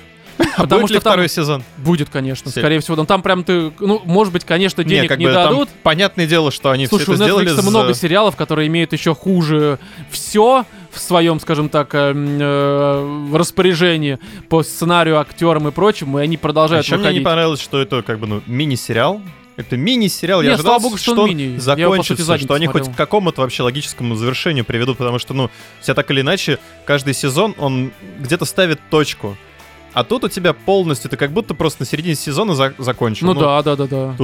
[SPEAKER 2] А
[SPEAKER 1] Потому
[SPEAKER 2] будет
[SPEAKER 1] что
[SPEAKER 2] ли
[SPEAKER 1] там
[SPEAKER 2] второй сезон?
[SPEAKER 1] будет, конечно,
[SPEAKER 2] Серь-
[SPEAKER 1] скорее всего. Но там прям ты, ну, может быть, конечно, денег не,
[SPEAKER 2] там
[SPEAKER 1] дадут.
[SPEAKER 2] понятное дело, что они
[SPEAKER 1] Слушай,
[SPEAKER 2] все
[SPEAKER 1] у
[SPEAKER 2] это сделали
[SPEAKER 1] Netflix
[SPEAKER 2] за-
[SPEAKER 1] много сериалов, которые имеют еще хуже все в своем, скажем так, эм, э, распоряжении по сценарию, актерам и прочему, и они
[SPEAKER 2] А
[SPEAKER 1] продолжают
[SPEAKER 2] еще мне не
[SPEAKER 1] выходить.
[SPEAKER 2] понравилось, что это как бы ну мини-сериал. Это мини-сериал, я
[SPEAKER 1] Не,
[SPEAKER 2] ожидал,
[SPEAKER 1] слава богу, что
[SPEAKER 2] что,
[SPEAKER 1] он мини. Я
[SPEAKER 2] он
[SPEAKER 1] его, по сути,
[SPEAKER 2] закончится,
[SPEAKER 1] за день
[SPEAKER 2] что они хоть
[SPEAKER 1] посмотрел.
[SPEAKER 2] к какому-то вообще логическому завершению приведут, потому что, ну, у тебя так или иначе, каждый сезон, он где-то ставит точку. А тут у тебя полностью, ты как будто просто на середине сезона за- закончил.
[SPEAKER 1] Ну да, да, да, да.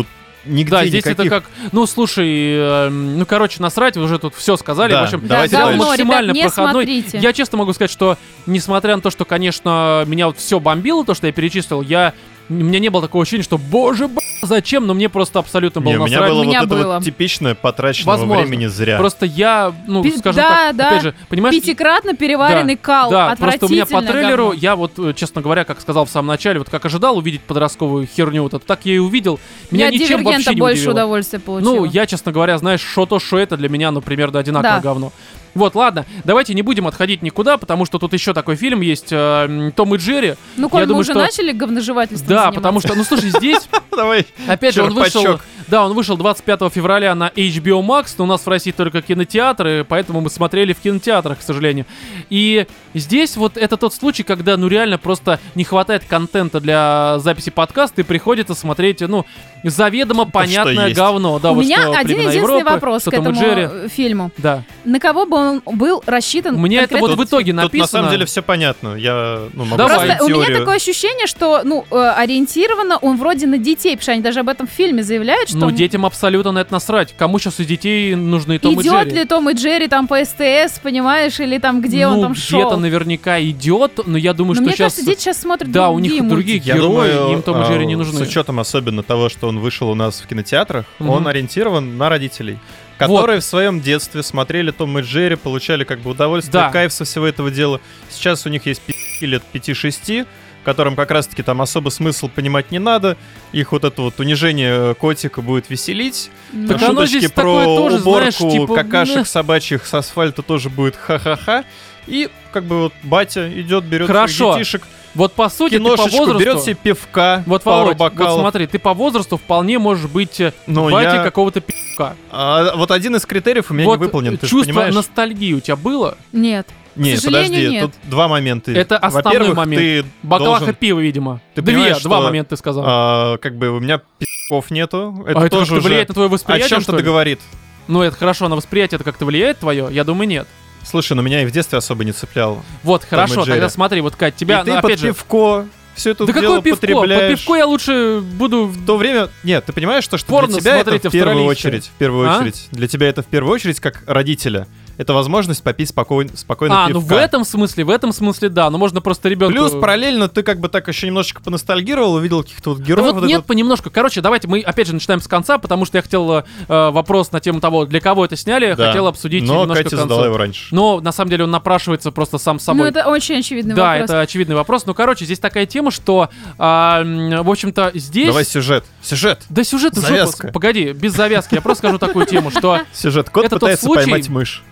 [SPEAKER 2] Нигде
[SPEAKER 1] Да, здесь
[SPEAKER 2] никаких...
[SPEAKER 1] это как, ну слушай, эм, ну короче, насрать, вы уже тут все сказали,
[SPEAKER 2] Да,
[SPEAKER 1] в общем,
[SPEAKER 3] Да,
[SPEAKER 2] Давайте
[SPEAKER 3] говно,
[SPEAKER 2] дальше.
[SPEAKER 3] ребят,
[SPEAKER 1] максимально
[SPEAKER 3] не
[SPEAKER 1] проходной.
[SPEAKER 3] смотрите.
[SPEAKER 1] Я честно могу сказать, что несмотря на то, что, конечно, меня вот все бомбило, то, что я перечислил, я у меня не было такого ощущения, что, боже, б***ь, зачем, но мне просто абсолютно было
[SPEAKER 2] Не, у меня
[SPEAKER 1] насрать.
[SPEAKER 2] было
[SPEAKER 3] У меня
[SPEAKER 2] вот это
[SPEAKER 3] было.
[SPEAKER 2] вот типичное потраченного
[SPEAKER 1] Возможно.
[SPEAKER 2] времени зря. <laughs>
[SPEAKER 1] Просто я, ну,
[SPEAKER 3] Пи-
[SPEAKER 1] скажем
[SPEAKER 3] да,
[SPEAKER 1] так,
[SPEAKER 3] да.
[SPEAKER 1] опять же, понимаешь,
[SPEAKER 3] Пятикратно переваренный кал.
[SPEAKER 1] да, просто у меня по
[SPEAKER 3] Отвратительное
[SPEAKER 1] трейлеру,
[SPEAKER 3] говно.
[SPEAKER 1] я вот, э, честно говоря, как сказал в самом начале, вот как ожидал увидеть подростковую херню, вот эту, так я и увидел. Меня
[SPEAKER 3] Я от
[SPEAKER 1] ничем
[SPEAKER 3] Дивергента
[SPEAKER 1] вообще не
[SPEAKER 3] больше
[SPEAKER 1] удивило.
[SPEAKER 3] удовольствия получила.
[SPEAKER 1] Ну, я, честно говоря, знаешь, что то, что это для меня, ну, примерно одинаково
[SPEAKER 3] Да.
[SPEAKER 1] говно. Вот, ладно, давайте не будем отходить никуда, потому что тут еще такой фильм есть, э, м, Том и Джерри.
[SPEAKER 3] Ну, коль
[SPEAKER 1] я
[SPEAKER 3] мы
[SPEAKER 1] думаю,
[SPEAKER 3] уже
[SPEAKER 1] что-
[SPEAKER 3] начали говножевательством
[SPEAKER 1] Да,
[SPEAKER 3] заниматься.
[SPEAKER 1] потому что, ну, слушай, здесь,
[SPEAKER 2] Давай.
[SPEAKER 1] опять же, он вышел...
[SPEAKER 2] Черпачок.
[SPEAKER 1] Да, он вышел 25 февраля на HBO Max, но у нас в России только кинотеатры, поэтому мы смотрели в кинотеатрах, к сожалению. И здесь вот это тот случай, когда, ну, реально просто не хватает контента для записи подкаста, и приходится смотреть, ну, заведомо понятное
[SPEAKER 2] есть.
[SPEAKER 1] говно. Да,
[SPEAKER 3] У
[SPEAKER 1] вот
[SPEAKER 3] меня
[SPEAKER 1] что
[SPEAKER 3] один
[SPEAKER 1] «Племена
[SPEAKER 3] единственный
[SPEAKER 1] Европы»,
[SPEAKER 3] вопрос
[SPEAKER 1] что
[SPEAKER 3] к
[SPEAKER 1] Том и
[SPEAKER 3] этому
[SPEAKER 1] Джерри.
[SPEAKER 3] э, фильму.
[SPEAKER 1] Да.
[SPEAKER 3] На кого бы он был рассчитан?
[SPEAKER 1] Мне это
[SPEAKER 3] конкретно
[SPEAKER 1] вот в итоге
[SPEAKER 2] Тут
[SPEAKER 1] написано.
[SPEAKER 2] на самом деле все понятно. Я ну, могу
[SPEAKER 1] Давай.
[SPEAKER 2] свою
[SPEAKER 3] Просто у меня
[SPEAKER 2] теорию.
[SPEAKER 3] такое ощущение, что, ну, э, ориентировано он вроде на детей, потому что они даже об этом в фильме заявляют, что
[SPEAKER 1] Ну,
[SPEAKER 3] он-
[SPEAKER 1] детям абсолютно на это насрать. Кому сейчас из детей нужны Том и
[SPEAKER 3] идет
[SPEAKER 1] Джерри?
[SPEAKER 3] ли Том и Джерри там по СТС, понимаешь, или там где он
[SPEAKER 1] ну,
[SPEAKER 3] там шел.
[SPEAKER 1] где-то наверняка идет, но я думаю,
[SPEAKER 3] Но
[SPEAKER 1] что
[SPEAKER 3] мне
[SPEAKER 1] сейчас...
[SPEAKER 3] кажется, дети сейчас смотрят
[SPEAKER 1] Да, у них
[SPEAKER 3] другие
[SPEAKER 1] другие
[SPEAKER 2] Я
[SPEAKER 1] герои,
[SPEAKER 2] думаю,
[SPEAKER 1] им Том и
[SPEAKER 2] а,
[SPEAKER 1] Джерри не нужны.
[SPEAKER 2] С учетом особенно того, что он вышел у нас в кинотеатрах,
[SPEAKER 1] Мгм.
[SPEAKER 2] он ориентирован на родителей, которые в своем детстве смотрели Том и Джерри, получали как бы удовольствие,
[SPEAKER 1] Да.
[SPEAKER 2] кайф со всего этого дела. Сейчас у них есть пи***ки лет 5-6, которым как раз-таки там особо смысл понимать не надо. Их вот это вот унижение э, котика будет веселить.
[SPEAKER 3] мультики.
[SPEAKER 1] Так
[SPEAKER 3] Ну,
[SPEAKER 1] оно
[SPEAKER 2] Шуточки
[SPEAKER 1] здесь
[SPEAKER 2] про
[SPEAKER 1] такое тоже,
[SPEAKER 2] уборку
[SPEAKER 1] знаешь, типа,
[SPEAKER 2] какашек
[SPEAKER 1] мeh.
[SPEAKER 2] собачьих с асфальта тоже будет ха-ха-ха. И как бы вот батя идет, берет
[SPEAKER 1] Хорошо.
[SPEAKER 2] своих детишек,
[SPEAKER 1] Вот по сути, ты по
[SPEAKER 2] киношечку,
[SPEAKER 1] возрасту...
[SPEAKER 2] берет себе пивка,
[SPEAKER 1] Вот,
[SPEAKER 2] пару
[SPEAKER 1] Володь, вот
[SPEAKER 2] бокалов.
[SPEAKER 1] смотри, ты по возрасту вполне можешь быть э,
[SPEAKER 2] Но
[SPEAKER 1] батей
[SPEAKER 2] я-
[SPEAKER 1] какого-то пи***ка.
[SPEAKER 2] А, вот один из критериев у меня
[SPEAKER 1] вот э,
[SPEAKER 2] не выполнен, ты же
[SPEAKER 1] чувство
[SPEAKER 2] понимаешь?
[SPEAKER 1] ностальгии у тебя было?
[SPEAKER 3] Нет.
[SPEAKER 2] Не,
[SPEAKER 3] сожалению,
[SPEAKER 2] подожди,
[SPEAKER 3] нет.
[SPEAKER 2] тут два момента.
[SPEAKER 1] Это основной
[SPEAKER 2] Во-первых,
[SPEAKER 1] момент.
[SPEAKER 2] ты
[SPEAKER 1] Баклаха
[SPEAKER 2] должен,
[SPEAKER 1] пива, видимо.
[SPEAKER 2] Ты
[SPEAKER 1] Две,
[SPEAKER 2] понимаешь,
[SPEAKER 1] два
[SPEAKER 2] что-
[SPEAKER 1] момента ты сказал.
[SPEAKER 2] а, как бы у меня пи***ков нету. Это,
[SPEAKER 1] А это
[SPEAKER 2] тоже
[SPEAKER 1] как-то
[SPEAKER 2] уже...
[SPEAKER 1] влияет на твое
[SPEAKER 2] О
[SPEAKER 1] восприятие,
[SPEAKER 2] чем
[SPEAKER 1] что
[SPEAKER 2] то
[SPEAKER 1] ли?
[SPEAKER 2] говорит?
[SPEAKER 1] Ну, это хорошо, на восприятие это как-то влияет твое? Я думаю, нет.
[SPEAKER 2] Слушай, но меня и в детстве особо не цепляло.
[SPEAKER 1] Вот, хорошо,
[SPEAKER 2] Джерри.
[SPEAKER 1] тогда смотри, вот, Кать, тебя,
[SPEAKER 2] и ты
[SPEAKER 1] ну,
[SPEAKER 2] под
[SPEAKER 1] опять же...
[SPEAKER 2] пивко все это
[SPEAKER 1] Да
[SPEAKER 2] дело
[SPEAKER 1] какое пивко? По
[SPEAKER 2] потребляешь.
[SPEAKER 1] пивко я лучше буду... в-
[SPEAKER 2] В то время... Нет, ты понимаешь, что, что
[SPEAKER 1] Порно
[SPEAKER 2] для тебя это
[SPEAKER 1] смотреть
[SPEAKER 2] в первую
[SPEAKER 1] австралийское.
[SPEAKER 2] очередь. В первую
[SPEAKER 1] А?
[SPEAKER 2] очередь. Для тебя это в первую очередь как родителя. это возможность попить спокойно, спокойно
[SPEAKER 1] А, ну в
[SPEAKER 2] пивка.
[SPEAKER 1] этом смысле, в этом смысле, да. Но можно просто ребенку...
[SPEAKER 2] Плюс параллельно ты как бы так еще немножечко поностальгировал, увидел каких-то вот
[SPEAKER 1] Да
[SPEAKER 2] героев.
[SPEAKER 1] вот,
[SPEAKER 2] вот
[SPEAKER 1] нет,
[SPEAKER 2] это
[SPEAKER 1] понемножку. Короче, давайте мы опять же начинаем с конца, потому что я хотел э, вопрос на тему того, для кого это сняли,
[SPEAKER 2] вот. Да.
[SPEAKER 1] хотел обсудить
[SPEAKER 2] Но
[SPEAKER 1] немножко
[SPEAKER 2] Катя
[SPEAKER 1] концу.
[SPEAKER 2] задала его раньше.
[SPEAKER 1] Но на самом деле он напрашивается просто сам собой.
[SPEAKER 3] Ну, это очень очевидный
[SPEAKER 1] да,
[SPEAKER 3] вопрос.
[SPEAKER 1] это очевидный вопрос. Ну, короче, здесь такая тема, что, а, м, в общем-то, здесь...
[SPEAKER 2] Давай сюжет. Сюжет.
[SPEAKER 1] Да сюжет в жопу.
[SPEAKER 2] Завязка.
[SPEAKER 1] Погоди, без завязки. Я просто скажу такую тему, что
[SPEAKER 2] Сюжет. Кот
[SPEAKER 1] Это тот
[SPEAKER 2] пытается
[SPEAKER 1] случай-
[SPEAKER 2] поймать мышь.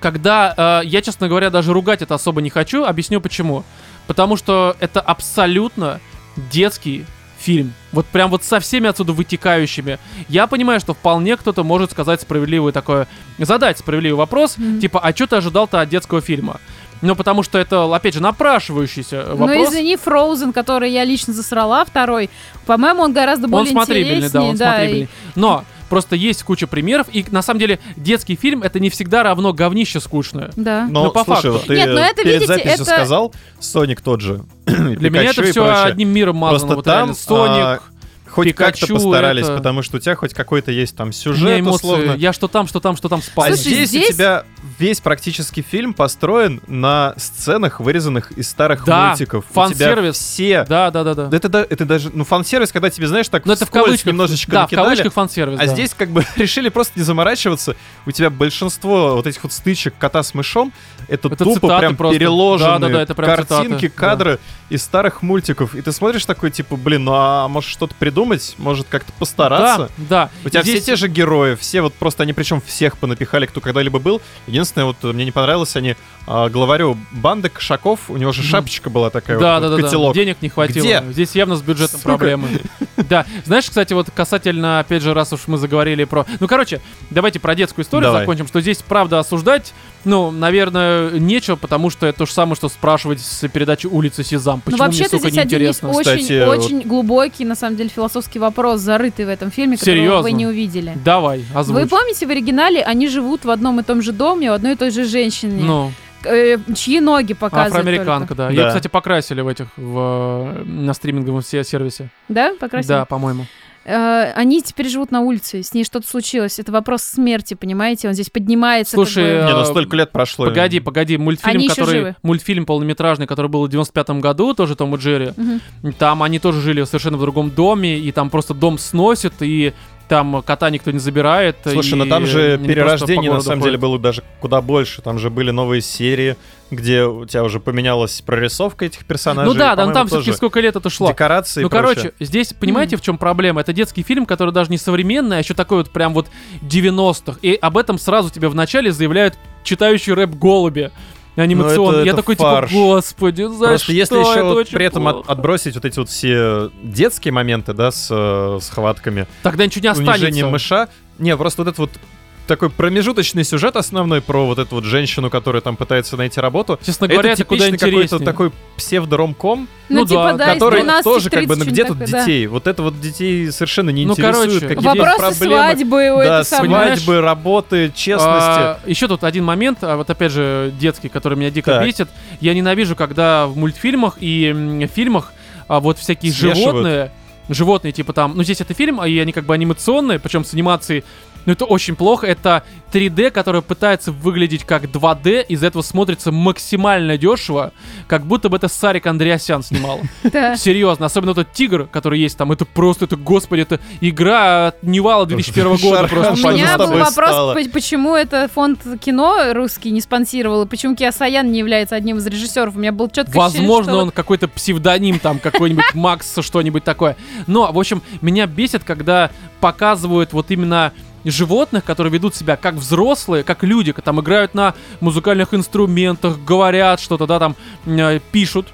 [SPEAKER 1] когда э, я, честно говоря, даже ругать это особо не хочу, объясню почему. Потому что это абсолютно детский фильм. Вот прям вот со всеми отсюда вытекающими. Я понимаю, что вполне кто-то может сказать справедливое такое, задать справедливый вопрос,
[SPEAKER 3] Мгм.
[SPEAKER 1] типа, а что ты ожидал-то от детского фильма? Ну, потому что это, опять же, напрашивающийся э,
[SPEAKER 3] Ну,
[SPEAKER 1] вопрос.
[SPEAKER 3] извини, Frozen, который я лично засрала, второй, по-моему, он гораздо более
[SPEAKER 1] он смотрибельный, да,
[SPEAKER 3] интереснее.
[SPEAKER 1] он
[SPEAKER 3] да, и-
[SPEAKER 1] смотрибельный. Но просто есть куча примеров, и на самом деле детский фильм это не всегда равно говнище скучное.
[SPEAKER 3] да.
[SPEAKER 2] Но,
[SPEAKER 1] Ну, по
[SPEAKER 2] слушай,
[SPEAKER 1] факту.
[SPEAKER 2] вот ты
[SPEAKER 3] Нет, но это,
[SPEAKER 2] перед
[SPEAKER 3] видите,
[SPEAKER 2] записью
[SPEAKER 3] это-
[SPEAKER 2] сказал, Соник тот же. <clears throat>
[SPEAKER 1] Для меня это все одним миром мазано.
[SPEAKER 2] Просто
[SPEAKER 1] вот
[SPEAKER 2] там,
[SPEAKER 1] реально. Соник,
[SPEAKER 2] а, Хоть
[SPEAKER 1] Пикачу,
[SPEAKER 2] как-то постарались,
[SPEAKER 1] это-
[SPEAKER 2] потому что у тебя хоть какой-то есть там
[SPEAKER 1] у меня
[SPEAKER 2] сюжет,
[SPEAKER 1] эмоции.
[SPEAKER 2] условно.
[SPEAKER 1] Я что там, что там, что там спал.
[SPEAKER 2] А
[SPEAKER 3] Слушай,
[SPEAKER 2] здесь, у
[SPEAKER 3] здесь-
[SPEAKER 2] тебя весь практически фильм построен на сценах, вырезанных из старых
[SPEAKER 1] Да,
[SPEAKER 2] мультиков. У
[SPEAKER 1] фан-сервис.
[SPEAKER 2] тебя все...
[SPEAKER 1] Да, да, да, да.
[SPEAKER 2] Да Это, да- это даже, ну, фан-сервис, когда тебе, знаешь, так
[SPEAKER 1] Но Ну, это в
[SPEAKER 2] вскользь
[SPEAKER 1] кавычках.
[SPEAKER 2] немножечко
[SPEAKER 1] да,
[SPEAKER 2] накидали.
[SPEAKER 1] в кавычках фан-сервис.
[SPEAKER 2] А
[SPEAKER 1] да.
[SPEAKER 2] здесь как бы <laughs> решили просто не заморачиваться. У тебя большинство вот этих вот стычек кота с мышом, это,
[SPEAKER 1] Это
[SPEAKER 2] тупо
[SPEAKER 1] цитаты
[SPEAKER 2] прям
[SPEAKER 1] просто.
[SPEAKER 2] переложенные
[SPEAKER 1] Да-да-да, это прям
[SPEAKER 2] картинки,
[SPEAKER 1] цитаты, да.
[SPEAKER 2] кадры из старых мультиков. И ты смотришь такой, типа, блин, ну а может что-то придумать? Может как-то постараться?
[SPEAKER 1] Да, да.
[SPEAKER 2] У тебя
[SPEAKER 1] Здесь-
[SPEAKER 2] все те же герои, все вот просто они причем всех понапихали, кто когда-либо был. Единственное, вот э, мне не понравилось, они а, главарю банды Кошаков, у него же
[SPEAKER 1] Мгм.
[SPEAKER 2] шапочка была такая,
[SPEAKER 1] Да,
[SPEAKER 2] вот,
[SPEAKER 1] да,
[SPEAKER 2] вот
[SPEAKER 1] да,
[SPEAKER 2] котелок.
[SPEAKER 1] денег не хватило.
[SPEAKER 2] Где?
[SPEAKER 1] Здесь явно с бюджетом
[SPEAKER 2] Сука. <laughs>
[SPEAKER 1] проблемы. Да, знаешь, кстати, вот касательно, опять же, раз уж мы заговорили про... Ну, короче, давайте про детскую историю
[SPEAKER 2] Давай.
[SPEAKER 1] закончим, что здесь, правда, осуждать, ну, наверное, нечего, потому что это то же самое, что спрашивать с передачи «Улицы Сезам».
[SPEAKER 3] Ну,
[SPEAKER 1] Почему мне,
[SPEAKER 3] вообще-то
[SPEAKER 1] сука,
[SPEAKER 3] здесь один из
[SPEAKER 1] неинтересно?
[SPEAKER 3] очень,
[SPEAKER 2] Кстати, вот-
[SPEAKER 3] очень глубокий, на самом деле, философский вопрос, зарытый в этом фильме, которого
[SPEAKER 1] Серьезно?
[SPEAKER 3] вы не увидели.
[SPEAKER 1] Давай,
[SPEAKER 3] Вы
[SPEAKER 1] озвучь.
[SPEAKER 3] помните, в оригинале они живут в одном и том же доме, у одной и той же женщины,
[SPEAKER 1] Ну,
[SPEAKER 3] э, чьи ноги показывают
[SPEAKER 1] афроамериканка, да.
[SPEAKER 2] Да.
[SPEAKER 1] Ее, кстати, покрасили в этих, в, э, на стриминговом се- сервисе.
[SPEAKER 3] только. Да, покрасили?
[SPEAKER 1] Да, по-моему.
[SPEAKER 3] Э, они теперь живут на улице, с ней что-то случилось. Это вопрос смерти, понимаете? Он здесь поднимается. как
[SPEAKER 1] Слушай,
[SPEAKER 3] бы-
[SPEAKER 2] Не, ну
[SPEAKER 1] а,
[SPEAKER 2] столько лет прошло.
[SPEAKER 1] Погоди, погоди, мультфильм,
[SPEAKER 3] Они еще
[SPEAKER 1] который,
[SPEAKER 3] живы.
[SPEAKER 1] мультфильм полнометражный, который был в 95 году, тоже Том и Джерри,
[SPEAKER 3] Мгм.
[SPEAKER 1] там они тоже жили в совершенно в другом доме, и там просто дом сносит, и там кота никто не забирает.
[SPEAKER 2] Слушай,
[SPEAKER 1] и
[SPEAKER 2] ну там
[SPEAKER 1] они
[SPEAKER 2] же
[SPEAKER 1] просто по
[SPEAKER 2] перерождение на
[SPEAKER 1] городу
[SPEAKER 2] самом
[SPEAKER 1] ходят.
[SPEAKER 2] деле было даже куда больше. Там же были новые серии, где у тебя уже поменялась прорисовка этих персонажей.
[SPEAKER 1] Ну да, там,
[SPEAKER 2] по-моему,
[SPEAKER 1] там
[SPEAKER 2] тоже
[SPEAKER 1] все-таки сколько лет это шло.
[SPEAKER 2] Декорации
[SPEAKER 1] Ну,
[SPEAKER 2] и прочее.
[SPEAKER 1] короче, здесь, понимаете, в чем проблема? Это детский фильм, который даже не современный, а еще такой вот прям вот 90-х. И об этом сразу тебе вначале заявляют читающий рэп голуби анимационный.
[SPEAKER 2] Ну, это-
[SPEAKER 1] Я
[SPEAKER 2] это
[SPEAKER 1] такой,
[SPEAKER 2] фарш.
[SPEAKER 1] типа, господи, за
[SPEAKER 2] Просто
[SPEAKER 1] что?
[SPEAKER 2] если еще
[SPEAKER 1] Это
[SPEAKER 2] вот
[SPEAKER 1] очень
[SPEAKER 2] при этом от-
[SPEAKER 1] плохо».
[SPEAKER 2] отбросить вот эти вот все детские моменты, да, с э, схватками,
[SPEAKER 1] Тогда ничего не
[SPEAKER 2] унижением
[SPEAKER 1] останется.
[SPEAKER 2] мыша, не, просто вот этот вот такой промежуточный сюжет основной про вот эту вот женщину, которая там пытается найти работу.
[SPEAKER 1] Честно говоря, это,
[SPEAKER 2] это
[SPEAKER 1] куда
[SPEAKER 2] типичный какой-то
[SPEAKER 1] интереснее.
[SPEAKER 2] такой псевдо-ромком,
[SPEAKER 3] Ну,
[SPEAKER 1] Ну да,
[SPEAKER 3] типа, да, из
[SPEAKER 2] который
[SPEAKER 3] 12
[SPEAKER 2] тоже как бы, ну
[SPEAKER 3] 30
[SPEAKER 2] где
[SPEAKER 3] что-то
[SPEAKER 2] тут
[SPEAKER 3] такое, да.
[SPEAKER 2] детей? Вот это вот детей совершенно не
[SPEAKER 1] Ну,
[SPEAKER 2] интересует,
[SPEAKER 1] короче,
[SPEAKER 2] какие
[SPEAKER 1] Вопрос
[SPEAKER 2] здесь
[SPEAKER 3] Вопросы
[SPEAKER 2] проблемы.
[SPEAKER 3] свадьбы у
[SPEAKER 2] Да,
[SPEAKER 3] этой самой.
[SPEAKER 1] понимаешь?
[SPEAKER 2] свадьбы, работы, честности.
[SPEAKER 1] еще А, тут один момент, а вот опять же детский, который меня дико
[SPEAKER 2] Так.
[SPEAKER 1] бесит. Я ненавижу, когда в мультфильмах и м, фильмах а, вот всякие
[SPEAKER 2] Смешивают.
[SPEAKER 1] животные, животные типа там, ну здесь это фильм, а и они как бы анимационные, причем с анимацией. Ну это очень плохо, это 3D, которое пытается выглядеть как 2D, из-за этого смотрится максимально дешево, как будто бы это Сарик Андреасян
[SPEAKER 2] <laughs>
[SPEAKER 1] снимал.
[SPEAKER 3] Да.
[SPEAKER 1] Серьезно, особенно тот тигр, который есть там, это просто, это, господи, это игра от Невала 2001 года
[SPEAKER 2] Шар-
[SPEAKER 1] просто.
[SPEAKER 2] Шар-
[SPEAKER 3] У меня
[SPEAKER 2] с
[SPEAKER 3] был
[SPEAKER 2] тобой
[SPEAKER 3] вопрос,
[SPEAKER 2] стало?
[SPEAKER 3] п- почему это фонд кино русский не спонсировал, и почему Киасаян не является одним из режиссеров. У меня был четко
[SPEAKER 1] Возможно, он какой-то псевдоним там, какой-нибудь Макс, что-нибудь такое. Но, в общем, меня бесит, когда показывают вот именно животных, которые ведут себя как взрослые, как люди, к- там играют на музыкальных инструментах, говорят что-то, да, там э, пишут,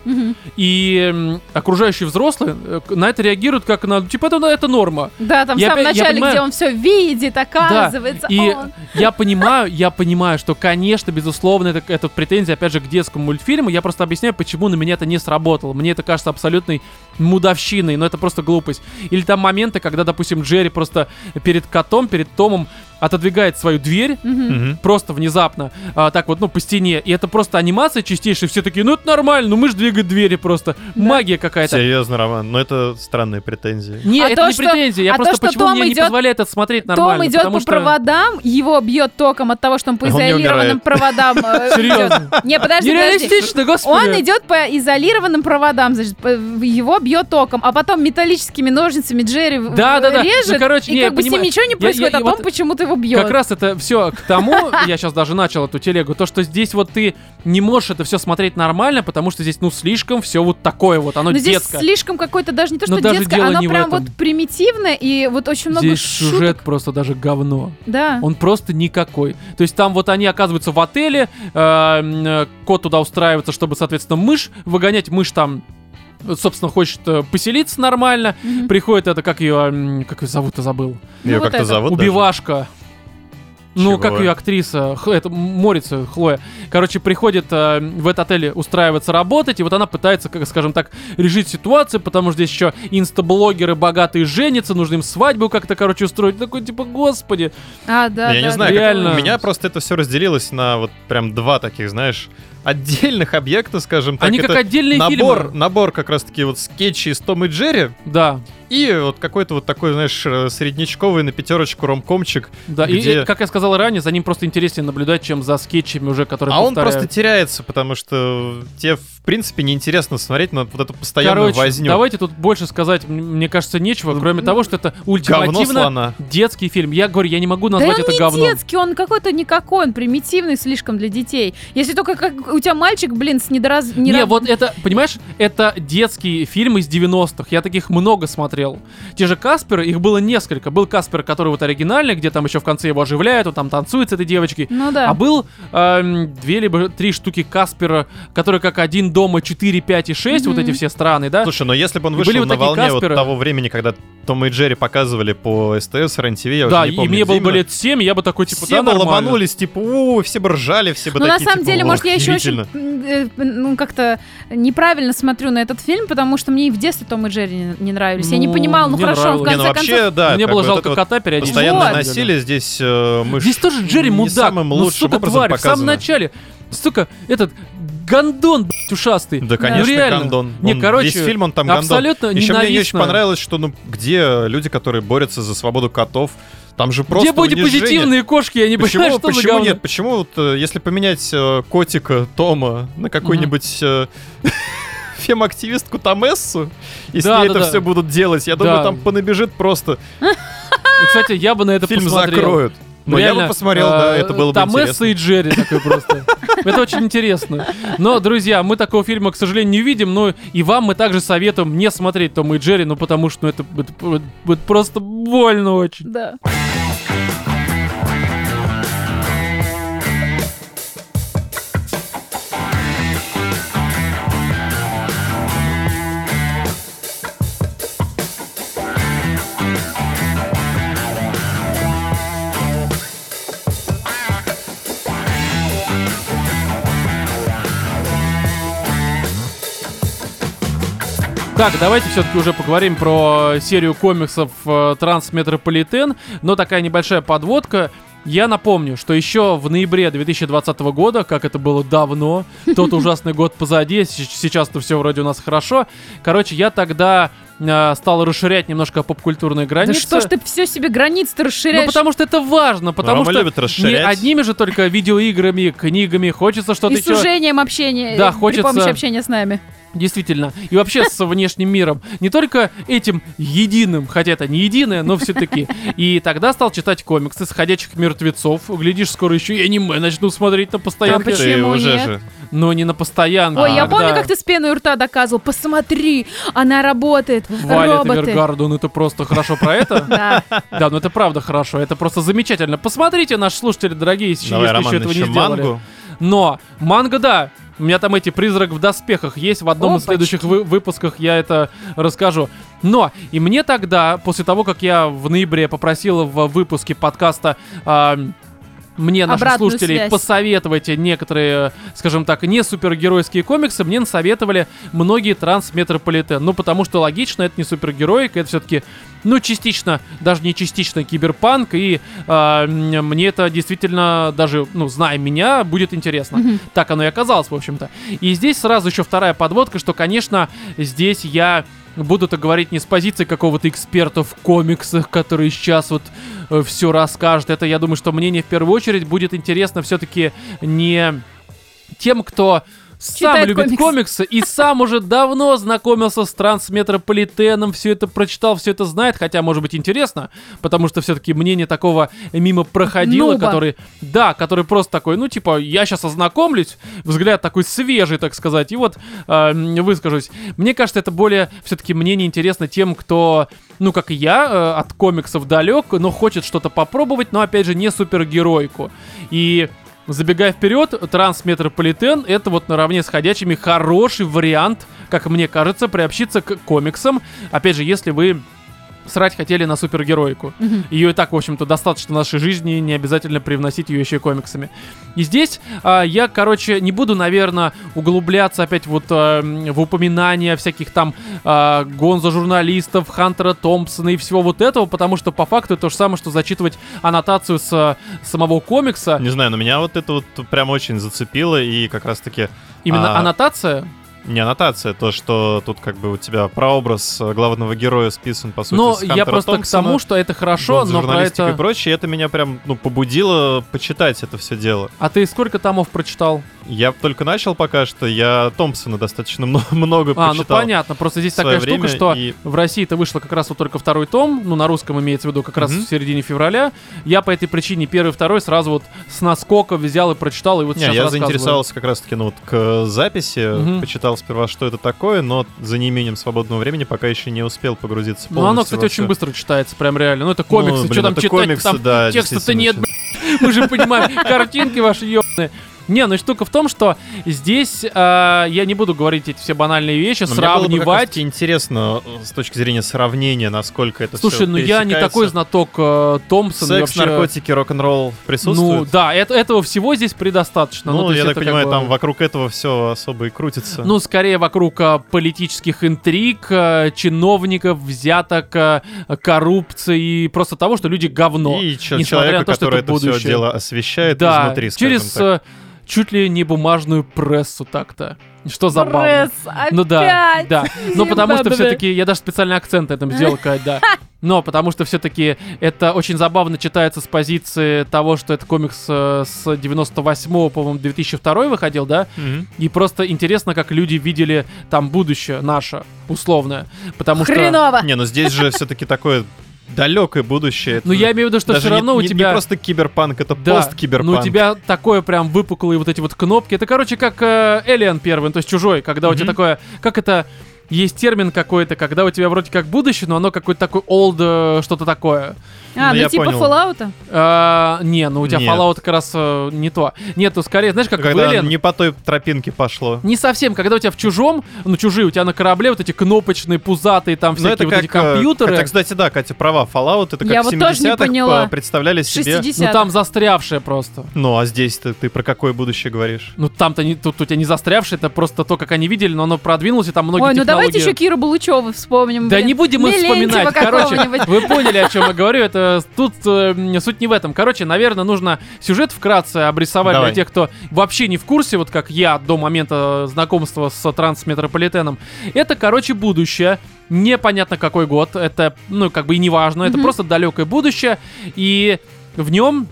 [SPEAKER 1] и м, окружающие взрослые э, к- на это реагируют как на, типа, это, это норма.
[SPEAKER 3] Да, там в
[SPEAKER 1] Я
[SPEAKER 3] самом
[SPEAKER 1] опять- я
[SPEAKER 3] начале,
[SPEAKER 1] понимаю.
[SPEAKER 3] где он все видит, оказывается.
[SPEAKER 1] И
[SPEAKER 3] он.
[SPEAKER 1] я понимаю, я понимаю, что, конечно, безусловно, это, это претензия, опять же, к детскому мультфильму. Я просто объясняю, почему на меня это не сработало. Мне это кажется абсолютной мудовщиной, но это просто глупость. Или там моменты, когда, допустим, Джерри просто перед котом, перед Томом отодвигает свою дверь,
[SPEAKER 3] Мгм.
[SPEAKER 2] Мгм.
[SPEAKER 1] просто внезапно, а, так вот, ну, по стене, и это просто анимация чистейшая, все такие, ну, это нормально, ну, мышь двигает двери просто,
[SPEAKER 3] Да.
[SPEAKER 1] магия какая-то.
[SPEAKER 2] Серьезно, Роман, но это странные претензии.
[SPEAKER 1] Не,
[SPEAKER 3] А
[SPEAKER 1] это
[SPEAKER 3] то,
[SPEAKER 1] не
[SPEAKER 3] что-
[SPEAKER 1] претензия, я
[SPEAKER 3] а то,
[SPEAKER 1] просто
[SPEAKER 3] что
[SPEAKER 1] почему
[SPEAKER 3] Том
[SPEAKER 1] мне не
[SPEAKER 3] идет-
[SPEAKER 1] позволяет это смотреть нормально,
[SPEAKER 3] Том идет
[SPEAKER 1] потому
[SPEAKER 3] по
[SPEAKER 1] что...
[SPEAKER 3] проводам, его бьет током от того, что он по
[SPEAKER 2] Он не
[SPEAKER 3] изолированным
[SPEAKER 2] умирает.
[SPEAKER 3] проводам
[SPEAKER 1] <laughs>
[SPEAKER 3] э,
[SPEAKER 1] Серьезно?
[SPEAKER 3] идет. Не, подожди, подожди.
[SPEAKER 1] Нереалистично, господи.
[SPEAKER 3] Он идет по изолированным проводам, значит, по- его бьет током, а потом металлическими ножницами Джерри в-
[SPEAKER 1] Да, да, да.
[SPEAKER 3] режет,
[SPEAKER 1] Ну, короче,
[SPEAKER 3] и
[SPEAKER 1] не, я
[SPEAKER 3] как бы с ним
[SPEAKER 1] понимаю.
[SPEAKER 3] ничего не
[SPEAKER 1] Я-
[SPEAKER 3] происходит,
[SPEAKER 1] я-
[SPEAKER 3] а
[SPEAKER 1] я
[SPEAKER 3] Том
[SPEAKER 1] вот
[SPEAKER 3] почему-то его бьет.
[SPEAKER 1] Как раз это все к тому, я сейчас даже начал эту телегу, то, что здесь вот ты не можешь это все смотреть нормально, потому что здесь, ну, слишком все вот такое вот, оно
[SPEAKER 3] Но Ну, здесь
[SPEAKER 1] детское.
[SPEAKER 3] слишком какой-то даже не то,
[SPEAKER 1] Но
[SPEAKER 3] что
[SPEAKER 1] даже
[SPEAKER 3] детское,
[SPEAKER 1] дело
[SPEAKER 3] оно
[SPEAKER 1] не в
[SPEAKER 3] прям
[SPEAKER 1] этом.
[SPEAKER 3] вот примитивное и вот очень много
[SPEAKER 1] Здесь
[SPEAKER 3] шуток.
[SPEAKER 1] сюжет просто даже говно.
[SPEAKER 3] Да.
[SPEAKER 1] Он просто никакой. То есть там вот они оказываются в отеле, э, м, э, кот туда устраивается, чтобы, соответственно, мышь выгонять. Мышь там, э, собственно, хочет э, поселиться нормально.
[SPEAKER 3] Мгм.
[SPEAKER 1] Приходит это, как ее, м, как ее зовут-то забыл.
[SPEAKER 3] Ну,
[SPEAKER 2] Ее
[SPEAKER 3] вот
[SPEAKER 2] как-то
[SPEAKER 3] это.
[SPEAKER 2] зовут даже?
[SPEAKER 1] Убивашка. Ну,
[SPEAKER 2] Чего?
[SPEAKER 1] как ее актриса, Х- это Морица, Хлоя. Короче, приходит э, в этот отель устраиваться работать, и вот она пытается, как, скажем так, решить ситуацию, потому что здесь еще инстаблогеры богатые женятся, нужно им свадьбу как-то, короче, устроить. Такой, типа, господи.
[SPEAKER 3] А, да,
[SPEAKER 2] я
[SPEAKER 3] да,
[SPEAKER 2] не знаю,
[SPEAKER 3] да.
[SPEAKER 2] как-
[SPEAKER 1] реально.
[SPEAKER 2] у меня просто это все разделилось на вот прям два таких, знаешь, отдельных объекта, скажем так.
[SPEAKER 1] Они
[SPEAKER 2] Это
[SPEAKER 1] как отдельные
[SPEAKER 2] набор,
[SPEAKER 1] фильмы.
[SPEAKER 2] набор как раз-таки вот скетчи из Том и Джерри
[SPEAKER 1] Да,
[SPEAKER 2] и вот какой-то вот такой, знаешь, э, среднячковый на пятерочку ромкомчик.
[SPEAKER 1] да. И-
[SPEAKER 2] Где-
[SPEAKER 1] И, как я сказал ранее, за ним просто интереснее наблюдать, чем за скетчами уже, которые
[SPEAKER 2] А он
[SPEAKER 1] повторяют.
[SPEAKER 2] просто теряется, потому что тебе, в принципе, неинтересно смотреть на вот эту постоянную
[SPEAKER 1] Короче,
[SPEAKER 2] возню.
[SPEAKER 1] давайте тут больше сказать, м- мне кажется, нечего, кроме того, что это
[SPEAKER 2] Ну, Говно
[SPEAKER 1] ультимативно
[SPEAKER 2] слона.
[SPEAKER 1] детский фильм. Я говорю, я не могу
[SPEAKER 3] Да
[SPEAKER 1] назвать
[SPEAKER 3] он
[SPEAKER 1] это
[SPEAKER 3] не
[SPEAKER 1] говном.
[SPEAKER 3] детский, он какой-то никакой, он примитивный слишком для детей. Если только как у тебя мальчик, блин, с недораз...
[SPEAKER 1] Не,
[SPEAKER 3] нера-
[SPEAKER 1] вот это, понимаешь, это детский фильм из 90-х. Я таких много смотрел. Те же Касперы, их было несколько. Был Каспер, который вот оригинальный, где там еще в конце его оживляют, он там танцует с этой девочкой.
[SPEAKER 3] Ну да.
[SPEAKER 1] А был эм, две либо три штуки Каспера, которые как один дома 4, 5 и 6, вот
[SPEAKER 3] Мгм.
[SPEAKER 1] эти все страны, да?
[SPEAKER 2] Слушай, но если бы он
[SPEAKER 1] И
[SPEAKER 2] вышел
[SPEAKER 1] были вот
[SPEAKER 2] на
[SPEAKER 1] такие
[SPEAKER 2] волне
[SPEAKER 1] Касперы.
[SPEAKER 2] вот того времени, когда Том и Джерри показывали по СТС, РЕН-ТВ, я
[SPEAKER 1] да,
[SPEAKER 2] уже не помню,
[SPEAKER 1] и мне
[SPEAKER 2] где
[SPEAKER 1] было бы
[SPEAKER 2] именно,
[SPEAKER 1] лет 7, я бы такой, типа,
[SPEAKER 2] все
[SPEAKER 1] да,
[SPEAKER 2] бы
[SPEAKER 1] нормально.
[SPEAKER 2] ломанулись, типа, у, все бы ржали, все бы
[SPEAKER 3] Ну, на
[SPEAKER 2] такие,
[SPEAKER 3] самом
[SPEAKER 2] типа,
[SPEAKER 3] деле,
[SPEAKER 2] «О,
[SPEAKER 3] может, я еще очень,
[SPEAKER 2] охерительно».
[SPEAKER 3] м, э, ну, как-то неправильно смотрю на этот фильм, потому что мне и в детстве Том и Джерри не, не нравились. я не
[SPEAKER 1] Ну,
[SPEAKER 3] понимала, ну
[SPEAKER 1] мне
[SPEAKER 3] хорошо, он в
[SPEAKER 1] нравилось.
[SPEAKER 2] Не,
[SPEAKER 3] конце
[SPEAKER 2] ну вообще,
[SPEAKER 3] концов...
[SPEAKER 2] да.
[SPEAKER 1] Мне
[SPEAKER 2] как
[SPEAKER 1] было
[SPEAKER 2] бы вот
[SPEAKER 1] жалко
[SPEAKER 2] это вот
[SPEAKER 1] кота периодически.
[SPEAKER 2] Постоянное
[SPEAKER 3] Вот.
[SPEAKER 2] насилие здесь э, мы
[SPEAKER 1] Здесь
[SPEAKER 2] ж
[SPEAKER 1] тоже Джерри
[SPEAKER 2] не
[SPEAKER 1] мудак.
[SPEAKER 2] самым
[SPEAKER 1] ну,
[SPEAKER 2] лучшим
[SPEAKER 1] сука,
[SPEAKER 2] образом
[SPEAKER 1] тварь, в самом
[SPEAKER 2] показано.
[SPEAKER 1] начале. Сука, этот гондон, блядь, ушастый.
[SPEAKER 2] Да,
[SPEAKER 1] Ну,
[SPEAKER 2] конечно,
[SPEAKER 1] реально.
[SPEAKER 2] Гандон.
[SPEAKER 1] Не,
[SPEAKER 2] Он-
[SPEAKER 1] короче,
[SPEAKER 2] весь фильм он там
[SPEAKER 1] абсолютно
[SPEAKER 2] Гандон. Еще мне не очень
[SPEAKER 1] ненавистно.
[SPEAKER 2] понравилось, что ну где люди, которые борются за свободу котов, там же просто
[SPEAKER 1] Где
[SPEAKER 2] <laughs> унижение.
[SPEAKER 1] бодипозитивные кошки, я не
[SPEAKER 2] Почему,
[SPEAKER 1] понимаю, что за
[SPEAKER 2] почему
[SPEAKER 1] говно.
[SPEAKER 2] нет? Почему вот, э, если поменять э, котика Тома на какую-нибудь э, <laughs> фем-активистку Томессу, если
[SPEAKER 1] Да, да,
[SPEAKER 2] это
[SPEAKER 1] да.
[SPEAKER 2] все будут делать, я думаю,
[SPEAKER 1] Да.
[SPEAKER 2] там понабежит просто
[SPEAKER 1] И, Кстати, я бы на это
[SPEAKER 2] фильм
[SPEAKER 1] посмотрел.
[SPEAKER 2] закроют. Но я
[SPEAKER 1] Реально,
[SPEAKER 2] бы посмотрел,
[SPEAKER 1] э,
[SPEAKER 2] да, это было бы
[SPEAKER 1] там
[SPEAKER 2] интересно.
[SPEAKER 1] Эсса и Джерри такой просто. Это очень интересно. Но, друзья, мы такого фильма, к сожалению, не видим, но и вам мы также советуем не смотреть Тома и Джерри, ну потому что ну, это будет- будет просто больно очень.
[SPEAKER 3] Да.
[SPEAKER 1] Так, давайте все-таки уже поговорим про серию комиксов э, «Трансметрополитен», но такая небольшая подводка. Я напомню, что еще в ноябре 2020 года, как это было
[SPEAKER 3] <laughs>
[SPEAKER 1] давно, тот ужасный год позади, се- сейчас-то все вроде у нас хорошо. Короче, я тогда э, стал расширять немножко попкультурные
[SPEAKER 3] Да
[SPEAKER 1] границы.
[SPEAKER 3] что ж ты все себе границы
[SPEAKER 1] Ну,
[SPEAKER 3] расширяешь?
[SPEAKER 1] потому что это важно, потому
[SPEAKER 2] Рома
[SPEAKER 1] что
[SPEAKER 2] любит
[SPEAKER 1] не
[SPEAKER 2] расширять.
[SPEAKER 1] одними же только видеоиграми, книгами, хочется что-то
[SPEAKER 3] и с
[SPEAKER 1] еще.
[SPEAKER 3] сужением общения,
[SPEAKER 1] Да,
[SPEAKER 3] э,
[SPEAKER 1] хочется-
[SPEAKER 3] при помощи общения с нами.
[SPEAKER 1] Действительно. И вообще с внешним миром. Не только этим единым, хотя это не единое, но все-таки. И тогда стал читать комиксы с ходячих мертвецов. Глядишь, скоро еще и аниме начну смотреть на
[SPEAKER 2] Так
[SPEAKER 1] постоянке.
[SPEAKER 3] почему
[SPEAKER 2] ты уже
[SPEAKER 3] нет?
[SPEAKER 2] же.
[SPEAKER 1] Но не на постоянке.
[SPEAKER 3] Ой, я
[SPEAKER 1] когда
[SPEAKER 3] помню, как ты с пеной у рта доказывал. Посмотри, она работает.
[SPEAKER 1] Валя
[SPEAKER 3] роботы.
[SPEAKER 1] Эвергарден, это просто хорошо про это?
[SPEAKER 3] Да.
[SPEAKER 1] Да, ну это правда хорошо, это просто замечательно. Посмотрите, наши слушатели дорогие, если
[SPEAKER 2] Давай,
[SPEAKER 1] если
[SPEAKER 2] Роман,
[SPEAKER 1] еще этого не
[SPEAKER 2] еще
[SPEAKER 1] сделали.
[SPEAKER 2] мангу.
[SPEAKER 1] Но манга, да. У меня там эти призрак в доспехах есть. В одном из
[SPEAKER 3] Опачки.
[SPEAKER 1] следующих вы- выпусках я это расскажу. Но и мне тогда, после того, как я в ноябре попросил в выпуске подкаста а, мне, наши
[SPEAKER 3] Обратную
[SPEAKER 1] слушатели,
[SPEAKER 3] связь.
[SPEAKER 1] посоветовайте некоторые, скажем так, не супергеройские комиксы. Мне насоветовали многие трансметрополитен. Ну, потому что логично, это не супергероика, это все-таки, ну, частично, даже не частично киберпанк. И а, м, мне это действительно, даже, ну, зная меня, будет интересно.
[SPEAKER 3] Мгм.
[SPEAKER 1] Так оно и оказалось, в общем-то. И здесь сразу еще вторая подводка, что, конечно, здесь я буду то говорить не с позиции какого-то эксперта в комиксах, который сейчас вот все э, расскажет. Это, я думаю, что мнение в первую очередь будет интересно все-таки не тем, кто сам
[SPEAKER 3] Читает
[SPEAKER 1] любит
[SPEAKER 3] комиксы.
[SPEAKER 1] комиксы и сам уже давно знакомился с трансметрополитеном, все это прочитал, все это знает, хотя, может быть, интересно, потому что все-таки мнение такого мимо проходило,
[SPEAKER 3] Нуба.
[SPEAKER 1] который, да, который просто такой, ну, типа, я сейчас ознакомлюсь, взгляд такой свежий, так сказать, и вот э, м, выскажусь. Мне кажется, это более все-таки мнение интересно тем, кто, ну, как и я, э, от комиксов далек, но хочет что-то попробовать, но, опять же, не супергеройку. И забегая вперед, трансметрополитен — это вот наравне с ходячими хороший вариант, как мне кажется, приобщиться к комиксам. Опять же, если вы срать хотели на супергероику.
[SPEAKER 3] Мгм.
[SPEAKER 1] Ее и так, в общем-то, достаточно в нашей жизни, не обязательно привносить ее еще и комиксами. И здесь а, я, короче, не буду, наверное, углубляться опять вот а, м, в упоминания всяких там а, гонза журналистов, Хантера Томпсона и всего вот этого, потому что по факту это то же самое, что зачитывать аннотацию с а, самого комикса.
[SPEAKER 2] Не знаю, но меня вот это вот прям очень зацепило, и как раз-таки
[SPEAKER 1] Именно
[SPEAKER 2] А.
[SPEAKER 1] аннотация.
[SPEAKER 2] не аннотация, то, что тут как бы у тебя прообраз э, главного героя списан, по сути,
[SPEAKER 1] Но
[SPEAKER 2] с
[SPEAKER 1] Ну, я
[SPEAKER 2] Хантера
[SPEAKER 1] просто
[SPEAKER 2] Томпсона,
[SPEAKER 1] к тому, что это хорошо,
[SPEAKER 2] Бонда,
[SPEAKER 1] но про
[SPEAKER 2] журналистика и
[SPEAKER 1] это...
[SPEAKER 2] прочее, и это меня прям, ну, побудило почитать это все дело.
[SPEAKER 1] А ты сколько томов прочитал?
[SPEAKER 2] Я б только начал пока что, я Томпсона достаточно мно- <laughs> много
[SPEAKER 1] А, ну
[SPEAKER 2] почитал.
[SPEAKER 1] понятно, просто здесь
[SPEAKER 2] в
[SPEAKER 1] такая
[SPEAKER 2] своё
[SPEAKER 1] штука,
[SPEAKER 2] время,
[SPEAKER 1] что
[SPEAKER 2] и-
[SPEAKER 1] в России это вышло как раз вот только второй том, ну на русском имеется в виду как раз
[SPEAKER 2] Мгм.
[SPEAKER 1] в середине февраля. Я по этой причине первый, второй сразу вот с наскока взял и прочитал, и вот
[SPEAKER 2] Не,
[SPEAKER 1] сейчас
[SPEAKER 2] я
[SPEAKER 1] рассказываю.
[SPEAKER 2] заинтересовался как раз-таки, ну, вот к э, записи,
[SPEAKER 1] Мгм.
[SPEAKER 2] почитал сперва, что это такое, но за неимением свободного времени пока еще не успел погрузиться
[SPEAKER 1] Ну оно,
[SPEAKER 2] полностью
[SPEAKER 1] кстати,
[SPEAKER 2] во
[SPEAKER 1] очень
[SPEAKER 2] всё.
[SPEAKER 1] быстро читается, прям реально. Ну это комиксы,
[SPEAKER 2] Ну, блин,
[SPEAKER 1] что там
[SPEAKER 2] это
[SPEAKER 1] читать,
[SPEAKER 2] комиксы,
[SPEAKER 1] там
[SPEAKER 2] да,
[SPEAKER 1] текста-то
[SPEAKER 2] действительно,
[SPEAKER 1] нет,
[SPEAKER 2] очень.
[SPEAKER 1] блин. мы же понимаем, картинки ваши ебаные. Не, ну и штука в том, что здесь а, я не буду говорить эти все банальные вещи,
[SPEAKER 2] Но мне было бы как раз-таки
[SPEAKER 1] сравнивать.
[SPEAKER 2] интересно э, с точки зрения сравнения, насколько это
[SPEAKER 1] Слушай,
[SPEAKER 2] всё
[SPEAKER 1] ну я не
[SPEAKER 2] пересекается.
[SPEAKER 1] такой знаток э, Томпсона. и
[SPEAKER 2] Секс,
[SPEAKER 1] вообще...
[SPEAKER 2] наркотики, рок-н-ролл присутствуют?
[SPEAKER 1] Ну да, это, этого всего здесь предостаточно.
[SPEAKER 2] Ну,
[SPEAKER 1] то есть
[SPEAKER 2] я так
[SPEAKER 1] это как
[SPEAKER 2] понимаю,
[SPEAKER 1] бы-
[SPEAKER 2] там вокруг этого все особо и крутится.
[SPEAKER 1] Ну, скорее вокруг а, политических интриг, а, чиновников, взяток, а, коррупции и просто того, что люди говно.
[SPEAKER 2] и че-
[SPEAKER 1] несмотря
[SPEAKER 2] человека,
[SPEAKER 1] на то, что
[SPEAKER 2] который
[SPEAKER 1] это
[SPEAKER 2] это, все
[SPEAKER 1] будущее.
[SPEAKER 2] дело освещает
[SPEAKER 1] да,
[SPEAKER 2] изнутри, скажем
[SPEAKER 1] через
[SPEAKER 2] так.
[SPEAKER 1] э, чуть ли не бумажную прессу так-то. Что <laughs> забавно.
[SPEAKER 3] Пресс,
[SPEAKER 1] Ну да,
[SPEAKER 3] опять!
[SPEAKER 1] да. Но потому что
[SPEAKER 3] Зимбабве.
[SPEAKER 1] все-таки я даже специальный акцент на этом сделал, Кать, да. Но потому что все-таки это очень забавно читается с позиции того, что это комикс э, с 98 по-моему, 2002 выходил, да?
[SPEAKER 2] Мгм.
[SPEAKER 1] И просто интересно, как люди видели там будущее наше, условное. Потому что...
[SPEAKER 3] Хреново.
[SPEAKER 2] Не, ну здесь же все-таки такое далекое будущее.
[SPEAKER 1] Ну, я имею в виду, что
[SPEAKER 2] Даже
[SPEAKER 1] все равно
[SPEAKER 2] не,
[SPEAKER 1] у
[SPEAKER 2] не-
[SPEAKER 1] тебя...
[SPEAKER 2] не просто киберпанк, это
[SPEAKER 1] Да,
[SPEAKER 2] пост-киберпанк.
[SPEAKER 1] но у тебя такое прям выпуклые вот эти вот кнопки. Это, короче, как э, Alien первый, то есть чужой, когда у тебя
[SPEAKER 2] Мгм.
[SPEAKER 1] такое... Как это... Есть термин какой-то, когда у тебя вроде как будущее, но оно какой-то такой old, э, что-то такое.
[SPEAKER 3] А,
[SPEAKER 2] Ну,
[SPEAKER 3] ну
[SPEAKER 2] я
[SPEAKER 3] типа
[SPEAKER 2] понял.
[SPEAKER 3] Fallout.
[SPEAKER 1] А, не, ну у тебя
[SPEAKER 2] Нет.
[SPEAKER 1] Fallout как раз э, не то. Нет, ну скорее, знаешь, как в
[SPEAKER 2] Когда
[SPEAKER 1] Alien-
[SPEAKER 2] не по той тропинке пошло.
[SPEAKER 1] Не совсем, когда у тебя в чужом, ну чужие, у тебя на корабле вот эти кнопочные, пузатые там
[SPEAKER 2] Ну,
[SPEAKER 1] всякие вот эти
[SPEAKER 2] как, э,
[SPEAKER 1] компьютеры.
[SPEAKER 2] Это, кстати, да, Катя права. Fallout это
[SPEAKER 3] Я
[SPEAKER 2] как в
[SPEAKER 3] вот тоже не
[SPEAKER 2] 70-х
[SPEAKER 3] поняла.
[SPEAKER 2] по- представляли себе.
[SPEAKER 3] 60
[SPEAKER 1] Ну там застрявшее просто.
[SPEAKER 2] Ну, а здесь ты, ты про какое будущее говоришь?
[SPEAKER 1] Ну там-то не, тут у тебя не застрявшее, это просто то, как они видели, но оно продвинулось, и там многие
[SPEAKER 3] Ой, ну
[SPEAKER 1] технологии...
[SPEAKER 3] давайте еще Киру Булычеву вспомним.
[SPEAKER 1] Да
[SPEAKER 3] блин.
[SPEAKER 1] не будем мы
[SPEAKER 3] Мелентьева
[SPEAKER 1] вспоминать. Короче,
[SPEAKER 3] какого-нибудь.
[SPEAKER 1] вы поняли, о чем я говорю. Это тут э, м, суть не в этом. Короче, наверное, нужно сюжет вкратце обрисовать
[SPEAKER 2] Давай.
[SPEAKER 1] для тех, кто вообще не в курсе, вот как я до момента знакомства с трансметрополитеном. Это, короче, будущее. Непонятно какой год. Это, ну, как бы и не важно. Это
[SPEAKER 3] Мгм.
[SPEAKER 1] просто далекое будущее. И в нем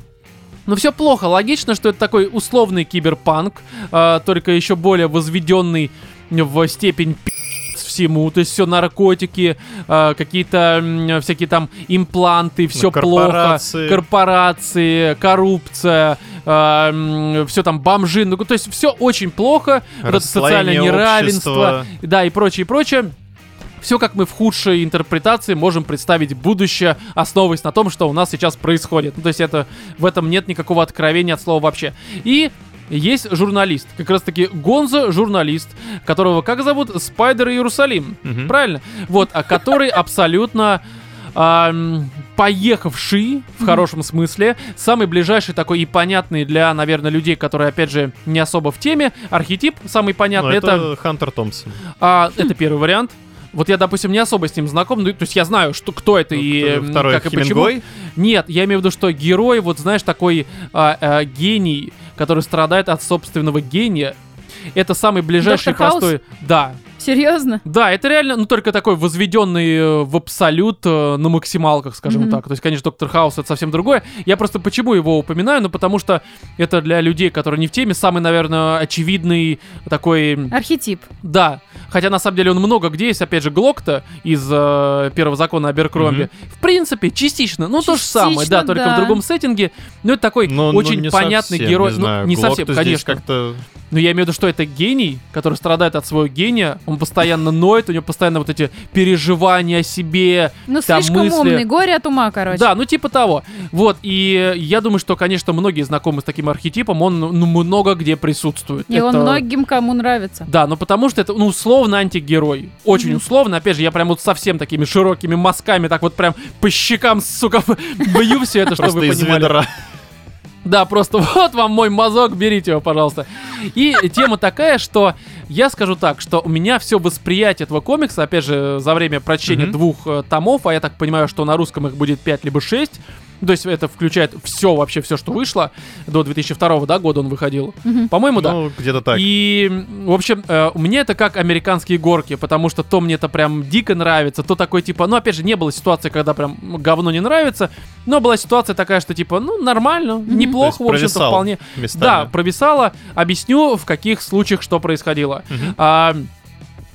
[SPEAKER 1] ну все плохо, логично, что это такой условный киберпанк, а, только еще более возведенный в степень пи***ц всему, то есть все наркотики, а, какие-то м, всякие там импланты, все плохо,
[SPEAKER 2] корпорации.
[SPEAKER 1] корпорации, коррупция, все там бомжи, ну то есть все очень плохо, вот это социальное
[SPEAKER 2] Расслоение
[SPEAKER 1] неравенство,
[SPEAKER 2] общества.
[SPEAKER 1] да и прочее, и прочее. Все, как мы в худшей интерпретации можем представить будущее, основываясь на том, что у нас сейчас происходит. Ну, то есть это в этом нет никакого откровения от слова вообще. И есть журналист, как раз таки Гонза журналист, которого как зовут? Спайдер Иерусалим.
[SPEAKER 2] Мгм.
[SPEAKER 1] Правильно? Вот, а который абсолютно ам, поехавший, в
[SPEAKER 3] Мгм.
[SPEAKER 1] хорошем смысле, самый ближайший такой и понятный для, наверное, людей, которые, опять же, не особо в теме, архетип самый понятный,
[SPEAKER 2] Ну,
[SPEAKER 1] это...
[SPEAKER 2] это Хантер Томпсон.
[SPEAKER 1] А, это первый вариант. Вот я, допустим, не особо с ним знаком, ну, то есть я знаю, что кто это и
[SPEAKER 2] Ну,
[SPEAKER 1] м,
[SPEAKER 2] Второй
[SPEAKER 1] э, как и почему.
[SPEAKER 2] Хемингуэй.
[SPEAKER 1] Нет, я имею в виду, что герой, вот знаешь, такой а, а, гений, который страдает от собственного гения. Это самый ближайший
[SPEAKER 3] Доктор Хаус?
[SPEAKER 1] простой. Да.
[SPEAKER 3] Серьезно?
[SPEAKER 1] Да, это реально, ну только такой возведенный э, в абсолют э, на максималках, скажем
[SPEAKER 3] Мгм.
[SPEAKER 1] так. То есть, конечно, доктор Хаус это совсем другое. Я просто почему его упоминаю? Ну, потому что это для людей, которые не в теме, самый, наверное, очевидный такой. м,
[SPEAKER 3] Архетип.
[SPEAKER 1] да. Хотя на самом деле он много где есть, опять же, Глокта из э, первого закона Аберкромби.
[SPEAKER 2] Мгм.
[SPEAKER 1] В принципе, частично, ну то же
[SPEAKER 3] Частично,
[SPEAKER 1] самое, да, только в
[SPEAKER 3] да.
[SPEAKER 1] другом сеттинге. Но это такой
[SPEAKER 2] Но- но
[SPEAKER 1] э, очень
[SPEAKER 2] Ну, не
[SPEAKER 1] понятный
[SPEAKER 2] совсем,
[SPEAKER 1] герой.
[SPEAKER 2] Не,
[SPEAKER 1] ну,
[SPEAKER 2] знаю.
[SPEAKER 1] не
[SPEAKER 2] Глок-то
[SPEAKER 1] совсем,
[SPEAKER 2] здесь
[SPEAKER 1] конечно. Ну,
[SPEAKER 2] как-то
[SPEAKER 1] Но я имею в виду, что это гений, который страдает от своего гения. Он постоянно ноет, у него постоянно вот эти переживания о себе,
[SPEAKER 3] Ну,
[SPEAKER 1] Там
[SPEAKER 3] слишком
[SPEAKER 1] мысли-
[SPEAKER 3] умный, горе от ума, короче.
[SPEAKER 1] да, ну типа того. Вот, и я думаю, что, конечно, многие знакомы с таким архетипом, он ну, много где присутствует.
[SPEAKER 3] И он
[SPEAKER 1] Это-
[SPEAKER 3] многим кому нравится.
[SPEAKER 1] Да, но потому что это, ну, условно антигерой. Очень
[SPEAKER 3] Мгм.
[SPEAKER 1] условно. Опять же, я прям вот совсем такими широкими мазками, так вот прям по щекам, сука, <laughs> бью все это, чтобы
[SPEAKER 2] просто
[SPEAKER 1] вы
[SPEAKER 2] из
[SPEAKER 1] понимали.
[SPEAKER 2] ведра.
[SPEAKER 1] Да, просто <laughs> вот вам мой мазок, берите его, пожалуйста. И тема такая, что я скажу так, что у меня все восприятие этого комикса, опять же, за время прочтения
[SPEAKER 2] Мгм.
[SPEAKER 1] двух э, томов, а я так понимаю, что на русском их будет 5 либо 6, то есть это включает все вообще, все, что вышло, до 2002 да, года он выходил.
[SPEAKER 2] <laughs>
[SPEAKER 3] Мгм.
[SPEAKER 1] По-моему, да.
[SPEAKER 2] Ну, где-то так.
[SPEAKER 1] И, м, в общем, э, у меня это как американские горки, потому что то мне это прям дико нравится, то такой типа, ну, опять же, не было ситуации, когда прям говно не нравится, но была ситуация такая, что типа, ну, нормально, неплохо,
[SPEAKER 2] То
[SPEAKER 1] в
[SPEAKER 2] есть
[SPEAKER 1] общем-то,
[SPEAKER 2] провисал
[SPEAKER 1] вполне.
[SPEAKER 2] местами.
[SPEAKER 1] Да, провисало. Объясню, в каких случаях что происходило.
[SPEAKER 2] Мгм.
[SPEAKER 1] А,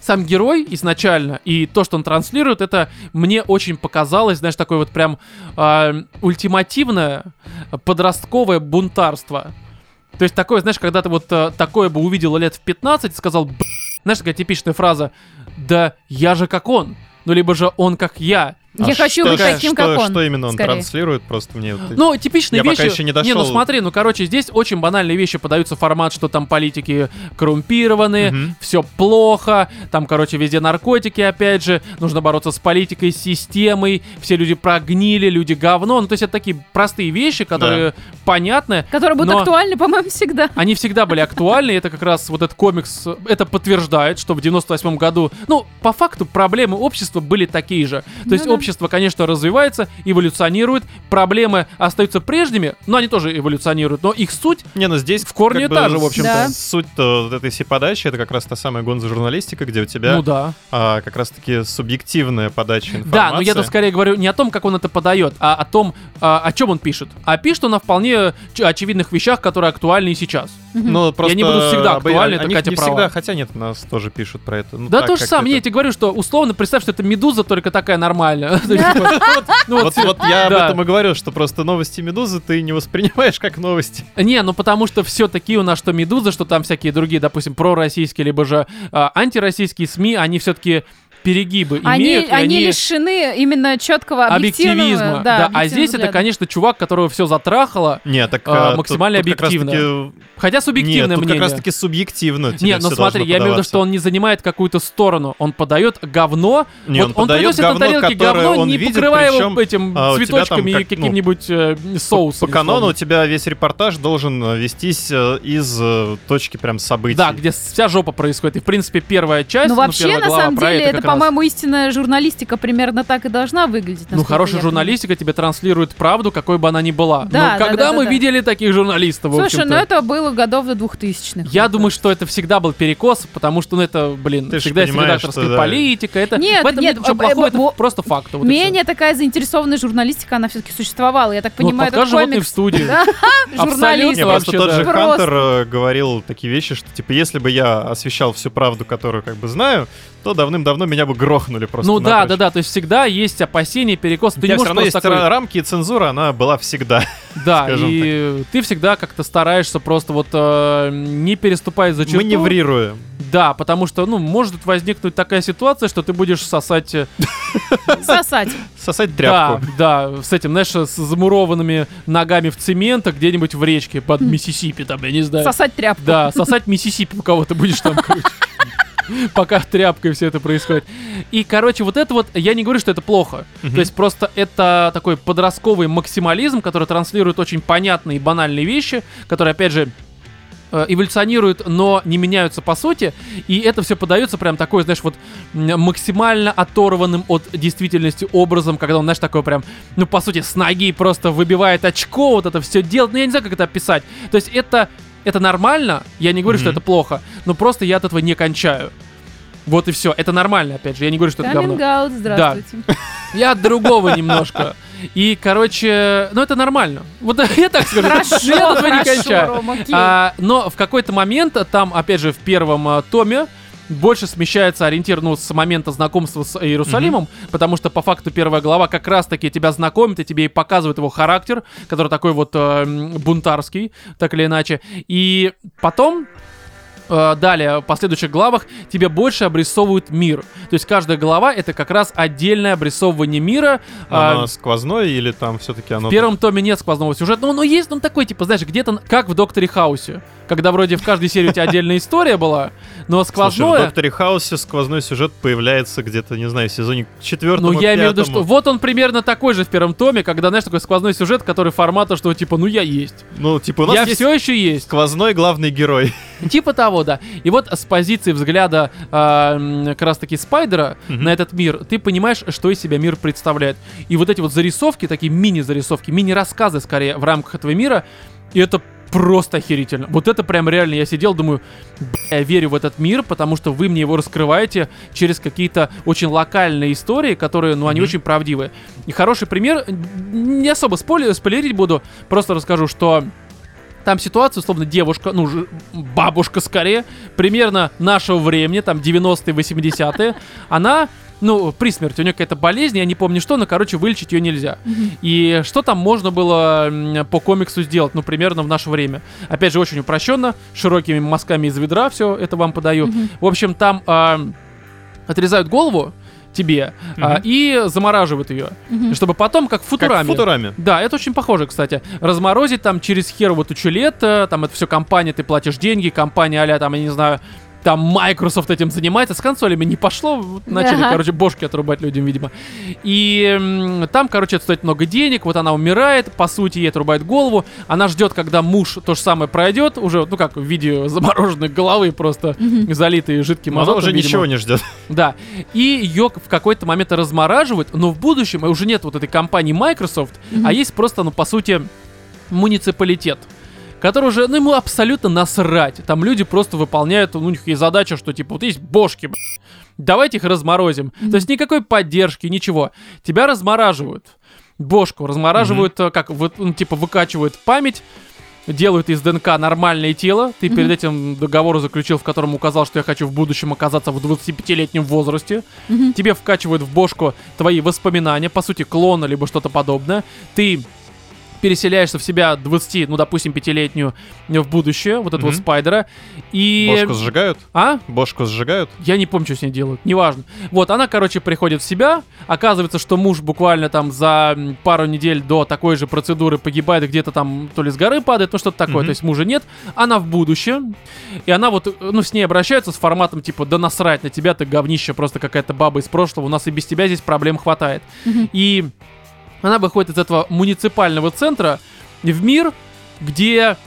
[SPEAKER 1] сам герой изначально и то, что он транслирует, это мне очень показалось, знаешь, такое вот прям а, ультимативное подростковое бунтарство. То есть такое, знаешь, когда ты вот э, такое бы увидела лет в 15, сказал, «Б***». знаешь, такая типичная фраза, да я же как он, ну либо же он как я.
[SPEAKER 2] А
[SPEAKER 3] Я хочу
[SPEAKER 2] что-
[SPEAKER 3] быть таким,
[SPEAKER 2] что-
[SPEAKER 3] как он.
[SPEAKER 2] Что именно он
[SPEAKER 3] скорее.
[SPEAKER 2] транслирует? Просто мне вот-
[SPEAKER 1] Ну, типичные
[SPEAKER 2] Я
[SPEAKER 1] вещи.
[SPEAKER 2] пока еще не
[SPEAKER 1] Не, ну
[SPEAKER 2] дошел.
[SPEAKER 1] смотри, ну короче, здесь очень банальные вещи подаются в формат, что там политики коррумпированы,
[SPEAKER 2] Мгм.
[SPEAKER 1] все плохо, там, короче, везде наркотики, опять же, нужно бороться с политикой, с системой, все люди прогнили, люди говно. Ну, то есть это такие простые вещи, которые понятны.
[SPEAKER 3] Которые будут
[SPEAKER 1] Но-
[SPEAKER 3] актуальны,
[SPEAKER 1] <laughs>
[SPEAKER 3] по-моему, всегда.
[SPEAKER 1] Они всегда были актуальны, и это как раз вот этот комикс, э, это подтверждает, что в 98 году, ну, по факту проблемы общества были такие же. То
[SPEAKER 3] Ну
[SPEAKER 1] есть
[SPEAKER 3] да.
[SPEAKER 1] общество, конечно, развивается, эволюционирует, проблемы остаются прежними, но они тоже эволюционируют, но их суть
[SPEAKER 2] Не, ну здесь
[SPEAKER 1] э, в корне
[SPEAKER 2] как бы
[SPEAKER 1] та же, в общем-то.
[SPEAKER 3] Да.
[SPEAKER 2] Суть-то вот этой всей подачи, это как раз та самая гонза журналистика, где у тебя
[SPEAKER 1] Ну да.
[SPEAKER 2] а, как раз-таки субъективная подача информации.
[SPEAKER 1] Да, ну, но я-то скорее говорю не о том, как он это подает, а о том, а, о чем он пишет. А пишет он о вполне ч- очевидных вещах, которые актуальны и сейчас.
[SPEAKER 2] Ну, просто
[SPEAKER 1] не буду всегда
[SPEAKER 2] обы-
[SPEAKER 1] актуальны,
[SPEAKER 2] о
[SPEAKER 1] это
[SPEAKER 2] них
[SPEAKER 1] Катя
[SPEAKER 2] не
[SPEAKER 1] права.
[SPEAKER 2] всегда, хотя нет, нас тоже пишут про это. Ну,
[SPEAKER 1] да
[SPEAKER 2] так,
[SPEAKER 1] то же
[SPEAKER 2] как
[SPEAKER 1] самое,
[SPEAKER 2] это-
[SPEAKER 1] я тебе говорю, что условно представь, что это медуза, только такая нормальная. То есть, <laughs> типа, ну,
[SPEAKER 2] Вот, вот я об
[SPEAKER 1] Да.
[SPEAKER 2] этом и говорю, что просто новости Медузы ты не воспринимаешь как новости.
[SPEAKER 1] Не, ну потому что все-таки у нас что Медуза, что там всякие другие, допустим, пророссийские, либо же а, антироссийские СМИ, они все-таки перегибы
[SPEAKER 3] Они,
[SPEAKER 1] имеют. и
[SPEAKER 3] они, лишены именно четкого объективного,
[SPEAKER 1] объективизма.
[SPEAKER 3] да,
[SPEAKER 1] да. а
[SPEAKER 3] объективного
[SPEAKER 1] здесь это,
[SPEAKER 3] взгляда.
[SPEAKER 1] конечно, чувак, которого все затрахало,
[SPEAKER 2] Не, так
[SPEAKER 1] А,
[SPEAKER 2] а, тут-
[SPEAKER 1] максимально
[SPEAKER 2] тут как раз-таки-
[SPEAKER 1] объективно. хотя
[SPEAKER 2] Нет,
[SPEAKER 1] субъективное
[SPEAKER 2] тут
[SPEAKER 1] мнение.
[SPEAKER 2] как раз-таки субъективно. тебе
[SPEAKER 1] Не, ну
[SPEAKER 2] всё
[SPEAKER 1] смотри,
[SPEAKER 2] должно
[SPEAKER 1] я имею в виду,
[SPEAKER 2] подаваться.
[SPEAKER 1] что он не занимает какую-то сторону. Он подает говно.
[SPEAKER 2] Не,
[SPEAKER 1] вот
[SPEAKER 2] он подает
[SPEAKER 1] приносит на
[SPEAKER 2] говно,
[SPEAKER 1] тарелке
[SPEAKER 2] которое
[SPEAKER 1] говно,
[SPEAKER 2] он
[SPEAKER 1] не
[SPEAKER 2] видит,
[SPEAKER 1] покрывая
[SPEAKER 2] причем,
[SPEAKER 1] его этим
[SPEAKER 2] а, у тебя там
[SPEAKER 1] цветочками и
[SPEAKER 2] как, ну,
[SPEAKER 1] каким-нибудь э, соусом.
[SPEAKER 2] По канону у
[SPEAKER 1] условно.
[SPEAKER 2] тебя весь репортаж должен э, вестись э, из э, точки прям событий.
[SPEAKER 1] Да, где вся жопа происходит. И, в принципе, первая часть,
[SPEAKER 3] Ну, вообще,
[SPEAKER 1] первая
[SPEAKER 3] на
[SPEAKER 1] глава
[SPEAKER 3] самом
[SPEAKER 1] про
[SPEAKER 3] деле, это,
[SPEAKER 1] как раз.
[SPEAKER 3] по-моему, истинная журналистика примерно так и должна выглядеть.
[SPEAKER 1] Ну,
[SPEAKER 3] насколько я
[SPEAKER 1] хорошая
[SPEAKER 3] понимаю.
[SPEAKER 1] журналистика тебе транслирует правду, какой бы она ни была.
[SPEAKER 3] Да,
[SPEAKER 1] Но
[SPEAKER 3] да,
[SPEAKER 1] когда
[SPEAKER 3] да, да,
[SPEAKER 1] мы
[SPEAKER 3] да.
[SPEAKER 1] видели таких журналистов, в
[SPEAKER 3] Слушай,
[SPEAKER 1] общем-то?
[SPEAKER 3] ну это было годов до 2000 х
[SPEAKER 1] Я думаю, что это всегда был перекос, потому что, ну, это, блин,
[SPEAKER 2] Ты ж
[SPEAKER 1] всегда есть
[SPEAKER 2] понимаешь,
[SPEAKER 1] редакторская
[SPEAKER 2] что, да.
[SPEAKER 1] политика. Это...
[SPEAKER 3] Нет,
[SPEAKER 1] в этом
[SPEAKER 3] нет,
[SPEAKER 1] ничего
[SPEAKER 3] э,
[SPEAKER 1] плохого,
[SPEAKER 3] э,
[SPEAKER 1] это
[SPEAKER 3] бо-
[SPEAKER 1] просто факт. вот и всё.
[SPEAKER 3] Менее такая заинтересованная журналистика, она все-таки существовала. Я так
[SPEAKER 1] Ну, вот
[SPEAKER 3] понимаю,
[SPEAKER 1] подкаст
[SPEAKER 3] этот
[SPEAKER 1] «Животные в
[SPEAKER 3] комикс
[SPEAKER 1] студии. Ну
[SPEAKER 3] Да,
[SPEAKER 1] Абсолютно
[SPEAKER 2] Не,
[SPEAKER 3] журналист.
[SPEAKER 2] просто
[SPEAKER 1] вообще,
[SPEAKER 2] тот
[SPEAKER 1] да.
[SPEAKER 2] же
[SPEAKER 3] Просто.
[SPEAKER 2] Хантер э, говорил такие вещи, что типа если бы я освещал всю правду, которую как бы знаю, то давным-давно меня бы грохнули просто.
[SPEAKER 1] Ну да, да, да, то есть всегда есть опасения, перекос. Ты не
[SPEAKER 2] все
[SPEAKER 1] можешь
[SPEAKER 2] равно
[SPEAKER 1] просто
[SPEAKER 2] есть
[SPEAKER 1] такой...
[SPEAKER 2] ра- рамки и цензура, она была всегда.
[SPEAKER 1] <laughs> Да,
[SPEAKER 2] скажем
[SPEAKER 1] и ты всегда как-то стараешься просто вот э, не переступая за черту.
[SPEAKER 2] Маневрируем.
[SPEAKER 1] Да, потому что, ну, может возникнуть такая ситуация, что ты будешь сосать... э,
[SPEAKER 3] <laughs>
[SPEAKER 1] <laughs>
[SPEAKER 3] Сосать.
[SPEAKER 2] Сосать тряпку.
[SPEAKER 1] Да, да, с этим, знаешь, с замурованными ногами в цемент а где-нибудь в речке под Миссисипи, там, я не знаю.
[SPEAKER 3] Сосать тряпку.
[SPEAKER 1] Да, сосать Миссисипи у кого ты будешь там, короче. пока тряпкой все это происходит. И, короче, вот это вот, я не говорю, что это плохо.
[SPEAKER 2] Мгм.
[SPEAKER 1] То есть просто это такой подростковый максимализм, который транслирует очень понятные и банальные вещи, которые, опять же, э, эволюционируют, но не меняются по сути, и это все подается прям такой, знаешь, вот м, максимально оторванным от действительности образом, когда он, знаешь, такой прям, ну, по сути, с ноги просто выбивает очко, вот это все делает, ну, я не знаю, как это описать. То есть это, это нормально, я не говорю, что
[SPEAKER 2] Мгм.
[SPEAKER 1] это плохо, но просто я от этого не кончаю. Вот и все, это нормально, опять же, я не говорю, что это говно.
[SPEAKER 3] Coming out, здравствуйте.
[SPEAKER 1] <laughs> Я от другого немножко. И, короче, ну это нормально. Вот <laughs> я так скажу. <laughs> Я
[SPEAKER 3] Хорошо,
[SPEAKER 1] этого не
[SPEAKER 3] хорошо,
[SPEAKER 1] кончаю.
[SPEAKER 3] Ром, окей.
[SPEAKER 1] А, но в какой-то момент, а, там, опять же, в первом а, томе больше смещается ориентир, ну, с момента знакомства с Иерусалимом, потому что, по факту, первая глава как раз-таки тебя знакомит, и тебе и показывает его характер, который такой вот э, м, бунтарский, так или иначе. И потом... э, Далее, в последующих главах тебе больше обрисовывают мир. То есть каждая глава это как раз отдельное обрисовывание мира. а,
[SPEAKER 2] Оно сквозное или там все-таки оно...
[SPEAKER 1] в первом томе нет сквозного сюжета, но он есть, но он такой, типа, знаешь, где-то как в Докторе Хаусе. Когда вроде в каждой серии у тебя отдельная история была, но
[SPEAKER 2] Слушай, в
[SPEAKER 1] сквозное...
[SPEAKER 2] Докторе Хаусе сквозной сюжет появляется где-то, не знаю, в сезоне четвертом.
[SPEAKER 1] Ну, я имею в виду, что вот он примерно такой же в первом томе, когда, знаешь, такой сквозной сюжет, который формата, что типа, ну я есть.
[SPEAKER 2] Ну, типа, у нас
[SPEAKER 1] я
[SPEAKER 2] есть
[SPEAKER 1] все еще есть.
[SPEAKER 2] сквозной главный герой.
[SPEAKER 1] <laughs> Типа того, да. И вот с позиции взгляда а, м, как раз-таки Спайдера
[SPEAKER 2] Мгм.
[SPEAKER 1] на этот мир, ты понимаешь, что из себя мир представляет. И вот эти вот зарисовки, такие мини-зарисовки, мини-рассказы скорее в рамках этого мира, и это просто охерительно. Вот это прям реально я сидел, думаю, «Бля, я верю в этот мир, потому что вы мне его раскрываете через какие-то очень локальные истории, которые, ну, они
[SPEAKER 2] Мгм.
[SPEAKER 1] очень правдивые. И хороший пример, н- не особо спойлер, спойлерить буду, просто расскажу, что там ситуация, условно, девушка, ну, ж- бабушка скорее, примерно нашего времени, там, 90-е, 80-е, она, ну, при смерти, у нее какая-то болезнь, я не помню что, но, короче, вылечить ее нельзя. И что там можно было м, по комиксу сделать, ну, примерно в наше время. Опять же, очень упрощенно, широкими мазками из ведра все это вам подаю.
[SPEAKER 3] Мгм.
[SPEAKER 1] В общем, там а, отрезают голову тебе а,
[SPEAKER 2] Мгм.
[SPEAKER 1] и замораживают ее,
[SPEAKER 3] Мгм.
[SPEAKER 1] чтобы потом, как в
[SPEAKER 2] Как в
[SPEAKER 1] футурами.
[SPEAKER 2] Футураме.
[SPEAKER 1] Да, это очень похоже, кстати. Разморозить там через херову тучу лет, э, там это все компания, ты платишь деньги, компания а там, я не знаю, там Microsoft этим занимается, с консолями не пошло, вот начали,
[SPEAKER 3] Ага.
[SPEAKER 1] короче, бошки отрубать людям, видимо. И м, там, короче, это стоит много денег, вот она умирает, по сути, ей отрубает голову, она ждет, когда муж то же самое пройдет, уже, ну как, в виде замороженной головы просто,
[SPEAKER 3] Мгм.
[SPEAKER 1] залитой жидким
[SPEAKER 2] Она
[SPEAKER 1] азотом,
[SPEAKER 2] уже
[SPEAKER 1] видимо.
[SPEAKER 2] ничего не ждет.
[SPEAKER 1] Да. И ее в какой-то момент размораживают, но в будущем уже нет вот этой компании Microsoft,
[SPEAKER 3] Мгм.
[SPEAKER 1] а есть просто, ну, по сути, муниципалитет который уже, ну, ему абсолютно насрать. Там люди просто выполняют, ну, у них есть задача, что, типа, вот есть бошки, б***ь, давайте их разморозим. То есть никакой поддержки, ничего. Тебя размораживают. Бошку размораживают, э, как, вот, ну, типа, выкачивают память, делают из ДНК нормальное тело. Ты перед
[SPEAKER 3] Мгм.
[SPEAKER 1] этим договор заключил, в котором указал, что я хочу в будущем оказаться в 25-летнем возрасте.
[SPEAKER 3] Мгм.
[SPEAKER 1] Тебе вкачивают в бошку твои воспоминания, по сути, клона, либо что-то подобное. Ты переселяешься в себя 20, ну, допустим, пятилетнюю э, в будущее, вот этого
[SPEAKER 2] Мгм.
[SPEAKER 1] спайдера. И...
[SPEAKER 2] Бошку сжигают?
[SPEAKER 1] А?
[SPEAKER 2] Бошку сжигают?
[SPEAKER 1] Я не помню, что с ней делают, неважно. Вот, она, короче, приходит в себя, оказывается, что муж буквально там за м, пару недель до такой же процедуры погибает, где-то там то ли с горы падает, ну что-то такое,
[SPEAKER 2] Мгм.
[SPEAKER 1] то есть мужа нет, она в будущем, и она вот, э, ну, с ней обращаются с форматом типа, да насрать на тебя, ты говнище, просто какая-то баба из прошлого, у нас и без тебя здесь проблем хватает.
[SPEAKER 3] Мгм.
[SPEAKER 1] И она выходит из этого муниципального центра в мир, где...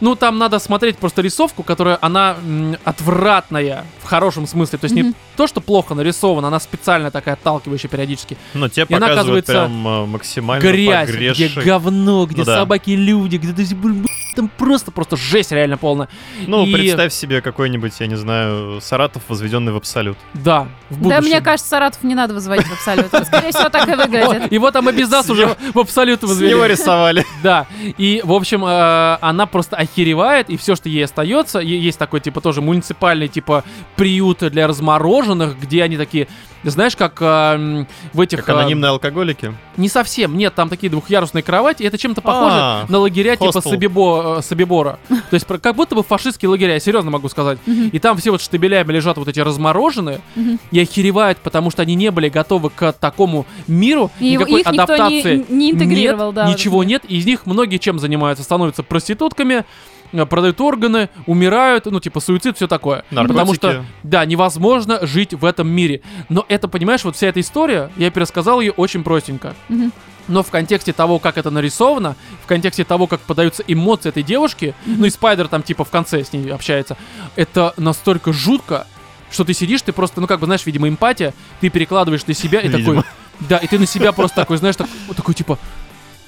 [SPEAKER 1] Ну, там надо смотреть просто рисовку, которая, она м, отвратная, в хорошем смысле. То есть не
[SPEAKER 3] Мгм.
[SPEAKER 1] то, что плохо нарисована, она специально такая отталкивающая периодически.
[SPEAKER 2] Но тебе
[SPEAKER 1] И она
[SPEAKER 2] показывают
[SPEAKER 1] оказывается
[SPEAKER 2] прям э, максимально
[SPEAKER 1] Грязь, где
[SPEAKER 2] погреши.
[SPEAKER 1] говно, где
[SPEAKER 2] Ну да.
[SPEAKER 1] собаки, люди, где... то есть, блин, Там просто, просто жесть реально полная.
[SPEAKER 2] Ну,
[SPEAKER 1] и-
[SPEAKER 2] представь себе какой-нибудь, я не знаю, Саратов, возведенный в абсолют.
[SPEAKER 1] Да, в будущем.
[SPEAKER 3] Да, мне кажется, Саратов не надо возводить в абсолют. Скорее
[SPEAKER 1] <laughs>
[SPEAKER 3] всего, так и
[SPEAKER 1] О,
[SPEAKER 3] выглядит.
[SPEAKER 1] Его там и без нас
[SPEAKER 2] С
[SPEAKER 1] уже в абсолют
[SPEAKER 2] С
[SPEAKER 1] возвели. <laughs>
[SPEAKER 2] него рисовали.
[SPEAKER 1] Да, и, в общем, э, она просто охеревает, и все, что ей остается, е- есть такой, типа, тоже муниципальный, типа, приют для размороженных, где они такие, знаешь, как э, м, в этих...
[SPEAKER 2] Как
[SPEAKER 1] э,
[SPEAKER 2] анонимные алкоголики.
[SPEAKER 1] не совсем, нет, там такие двухъярусные кровати, и это чем-то похоже
[SPEAKER 2] А,
[SPEAKER 1] на лагеря типа
[SPEAKER 2] хостел.
[SPEAKER 1] Собибо- э,
[SPEAKER 3] <laughs>
[SPEAKER 1] Собибора. То есть про- как будто бы фашистские лагеря, я серьезно могу сказать.
[SPEAKER 3] Мгм.
[SPEAKER 1] И там все вот штабелями лежат вот эти размороженные,
[SPEAKER 3] Мгм.
[SPEAKER 1] и охеревают, потому что они не были готовы к такому миру,
[SPEAKER 3] И
[SPEAKER 1] никакой
[SPEAKER 3] их никто
[SPEAKER 1] адаптации.
[SPEAKER 3] не, не интегрировал,
[SPEAKER 1] нет,
[SPEAKER 3] да.
[SPEAKER 1] Ничего нет, и из них многие чем занимаются? Становятся проститутками, э, продают органы, умирают, ну, типа, суицид, все такое.
[SPEAKER 2] Наркотики.
[SPEAKER 1] Потому что, да, невозможно жить в этом мире. Но это, понимаешь, вот вся эта история, я пересказал ее очень простенько.
[SPEAKER 3] Мгм.
[SPEAKER 1] Но в контексте того, как это нарисовано, в контексте того, как подаются эмоции этой девушки, ну и Спайдер там типа в конце с ней общается, это настолько жутко, что ты сидишь, ты просто, ну как бы, знаешь, видимо, эмпатия, ты перекладываешь на себя и
[SPEAKER 2] Видимо.
[SPEAKER 1] такой... Да, и ты на себя просто такой, знаешь, так- вот такой типа...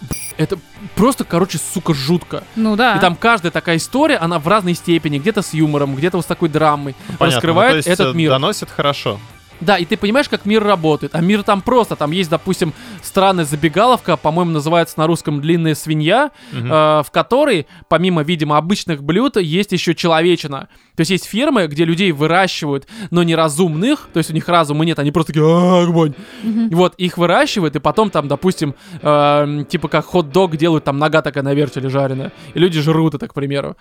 [SPEAKER 1] «Б***ь, Это просто, короче, сука, жутко.
[SPEAKER 3] Ну да.
[SPEAKER 1] И
[SPEAKER 2] А.
[SPEAKER 1] там каждая такая история, она в разной степени, где-то с юмором, где-то вот с такой драмой,
[SPEAKER 2] Понятно.
[SPEAKER 1] раскрывает
[SPEAKER 2] Ну, то есть,
[SPEAKER 1] этот
[SPEAKER 2] э,
[SPEAKER 1] мир.
[SPEAKER 2] Доносит хорошо.
[SPEAKER 1] Да, и ты понимаешь, как мир работает. А мир там просто. Там есть, допустим, странная забегаловка, по-моему, называется на русском «Длинная свинья»,
[SPEAKER 2] Мгм.
[SPEAKER 1] э, в которой, помимо, видимо, обычных блюд, есть еще человечина. То есть есть фермы, где людей выращивают, но неразумных, то есть у них разума нет, они просто такие «А, огонь».
[SPEAKER 3] Мгм.
[SPEAKER 1] Вот, их выращивают, и потом там, допустим, эм, типа как хот-дог делают, там нога такая на вертеле жареная, и люди жрут это, к примеру.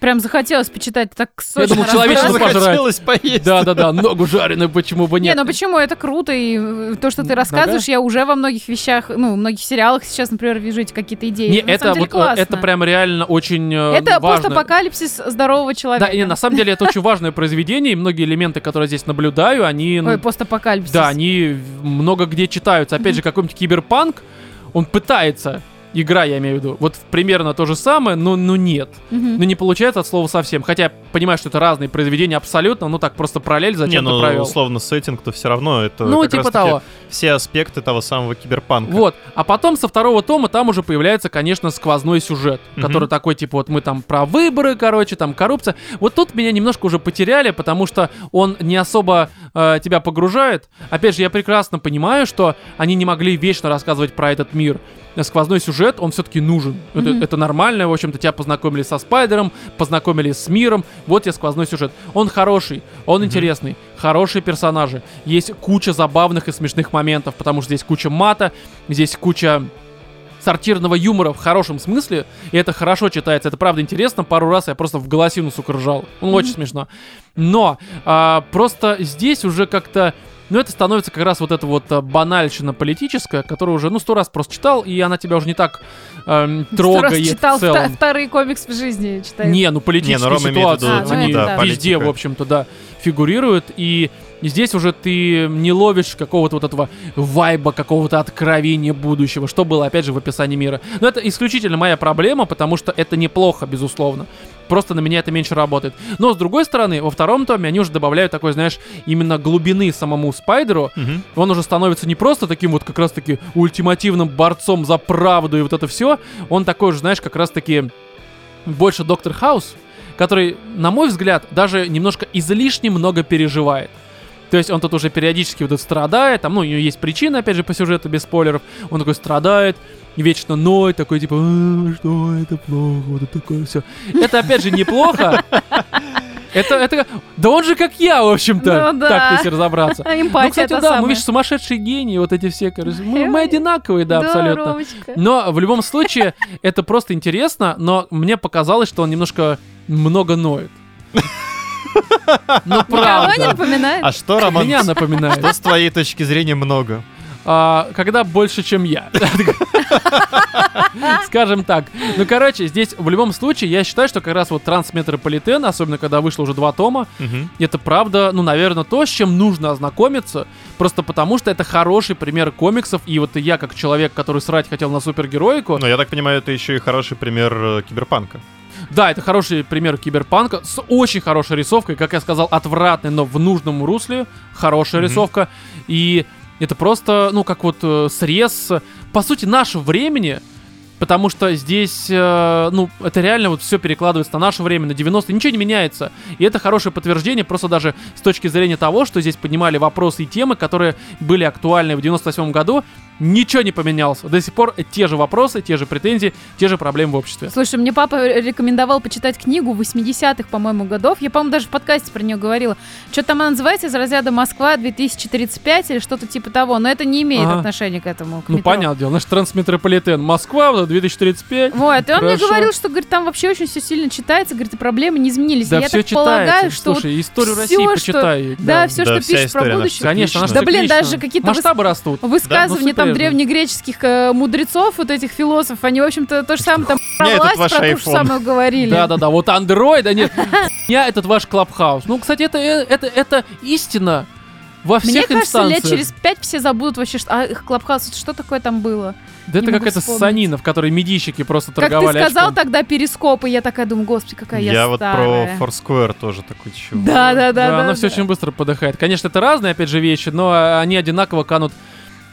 [SPEAKER 3] Прям захотелось почитать так сочно.
[SPEAKER 1] думал, человечество
[SPEAKER 3] рассказано.
[SPEAKER 1] пожрать.
[SPEAKER 2] Захотелось поесть.
[SPEAKER 1] Да-да-да, ногу жареную, почему бы
[SPEAKER 3] Не,
[SPEAKER 1] нет.
[SPEAKER 3] ну почему это круто, и э, то, что ты
[SPEAKER 1] М,
[SPEAKER 3] рассказываешь, я уже во многих вещах, ну, во многих сериалах сейчас, например, вижу эти какие-то идеи.
[SPEAKER 1] Не,
[SPEAKER 3] На
[SPEAKER 1] это
[SPEAKER 3] самом деле
[SPEAKER 1] вот э,
[SPEAKER 3] классно.
[SPEAKER 1] это прям реально очень э,
[SPEAKER 3] Это
[SPEAKER 1] важно.
[SPEAKER 3] постапокалипсис здорового человека.
[SPEAKER 1] Да, и на самом деле это очень важное произведение, и многие элементы, которые я здесь наблюдаю, они... ну,
[SPEAKER 3] Ой, постапокалипсис.
[SPEAKER 1] да, они много где читаются. Опять же, какой-нибудь киберпанк, он пытается, игра я имею в виду, вот примерно то же самое, но, но нет.
[SPEAKER 3] Мгм.
[SPEAKER 1] Ну не получается от слова совсем. Хотя я понимаю, что это разные произведения абсолютно, ну так просто параллель
[SPEAKER 2] Не,
[SPEAKER 1] зачем
[SPEAKER 2] ну,
[SPEAKER 1] ты провел.
[SPEAKER 2] условно, сеттинг, то все равно это
[SPEAKER 1] Ну,
[SPEAKER 2] как
[SPEAKER 1] типа
[SPEAKER 2] раз-таки
[SPEAKER 1] того.
[SPEAKER 2] все аспекты того самого киберпанка.
[SPEAKER 1] Вот. А потом со второго тома там уже появляется, конечно, сквозной сюжет,
[SPEAKER 2] Мгм.
[SPEAKER 1] который такой, типа, вот мы там про выборы, короче, там коррупция. Вот тут меня немножко уже потеряли, потому что он не особо э, тебя погружает. Опять же, я прекрасно понимаю, что они не могли вечно рассказывать про этот мир. Сквозной сюжет, он все-таки нужен. Это,
[SPEAKER 3] Мгм.
[SPEAKER 1] это нормально, в общем-то, тебя познакомили со Спайдером, познакомили с миром. Вот тебе сквозной сюжет. Он хороший, он интересный, хорошие персонажи. Есть куча забавных и смешных моментов, потому что здесь куча мата, здесь куча сортирного юмора в хорошем смысле, и это хорошо читается, это правда интересно, пару раз я просто в голосину, сука, ржал, ну, очень смешно. Но а, просто здесь уже как-то, ну, это становится как раз вот эта вот а, банальщина политическая, которую уже, ну, сто раз просто читал, и она тебя уже не так эм,
[SPEAKER 3] Сто раз
[SPEAKER 1] трогает
[SPEAKER 3] читал
[SPEAKER 1] в целом.
[SPEAKER 3] вта- второй комикс в жизни, читаю.
[SPEAKER 1] Не, ну политические
[SPEAKER 2] Не, ну, Рома имеет в виду,
[SPEAKER 1] ситуации,
[SPEAKER 3] типа,
[SPEAKER 1] они
[SPEAKER 3] да,
[SPEAKER 1] везде,
[SPEAKER 2] политика.
[SPEAKER 1] в общем-то, да, фигурируют, и здесь уже ты не ловишь какого-то вот этого вайба, какого-то откровения будущего, что было, опять же, в описании мира. Но это исключительно моя проблема, потому что это неплохо, безусловно. Просто на меня это меньше работает. Но, с другой стороны, во втором томе они уже добавляют такой, знаешь, именно глубины самому Спайдеру,
[SPEAKER 2] Мгм.
[SPEAKER 1] он уже становится не просто таким вот как раз-таки ультимативным борцом за правду и вот это все. Он такой же, знаешь, как раз-таки больше Доктор Хаус, который, на мой взгляд, даже немножко излишне много переживает. То есть он тут уже периодически вот это страдает, там, ну, у него есть причины, опять же, по сюжету, без спойлеров. Он такой страдает, вечно ноет, такой типа, «А, что это плохо, вот такое все. Это, опять же,
[SPEAKER 3] <laughs>
[SPEAKER 1] неплохо. Это, это, да он же как я, в общем-то,
[SPEAKER 3] Ну да.
[SPEAKER 1] так если разобраться.
[SPEAKER 3] А
[SPEAKER 1] Ну,
[SPEAKER 3] эмпатия
[SPEAKER 1] кстати,
[SPEAKER 3] та
[SPEAKER 1] да,
[SPEAKER 3] самая.
[SPEAKER 1] мы, видишь, сумасшедшие гении, вот эти все, короче. Мы, мы
[SPEAKER 3] Ой.
[SPEAKER 1] одинаковые, да, абсолютно. Ну,
[SPEAKER 3] Ромочка.
[SPEAKER 1] Но в любом случае, это просто интересно, но мне показалось, что он немножко много ноет. Ну,
[SPEAKER 3] Никого не
[SPEAKER 1] правда.
[SPEAKER 3] напоминает?
[SPEAKER 2] А что, Роман,
[SPEAKER 1] Меня
[SPEAKER 2] с-
[SPEAKER 1] напоминает.
[SPEAKER 2] что <laughs> с твоей точки зрения много?
[SPEAKER 1] А, когда больше, чем я. Скажем так. Ну, короче, здесь в любом случае, я считаю, что как раз вот трансметрополитен, особенно когда вышло уже два тома,
[SPEAKER 2] Мгм.
[SPEAKER 1] это правда, ну, наверное, то, с чем нужно ознакомиться, просто потому что это хороший пример комиксов, и вот я, как человек, который срать хотел на супергероику,
[SPEAKER 2] Ну, я так понимаю, это еще и хороший пример э, киберпанка.
[SPEAKER 1] да, это хороший пример киберпанка с очень хорошей рисовкой, как я сказал, отвратной, но в нужном русле, хорошая
[SPEAKER 2] Мгм.
[SPEAKER 1] рисовка, и это просто, ну, как вот э, срез, э, по сути, нашего времени, Потому что здесь, э, ну, это реально вот все перекладывается на наше время, на 90-е, ничего не меняется. И это хорошее подтверждение, просто даже с точки зрения того, что здесь поднимали вопросы и темы, которые были актуальны в 98-м году, ничего не поменялось. До сих пор те же вопросы, те же претензии, те же проблемы в обществе.
[SPEAKER 3] Слушай, мне папа рекомендовал почитать книгу 80-х, по-моему, годов. Я, по-моему, даже в подкасте про нее говорила. Что-то там она называется из разряда Москва 2035 или что-то типа того. Но это не имеет
[SPEAKER 1] Ага.
[SPEAKER 3] отношения к этому. к
[SPEAKER 1] Ну,
[SPEAKER 3] метро.
[SPEAKER 1] понятное дело, наш трансметрополитен. Москва, вот это 2035.
[SPEAKER 3] Вот, и он мне
[SPEAKER 1] Хорошо.
[SPEAKER 3] говорил, что, говорит, там вообще очень все сильно читается, говорит, и проблемы не изменились.
[SPEAKER 1] Да,
[SPEAKER 3] И я
[SPEAKER 1] все
[SPEAKER 3] так полагаю,
[SPEAKER 1] читается.
[SPEAKER 3] что вот-
[SPEAKER 1] Слушай, историю
[SPEAKER 3] всё,
[SPEAKER 1] России
[SPEAKER 3] что-
[SPEAKER 1] почитай.
[SPEAKER 3] да, все,
[SPEAKER 2] Да,
[SPEAKER 3] что
[SPEAKER 2] вся
[SPEAKER 3] пишешь про
[SPEAKER 2] история, она
[SPEAKER 3] будущее,
[SPEAKER 1] Конечно, она
[SPEAKER 2] Отлично.
[SPEAKER 1] ж
[SPEAKER 3] Да, блин,
[SPEAKER 1] циклична.
[SPEAKER 3] даже какие-то выс-
[SPEAKER 1] Масштабы растут.
[SPEAKER 3] высказывания там
[SPEAKER 1] наверное.
[SPEAKER 3] древнегреческих э, мудрецов, вот этих философов, они, в общем-то, то же самое там
[SPEAKER 2] меня
[SPEAKER 3] про
[SPEAKER 2] этот
[SPEAKER 3] власть,
[SPEAKER 2] ваш
[SPEAKER 3] про ту же
[SPEAKER 2] iPhone.
[SPEAKER 3] самую говорили.
[SPEAKER 1] Да-да-да, вот андроид,
[SPEAKER 3] <laughs>
[SPEAKER 1] а нет, я этот ваш клабхаус. Ну, кстати, это, это, это истина во
[SPEAKER 3] Мне
[SPEAKER 1] всех
[SPEAKER 3] кажется,
[SPEAKER 1] инстанциях.
[SPEAKER 3] лет через пять все забудут вообще, что... А Клабхаус, что такое там было?
[SPEAKER 1] Да
[SPEAKER 3] не
[SPEAKER 1] это
[SPEAKER 3] могу
[SPEAKER 1] какая-то
[SPEAKER 3] вспомнить.
[SPEAKER 1] санина, в которой медийщики просто
[SPEAKER 3] как ты
[SPEAKER 1] торговали
[SPEAKER 3] сказал
[SPEAKER 1] очком.
[SPEAKER 3] тогда перископ, и я такая думаю, господи, какая я,
[SPEAKER 2] Я вот про
[SPEAKER 3] старая.
[SPEAKER 2] Foursquare тоже такой чего.
[SPEAKER 3] Да-да-да.
[SPEAKER 1] Да,
[SPEAKER 3] да,
[SPEAKER 1] она все
[SPEAKER 3] да.
[SPEAKER 1] очень быстро подыхает. Конечно, это разные, опять же, вещи, но э, они одинаково канут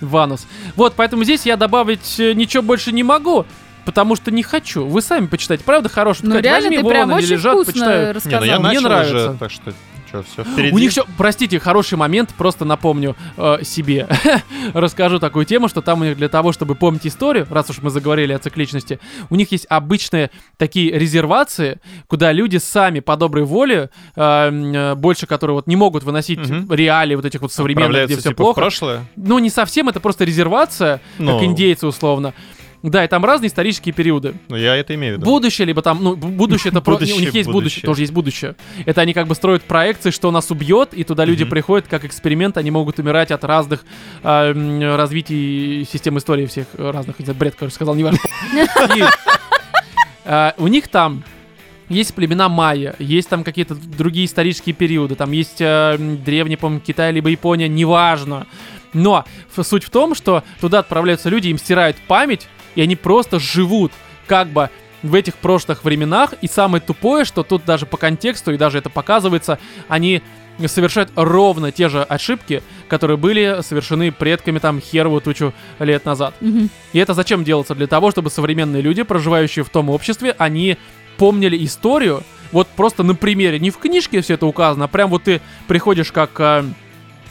[SPEAKER 1] в анус. Вот, поэтому здесь я добавить э, ничего больше не могу, потому что не хочу. Вы сами почитайте. Правда, хорошая
[SPEAKER 3] Ну
[SPEAKER 1] ткань.
[SPEAKER 3] реально,
[SPEAKER 1] Возьми,
[SPEAKER 3] ты
[SPEAKER 1] вон
[SPEAKER 3] прям
[SPEAKER 1] они
[SPEAKER 3] очень
[SPEAKER 1] лежат,
[SPEAKER 3] вкусно
[SPEAKER 1] почитаю.
[SPEAKER 2] Не,
[SPEAKER 3] рассказал.
[SPEAKER 2] ну я
[SPEAKER 1] Мне
[SPEAKER 2] начал
[SPEAKER 1] нравится.
[SPEAKER 2] уже, так что, что, все, впереди.
[SPEAKER 1] У них все, простите, хороший момент, просто напомню э, себе. <laughs> Расскажу такую тему, что там у них для того, чтобы помнить историю, раз уж мы заговорили о цикличности, у них есть обычные такие резервации, куда люди сами по доброй воле, э, м, э, больше которые вот не могут выносить
[SPEAKER 2] Мгм.
[SPEAKER 1] реалии вот этих вот современных, где
[SPEAKER 2] Отправляются,
[SPEAKER 1] все
[SPEAKER 2] типа, в
[SPEAKER 1] плохо.
[SPEAKER 2] прошлое.
[SPEAKER 1] Ну, не совсем, это просто резервация,
[SPEAKER 2] Ну.
[SPEAKER 1] как индейцы условно. Да, и там разные исторические периоды.
[SPEAKER 2] Ну, я это имею в виду.
[SPEAKER 1] Будущее, либо там, ну, бу- будущее это про... не, У них
[SPEAKER 2] Будущее,
[SPEAKER 1] есть будущее,
[SPEAKER 2] будущее.
[SPEAKER 1] тоже есть будущее. Это они как бы строят проекции, что нас убьет, и туда люди
[SPEAKER 2] Мгм.
[SPEAKER 1] приходят как эксперимент, они могут умирать от разных а, м, развитий систем истории всех э, разных. Я не знаю, бред, короче, сказал,
[SPEAKER 2] <laughs>
[SPEAKER 1] неважно. И, а, У них там есть племена майя, есть там какие-то другие исторические периоды, там есть э, м, древний, по-моему, Китай либо Япония, неважно. Но ф- суть в том, что туда отправляются люди, им стирают память, и они просто живут как бы в этих прошлых временах. И самое тупое, что тут даже по контексту, и даже это показывается, они совершают ровно те же ошибки, которые были совершены предками там херовую тучу лет назад.
[SPEAKER 3] Мгм.
[SPEAKER 1] И это зачем делается? Для того, чтобы современные люди, проживающие в том обществе, они помнили историю. Вот просто на примере, не в книжке все это указано, а прям вот ты приходишь как э,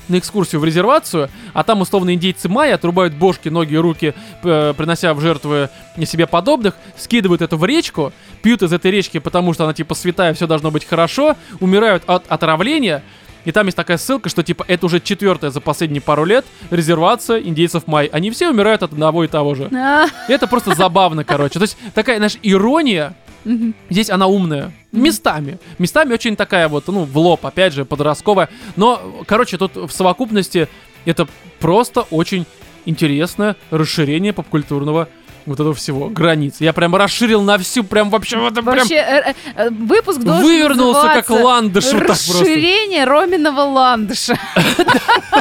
[SPEAKER 1] на экскурсию в резервацию, а там условно индейцы майя отрубают бошки, ноги и руки, э, принося в жертвы себе подобных, скидывают это в речку, пьют из этой речки, потому что она типа святая, все должно быть хорошо, умирают от отравления. И там есть такая ссылка, что типа это уже четвертая за последние пару лет резервация индейцев май. Они все умирают от одного и того же.
[SPEAKER 3] А,
[SPEAKER 1] И Это просто забавно, короче. То есть такая, знаешь, ирония,
[SPEAKER 3] мгм.
[SPEAKER 1] здесь она умная. Местами. Местами очень такая вот, ну, в лоб, опять же, подростковая. Но, короче, тут в совокупности это просто очень интересное расширение попкультурного вот этого всего границ. Я прям расширил на всю, прям вообще вот это прям
[SPEAKER 3] Вообще, э, э, э, выпуск должен
[SPEAKER 1] вывернулся как
[SPEAKER 3] называться
[SPEAKER 1] ландыш вот так просто.
[SPEAKER 3] Расширение Роминого ландыша. <laughs>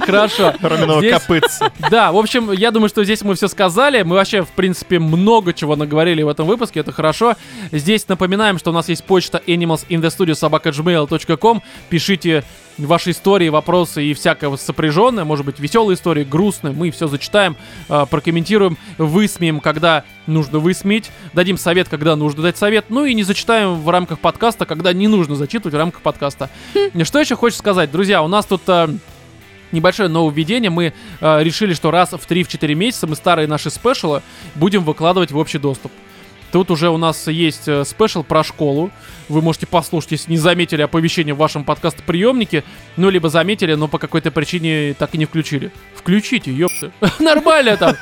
[SPEAKER 1] Хорошо.
[SPEAKER 2] Роменного
[SPEAKER 1] Здесь-
[SPEAKER 2] копытца.
[SPEAKER 1] Да, в общем, я думаю, что здесь мы все сказали. Мы вообще, в принципе, много чего наговорили в этом выпуске, это хорошо. Здесь напоминаем, что у нас есть почта animalsinthestudio.sobaka.gmail.com. Пишите ваши истории, вопросы и всякое сопряженное. Может быть, веселые истории, грустные. Мы все зачитаем, э, прокомментируем, высмеем, когда нужно высмеять. Дадим совет, когда нужно дать совет. Ну и не зачитаем в рамках подкаста, когда не нужно зачитывать в рамках подкаста. Что еще хочешь сказать? Друзья, у нас тут... э, небольшое нововведение. Мы э, решили, что раз в 3-4 месяца мы старые наши спешалы будем выкладывать в общий доступ. Тут уже у нас есть э, спешл про школу. Вы можете послушать, если не заметили оповещение в вашем подкаст-приемнике. Ну, либо заметили, но по какой-то причине так и не включили. Включите, ёпта. <laughs> Нормально там.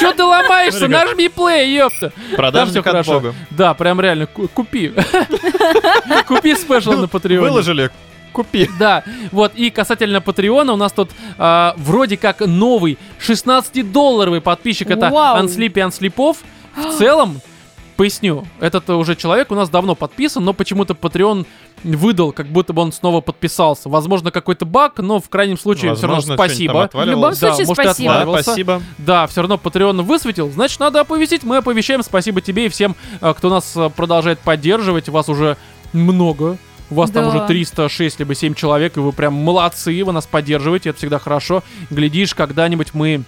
[SPEAKER 1] Чё ты ломаешься?
[SPEAKER 2] Смотри, как-
[SPEAKER 1] Нажми плей, ёпта. Там все
[SPEAKER 2] Продажник от
[SPEAKER 1] хорошо.
[SPEAKER 2] бога.
[SPEAKER 1] Да, прям реально, ку- купи. <laughs> Купи спешл на Патреоне.
[SPEAKER 2] Выложили, купи.
[SPEAKER 1] Да, вот, и касательно Патреона, у нас тут а, вроде как новый 16-долларовый подписчик, это
[SPEAKER 3] Вау.
[SPEAKER 1] Анслип и Анслипов. В целом, поясню, этот уже человек у нас давно подписан, но почему-то Патреон выдал, как будто бы он снова подписался. Возможно, какой-то баг, но в крайнем случае все
[SPEAKER 2] Возможно,
[SPEAKER 1] равно
[SPEAKER 2] что-нибудь там
[SPEAKER 1] спасибо.
[SPEAKER 3] В любом
[SPEAKER 2] отваливалось.
[SPEAKER 1] Да,
[SPEAKER 3] случае,
[SPEAKER 1] может, и
[SPEAKER 3] спасибо.
[SPEAKER 2] Да,
[SPEAKER 1] отваливался.
[SPEAKER 2] спасибо.
[SPEAKER 1] Да, все равно Patreon высветил, значит, надо оповестить. Мы оповещаем. Спасибо тебе и всем, э, кто нас э, продолжает поддерживать. Вас уже много. Вас там
[SPEAKER 3] Да.
[SPEAKER 1] уже 306 либо 7 человек, и вы прям молодцы, вы нас поддерживаете, это всегда хорошо. Глядишь, когда-нибудь мы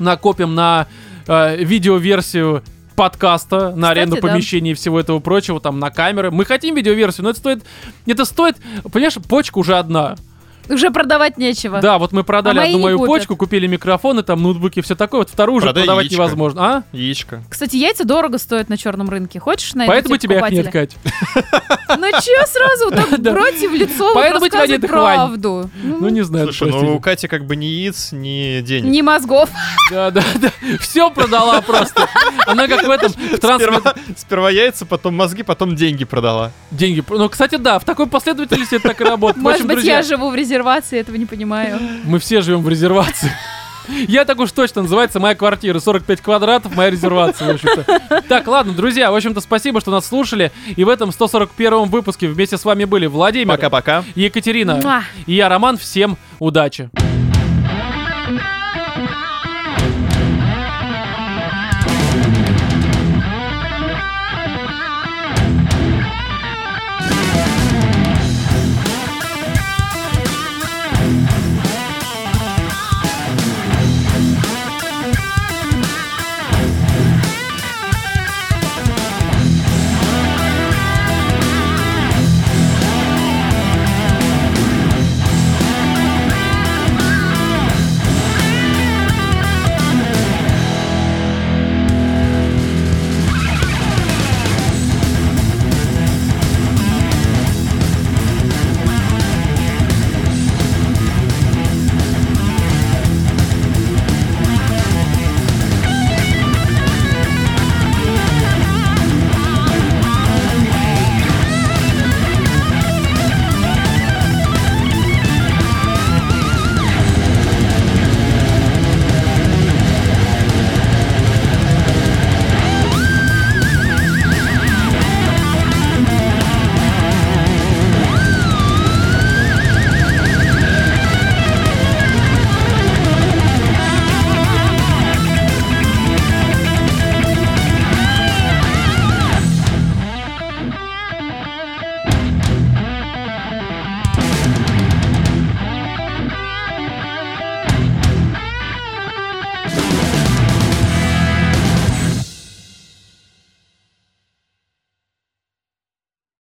[SPEAKER 1] накопим на э, видеоверсию подкаста, на аренду
[SPEAKER 3] да.
[SPEAKER 1] помещений и всего этого прочего, там, на камеры. Мы хотим видеоверсию, но это стоит... Это стоит... Понимаешь, почка уже одна.
[SPEAKER 3] Уже продавать нечего.
[SPEAKER 1] Да, вот мы продали
[SPEAKER 3] А мои
[SPEAKER 1] одну
[SPEAKER 3] не
[SPEAKER 1] мою
[SPEAKER 3] купят.
[SPEAKER 1] почку, купили микрофоны, там ноутбуки, все такое. Вот вторую уже
[SPEAKER 2] Продай
[SPEAKER 1] продавать
[SPEAKER 2] яичко.
[SPEAKER 1] невозможно. А?
[SPEAKER 2] Яичко.
[SPEAKER 3] Кстати, яйца дорого стоят на черном рынке. Хочешь найти
[SPEAKER 1] Поэтому тебя их нет,
[SPEAKER 3] покупателя?
[SPEAKER 1] Кать.
[SPEAKER 3] Ну чё сразу вот
[SPEAKER 1] <laughs>
[SPEAKER 3] так
[SPEAKER 1] Да.
[SPEAKER 3] против лицо вот
[SPEAKER 1] Поэтому тебя
[SPEAKER 3] рассказывать
[SPEAKER 1] нет, Вань.
[SPEAKER 3] правду?
[SPEAKER 1] Ну, не знаю,
[SPEAKER 2] Слушай,
[SPEAKER 1] простите.
[SPEAKER 2] ну у Кати как бы ни яиц, ни денег.
[SPEAKER 3] Ни мозгов.
[SPEAKER 1] Да, да, да. Все продала просто. Она как в
[SPEAKER 2] <laughs>
[SPEAKER 1] этом в трансфер...
[SPEAKER 2] Сперва, сперва яйца, потом мозги, потом деньги продала.
[SPEAKER 1] Деньги. Ну, кстати, да, в такой последовательности это так и работает. В
[SPEAKER 3] Может
[SPEAKER 1] общем,
[SPEAKER 3] быть, я
[SPEAKER 1] друзья,
[SPEAKER 3] живу в резервации, этого не понимаю.
[SPEAKER 1] мы все живем в резервации. Я так уж точно называется моя квартира. 45 квадратов, моя резервация, в общем-то. Так, ладно, друзья, в общем-то, спасибо, что нас слушали. И в этом 141 выпуске вместе с вами были Владимир,
[SPEAKER 2] Пока-пока.
[SPEAKER 1] Екатерина
[SPEAKER 3] Муа.
[SPEAKER 1] и я, Роман. Всем удачи!